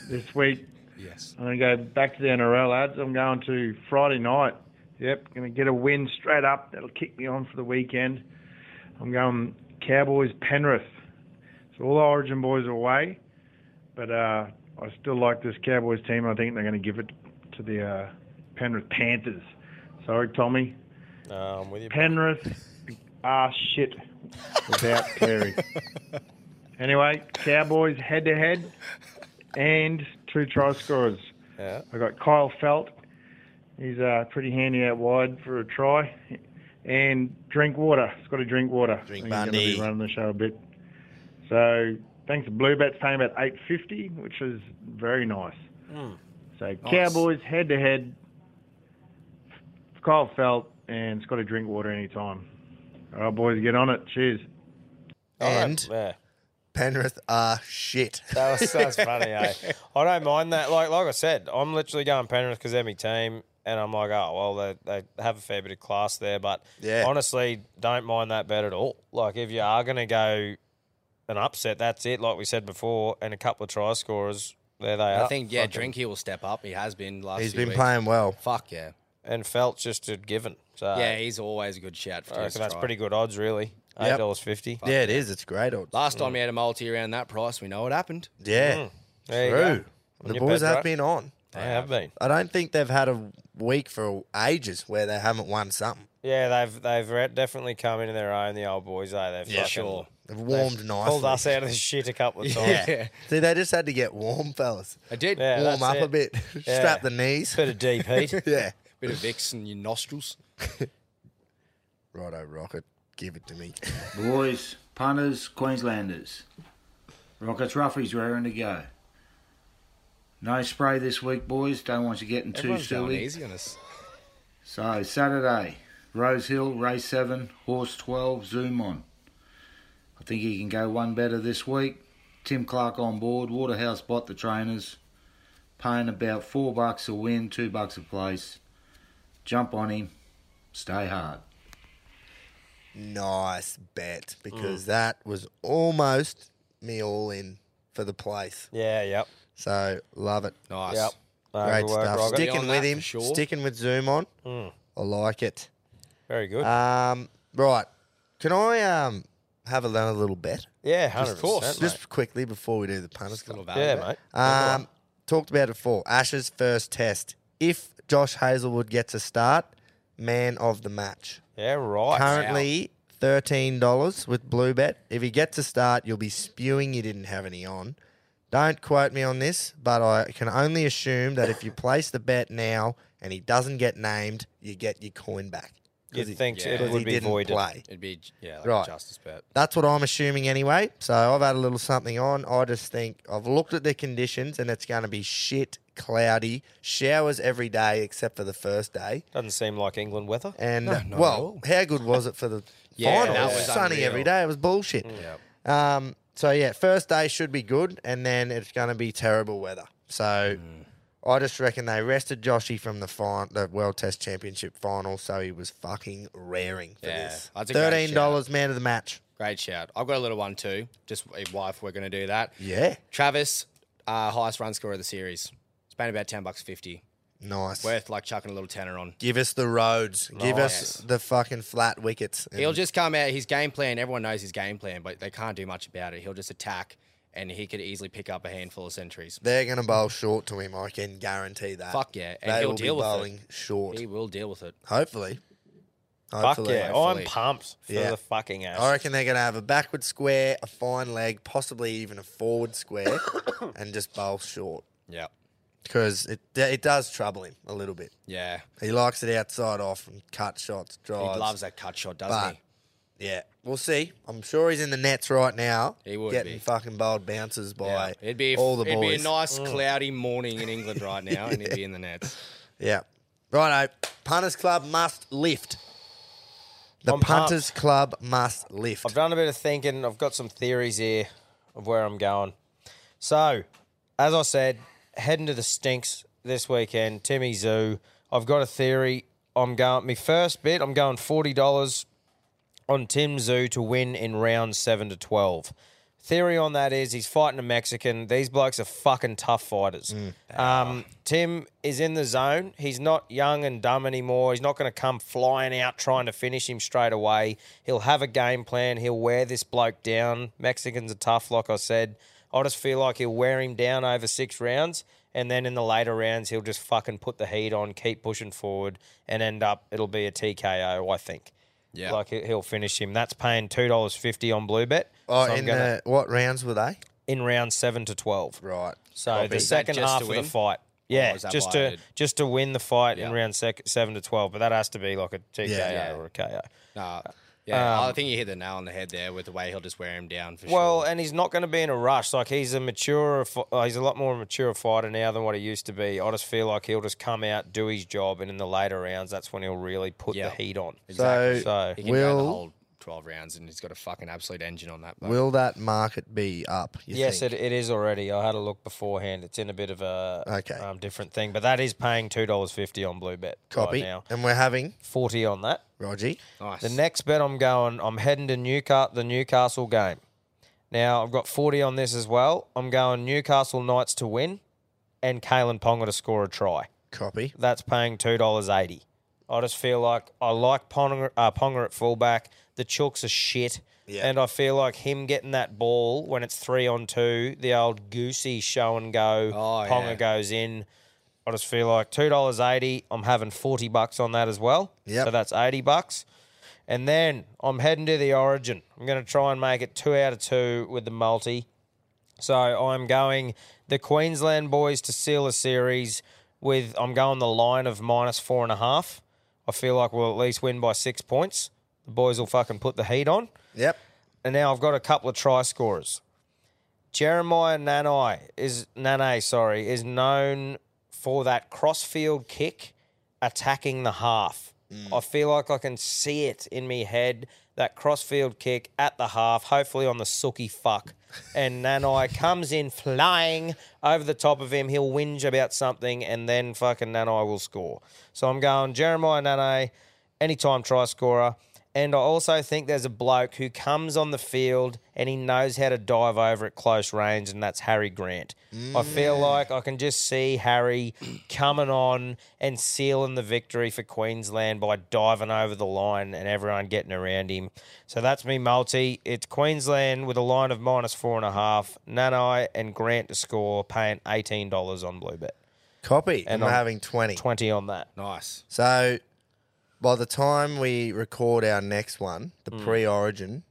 B: This week,
C: Yes.
B: I'm going to go back to the NRL ads. I'm going to Friday night. Yep, going to get a win straight up. That'll kick me on for the weekend. I'm going Cowboys Penrith. So all the Origin boys are away, but uh, I still like this Cowboys team. I think they're going to give it to the uh, Penrith Panthers. Sorry, Tommy.
F: No, I'm with you.
B: Penrith are shit without Cleary. anyway, Cowboys head to head and two try scorers.
F: Yeah.
B: I got Kyle Felt. He's uh, pretty handy out wide for a try. And drink water. He's got to drink water.
E: Drink
B: I think
E: Bundy.
B: he's gonna be running the show a bit. So thanks to Blue Bats paying about eight fifty, which is very nice. So Cowboys head to head. Kyle Felt and Scotty Drinkwater anytime. All right, boys, get on it. Cheers.
F: All right,
E: And-
F: yeah.
E: Penrith are shit.
F: That was, that was funny, eh? I don't mind that. Like like I said, I'm literally going Penrith because they're my team, and I'm like, oh well, they, they have a fair bit of class there, but
E: Yeah.
F: honestly, don't mind that bet at all. Like if you are going to go an upset, that's it. Like we said before, and a couple of try scorers, there they are.
C: I think, yeah,
F: Fucking-
C: Drinky will step up. He has been last
E: He's
C: few
E: been
C: weeks.
E: playing well.
C: Fuck yeah.
F: and felt just a given. So
C: yeah, he's always a good shout for
F: I
C: his
F: reckon that's
C: try.
F: pretty good odds, really. Eight
E: Yep.
F: dollars fifty.
E: Yeah, it is. It's great. odds.
C: Last
F: Mm.
C: time we had a multi around that price, we know what happened.
E: Yeah.
F: There you go.
E: True.
F: On
E: The
F: your
E: boys
F: bed,
E: have
F: right?
E: been on.
F: They have been.
E: I don't think they've had a week for ages where they haven't won something.
F: Yeah, they've they've re- definitely come into their own. The old boys, eh? They've fucking
C: sure.
E: They've warmed nicely.
F: Pulled us out of the shit a couple of times.
C: Yeah.
E: See, they just had to get warm, fellas.
C: I did.
F: Yeah,
E: warm
F: that's
E: up a
F: it.
E: bit, strap the knees.
F: Bit of deep heat.
E: yeah.
C: Bit of Vicks in your nostrils.
E: Righto, Rocket. Give it to me.
M: Boys, punters, Queenslanders. Rockets Roughies raring to go. No spray this week, boys. Don't want you getting too
C: Everyone's going
M: silly.
C: easy on us.
M: So, Saturday, Rose Hill, race 7, horse 12, zoom on. I think he can go one better this week. Tim Clark on board, Waterhouse bought the trainers, paying about four bucks a win, two bucks a place. Jump on him, stay hard.
E: nice bet
F: Mm.
E: because that was almost me all in for the place.
F: Yeah, yep.
E: So, love it.
C: Nice.
F: Yep. No,
E: Great
F: good work,
E: stuff.
F: Rocket.
C: Be on
E: Sticking with
C: that
E: him.
C: for sure.
E: Sticking with Zoom on.
F: Mm.
E: I like it.
F: Very good.
E: Um, right. Can I um have another little bet?
F: yeah, 100%. Of course.
E: Just quickly before we do the punters.
C: Little
E: Club.
C: value
F: Yeah,
C: bet.
F: mate.
E: Um, talked about it before. Ash's first test. If Josh Hazelwood gets a start, man of the match.
F: Yeah, right.
E: Currently thirteen dollars with Blue Bet. If he gets a start, you'll be spewing you didn't have any on. Don't quote me on this, but I can only assume that if you place the bet now and he doesn't get named, you get your coin back. 'Cause
F: You'd
E: he-
F: think it
E: 'cause
F: would
E: he
F: be
E: didn't
F: voided.
E: play.
C: It'd be, yeah, like
E: Right.
C: a justice bet.
E: That's what I'm assuming anyway. So I've had a little something on. I just think I've looked at the conditions and it's going to be shit, cloudy, showers every day except for the first day.
F: Doesn't seem like England weather.
E: And
C: No, not at
E: well,
C: all.
E: how good was it for the
C: Yeah,
E: final?
C: that
E: It was
C: was
E: sunny
C: unreal. Mm.
E: every day. It was bullshit. Um, so yeah, first day should be good, and then it's going to be terrible weather. So
C: Mm.
E: I just reckon they rested Joshy from the fin- the World Test Championship final, so he was fucking raring for
C: Yeah,
E: this.
C: that's a great
E: Thirteen dollars, man of the match.
C: Great shout. I've got a little one too. Just if wife, we're going to do that.
E: Yeah.
C: Travis, uh, highest run scorer of the series. It's been about 10 bucks 50.
E: Nice.
C: Worth like chucking a little tenner on.
E: Give us the roads. Give us
C: Nice.
E: the fucking flat wickets. and-
C: He'll just come out. His game plan. Everyone knows his game plan, but they can't do much about it. He'll just attack, and he could easily pick up a handful of centuries.
E: They're going to bowl short to him. I can guarantee that.
C: Fuck yeah, and
E: they
C: he'll
E: will
C: deal
E: be
C: with it.
E: bowling short.
C: He will deal with it.
E: Hopefully.
B: Fuck
E: Hopefully.
B: yeah. I'm pumped for
E: Yeah.
B: the fucking ass.
E: I reckon they're going to have a backward square, a fine leg, possibly even a forward square, and just bowl short.
C: Yeah.
E: Because it it does trouble him a little bit.
C: Yeah.
E: He likes it outside off and cut shots, drives.
C: He loves that cut shot, doesn't
E: he? Yeah. We'll see. I'm sure he's in the nets right now.
C: He would
E: Getting
C: be.
E: fucking bowled bounces by
C: he? It'd be
E: all the
C: it'd
E: boys.
C: be a nice cloudy morning in England right now, and he'd be in the nets.
E: Yeah. Righto. Punters Club must lift. The
B: I'm pumped.
E: Punters Club must lift.
B: I've done a bit of thinking. I've got some theories here of where I'm going. So, as I said, heading to the stinks this weekend, Timmy Zoo. I've got a theory. I'm going my first bit. I'm going forty dollars on Tim Zoo to win in round seven to twelve. Theory on that is he's fighting a Mexican. These blokes are fucking tough fighters.
E: Mm.
B: Um, Tim is in the zone. He's not young and dumb anymore. He's not going to come flying out trying to finish him straight away. He'll have a game plan. He'll wear this bloke down. Mexicans are tough, like I said. I just feel like he'll wear him down over six rounds. And then in the later rounds, he'll just fucking put the heat on, keep pushing forward, and end up, it'll be a TKO, I think.
C: Yeah.
B: Like he- he'll finish him. That's paying $2.50 on Blue Bet.
E: Oh,
B: So I'm
E: in
B: gonna-
E: the, what rounds were they?
B: in round seven to twelve.
E: Right.
B: So
E: Copy.
B: the
E: Is that
B: second
E: just
B: half
E: to
B: of
E: win?
B: the
E: Or
B: fight. Yeah,
E: is that
B: just
E: by
B: to
E: a-
B: just to win the fight in round sec- seven to twelve, but that has to be like a TKO
C: Yeah.
B: or a KO.
C: Nah. Yeah,
B: Um,
C: I think you hit the nail on the head there with the way he'll just wear him down for
B: well, and he's not going to be in a rush. Like he's a mature, fi- uh, he's a lot more mature fighter now than what he used to be. I just feel like he'll just come out, do his job, and in the later rounds, that's when he'll really put
C: Yeah.
B: the heat on.
E: Exactly. So,
C: he can go the
E: will-
C: whole twelve rounds, and he's got a fucking absolute engine on that. bloke.
E: Will that market be up? you
B: yes,
E: think?
B: it, it is already. I had a look beforehand. It's in a bit of a um, different thing, but that is paying two dollars fifty on Blue Bet
E: Copy.
B: right now.
E: And we're having
B: 40 on that.
E: Rogie.
B: The next bet I'm going, I'm heading to Newcastle, the Newcastle game. Now, I've got 40 on this as well. I'm going Newcastle Knights to win and Kalen Ponga to score a try.
E: Copy.
B: That's paying $2.80. I just feel like I like Ponga, uh, Ponga at fullback. The Chooks are shit.
E: Yeah.
B: And I feel like him getting that ball when it's three on two, the old goosey show and go,
C: Oh,
B: Ponga
C: yeah.
B: goes in. I just feel like two dollars eighty. I'm having forty bucks on that as well.
E: Yep.
B: So that's eighty bucks. And then I'm heading to the Origin. I'm going to try and make it two out of two with the multi. So I'm going the Queensland boys to seal a series with I'm going the line of minus four and a half. I feel like we'll at least win by six points. The boys will fucking put the heat on.
E: Yep.
B: And now I've got a couple of try scorers. Jeremiah Nanai is Nane, sorry, is known for that crossfield kick attacking the half. I feel like I can see it in me head that crossfield kick at the half, hopefully on the sookie fuck. And Nanai comes in flying over the top of him. He'll whinge about something, and then fucking Nanai will score. So I'm going Jeremiah Nane, anytime try scorer. And I also think there's a bloke who comes on the field and he knows how to dive over at close range, and that's Harry Grant. I feel like I can just see Harry coming on and sealing the victory for Queensland by diving over the line and everyone getting around him. So that's me, multi. It's Queensland with a line of minus four and a half, Nanai and Grant to score, paying $18 on Blue Bet.
E: Copy. And,
B: And
E: we're
B: I'm
E: having 20.
B: 20 on that.
C: Nice.
E: So by the time we record our next one, the
B: Mm.
E: pre origin,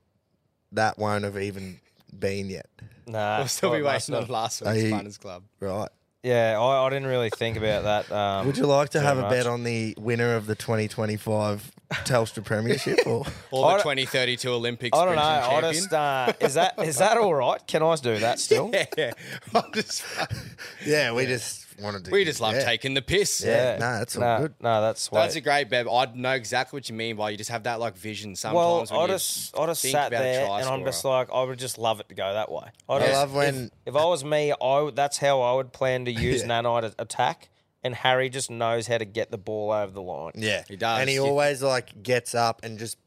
E: that won't have even been yet.
B: Nah,
C: We'll still be
B: well, that's
C: waiting
B: not-
C: on last week's
E: Hey.
C: Finals Club.
E: Right.
B: Yeah, I, I didn't really think about that. Um,
E: Would you like to
B: too
E: have a
B: much.
E: bet on the winner of the 2025 Telstra Premiership? Or?
C: Or the 2032 Olympics.
B: I don't know.
C: sprinting
B: I
C: Champion.
B: just uh, is that is that all right? Can I do that still?
C: yeah, I'm just,
E: yeah, we just wanted
C: We just love taking the piss.
B: Yeah, no, that's all Nah, good. No, that's sweet.
C: That's a great beb. I know exactly what you mean by you just have that like vision
B: Well,
C: sometimes.
B: I
C: when you
B: just I just
C: think
B: sat
C: about a
B: there
C: try
B: and I'm
C: scorer.
B: just like I would just love it to go that way. I,
C: I
B: just-
C: love
B: if-
C: when-
B: if, I was me, I would- that's how I would plan to use
E: Yeah.
B: Nanai to attack, and Harry just knows how to get the ball over the line.
E: Yeah, And he always like gets up and just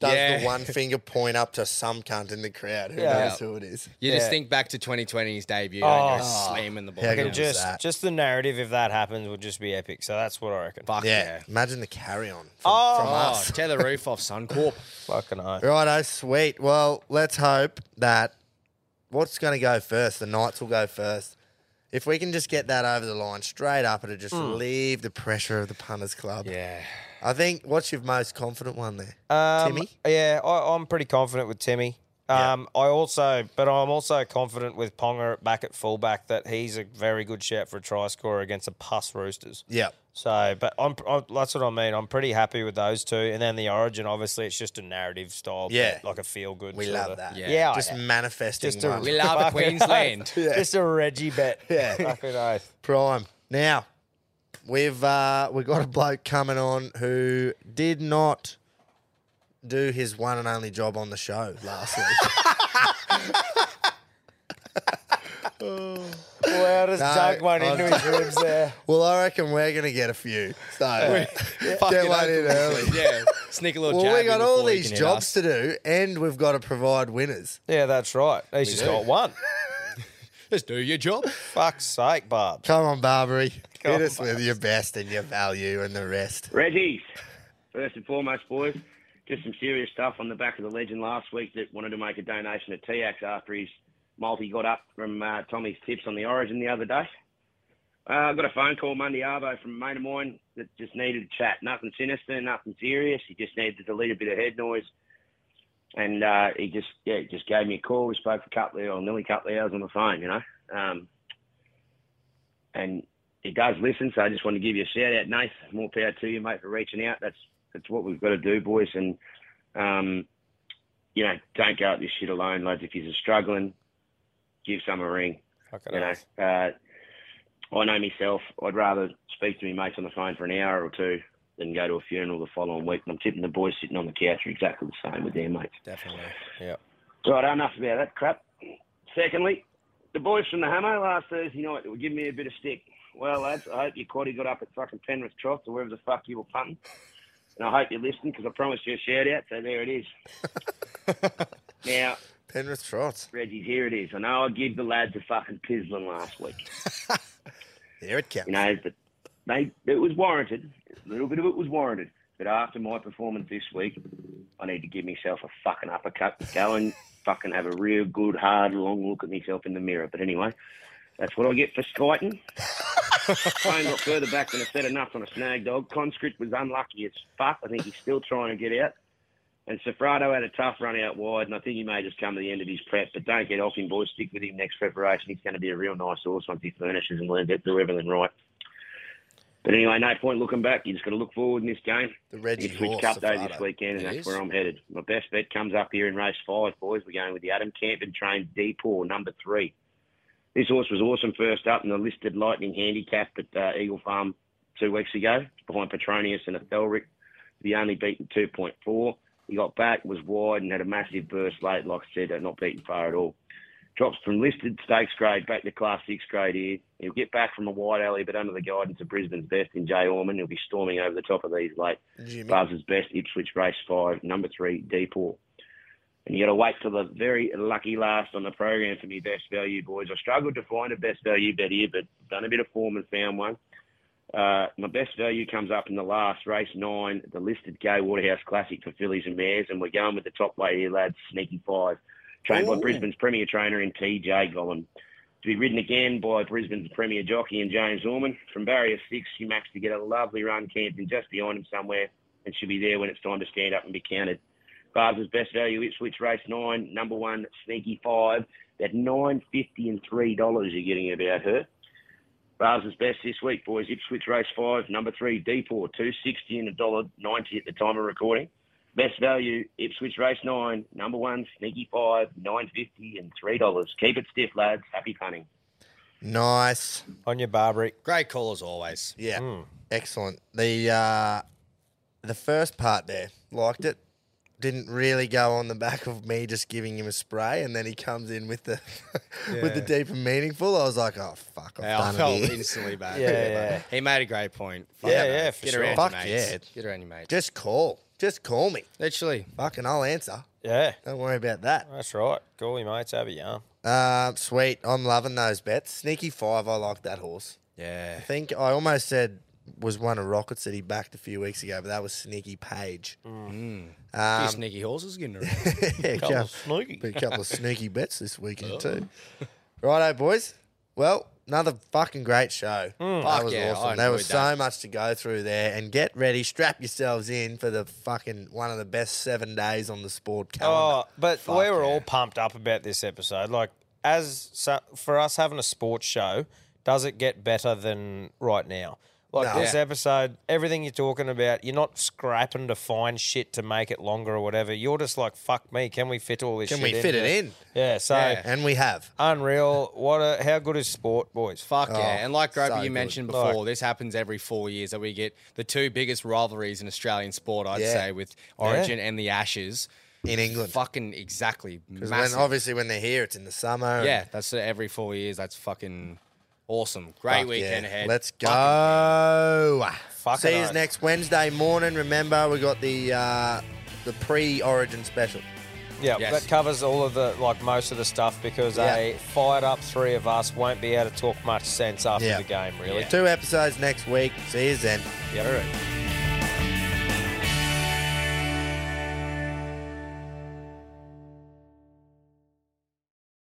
E: does
C: Yeah.
E: the one finger point up to some cunt in the crowd. Who knows who it is?
C: You just
E: Yeah.
C: think back to 2020's debut
F: Oh,
C: and you're slamming the ball.
E: Ah. how good
F: Fucking
E: was
F: just,
E: that?
F: just the narrative if that happens would just be epic. So that's what I reckon.
C: Fuck
E: Imagine the carry on.
F: Oh,
E: from us.
C: tear the roof off, son. Corp.
F: Fucking hell.
E: Righto, sweet. Well, let's hope that what's going to go first, the Knights will go first. If we can just get that over the line straight up, it'll just
F: Mm.
E: relieve the pressure of the punters club.
F: Yeah.
E: I think what's your most confident one there?
F: Um,
E: Timmy?
F: Yeah, I, I'm pretty confident with Timmy. Um, I also, but I'm also confident with Ponga back at fullback that he's a very good shout for a try scorer against the Puss Roosters.
E: Yeah.
F: So, but I'm, I'm that's what I mean. I'm pretty happy with those two, and then the Origin. Obviously, it's just a narrative style, bet,
E: Yeah.
F: like a feel good.
E: We love that.
F: Yeah,
E: Just
F: I-
E: manifesting
F: Just a-
E: one.
F: We love Fucking Queensland. oath. Just a Reggie bet.
E: Yeah.
F: Fucking oath.
E: Prime. Now, we've uh, we've got a bloke coming on who did not do his one and only job on the show last week.
F: Well, just
E: No,
F: dug one
E: I'm-
F: into his ribs there.
E: well, I reckon we're gonna get a few. So
C: Fucking
E: get one in
C: open.
E: early.
C: yeah. Sneak a little
E: Well,
C: jab
E: we
C: in
E: got all
C: before he
E: these
C: can hit us.
E: jobs to do, and we've got to provide winners.
F: Yeah, that's right. He's
E: We
F: just
E: do.
F: got one.
C: Just do your job.
F: Fuck's sake, Barb.
E: Come on, Barbary.
F: Come
E: Hit
F: on,
E: us with your best and your value and the rest.
D: Reggie's. First and foremost, boys, just some serious stuff on the back of the legend last week that wanted to make a donation to TX after his multi got up from uh, Tommy's tips on the Origin the other day. Uh, I got a phone call Monday Arvo from a mate of mine that just needed a chat. Nothing sinister, nothing serious. He just needed a little bit of head noise. And uh, he just yeah, he just gave me a call. We spoke for a couple of or nearly a couple of hours on the phone, you know. Um, and he does listen. So I just want to give you a shout out, Nath. More power to you, mate, for reaching out. That's that's what we've got to do, boys. And um, you know, don't go at this shit alone, lads. If you're struggling, give some a ring.
F: Fucking
D: You know,
F: oath.
D: uh, I know myself. I'd rather speak to me mates on the phone for an hour or two than go to a funeral the following week. And I'm tipping the boys sitting on the couch are exactly the same with their mates.
F: Definitely. Yep.
D: Right, enough about that crap. Secondly, the boys from the Hammer last Thursday night were giving me a bit of stick. Well, lads, I hope your quaddy got up at fucking Penrith Trough or wherever the fuck you were punting. And I hope you listened because I promised you a shout out, so there it is. now,
E: Penrith Trots.
D: Reggie's here it is. I know I gave the lads a fucking pizzling last week.
E: There it counts.
D: You know, but they it was warranted. A little bit of it was warranted. But after my performance this week, I need to give myself a fucking uppercut. Go and fucking have a real good, hard, long look at myself in the mirror. But anyway, that's what I get for skiting. Phone got further back than I said enough on a snag dog. Conscript was unlucky as fuck. I think he's still trying to get out. And Sofrado had a tough run out wide, and I think he may just come to the end of his prep. But don't get off him, boys. Stick with him next preparation. He's going to be a real nice horse once he furnishes and learns how to do everything right. But anyway, no point looking back. You just got to look forward in this game.
E: The Reggie
D: It's Switch
E: horse,
D: Cup Day this
E: Sofrado.
D: weekend, and
E: It
D: that's
E: is.
D: where I'm headed. My best bet comes up here in race five, boys. We're going with the Adam Campen trained Deepaw, number three. This horse was awesome first up in the listed Lightning handicap at uh, Eagle Farm two weeks ago, behind Petronius and Athelric. The only beaten 2.4. He got back, was wide, and had a massive burst late, like I said, not beaten far at all. Drops from listed stakes grade back to class six grade here. He'll get back from a wide alley, but under the guidance of Brisbane's best in Jay Orman, he'll be storming over the top of these late.
E: Jimmy.
D: Buzz's best Ipswich race five, number three, Deepore. And you got to wait till the very lucky last on the program for me best value, boys. I struggled to find a best value bet here, but done a bit of form and found one. Uh, my best value comes up in the last race nine, the listed Gay Waterhouse Classic for fillies and mares, and we're going with the top weight here, lads, Sneaky Five, trained by
N: Ooh.
D: Brisbane's premier trainer and TJ Gollum. To be ridden again by Brisbane's premier jockey and James Orman. From barrier six, she maxed to get a lovely run camped in just behind him somewhere, and she'll be there when it's time to stand up and be counted. Barb's best value Ipswich race nine, number one, Sneaky Five. That nine fifty and three dollars you're getting about her. Bars is best this week, boys. Ipswich race five, number three, Depot, two sixty and a dollar ninety at the time of recording. Best value, Ipswich race nine, number one, sneaky five, nine fifty and three dollars. Keep it stiff, lads. Happy punning.
E: Nice.
F: On your Barbary.
C: Great call as always.
E: Yeah. Excellent. The uh, the first part there, liked it. Didn't really go on the back of me just giving him a spray, and then he comes in with the with the
C: Yeah.
E: deep and meaningful. I was like, oh fuck, I've
C: Yeah, I
E: done
C: felt
E: it. here.
C: instantly bad.
E: Yeah,
C: But
E: yeah.
C: He made a great point. Fuck
E: Yeah,
C: it,
E: yeah,
C: mate.
E: for
C: Get
E: sure.
C: around
E: Fuck
C: your mates.
E: yeah.
C: Get around your mates.
E: Just call. Just call me.
C: Literally.
E: Fucking, I'll answer.
F: Yeah.
E: Don't worry about that.
F: That's right. Call him, mates. Have a yarn.
E: Uh, sweet. I'm loving those bets. Sneaky five. I like that horse.
F: Yeah.
E: I think I almost said was one of Rockets that he backed a few weeks ago, but that was Sneaky Page.
C: Mm.
E: Um,
C: Few sneaky horses getting around.
E: yeah,
C: Couple of sneaky.
E: been A couple of sneaky bets this weekend
C: Oh.
E: too. Righto, boys. Well, another fucking great show.
C: Mm.
E: That
C: Fuck
E: was
C: yeah, I
E: awesome. There was
C: enjoyed that.
E: so much to go through there, and get ready, strap yourselves in for the fucking one of the best seven days on the sport calendar.
F: Oh, but we were all pumped up about this episode. Like, as so, for us having a sports show, does it get better than right now? Like
E: No.
F: this
E: Yeah.
F: episode, everything you're talking about, you're not scraping to find shit to make it longer or whatever. You're just like, fuck me, can we fit all this?
E: Can
F: shit
E: we fit
F: in
E: it
F: here?
E: in?
F: Yeah. So
E: Yeah. And we have.
C: Uh,
F: Unreal. What a how good is sport, boys?
C: Fuck
E: Oh,
C: yeah. And like Grover, you mentioned before, this happens every four years that we get the two biggest rivalries in Australian sport, I'd
E: Yeah.
C: say, with
E: Yeah.
C: Origin and the Ashes.
E: In England.
C: Fucking exactly.
E: Because
C: massive.
E: when obviously when they're here, it's in the summer. and-
C: yeah, that's uh, every four years. That's fucking awesome. Great
E: Fuck
C: weekend
E: yeah.
C: ahead.
E: Let's go.
C: Fucking
E: See
C: oath.
E: you next Wednesday morning. Remember, we got the uh, the pre-origin special.
F: Yeah,
E: Yes.
F: that covers all of the like most of the stuff because
E: Yeah.
F: a fired up three of us won't be able to talk much sense after
E: Yeah.
F: the game, really.
E: Two episodes next week. See you then.
F: Yeah.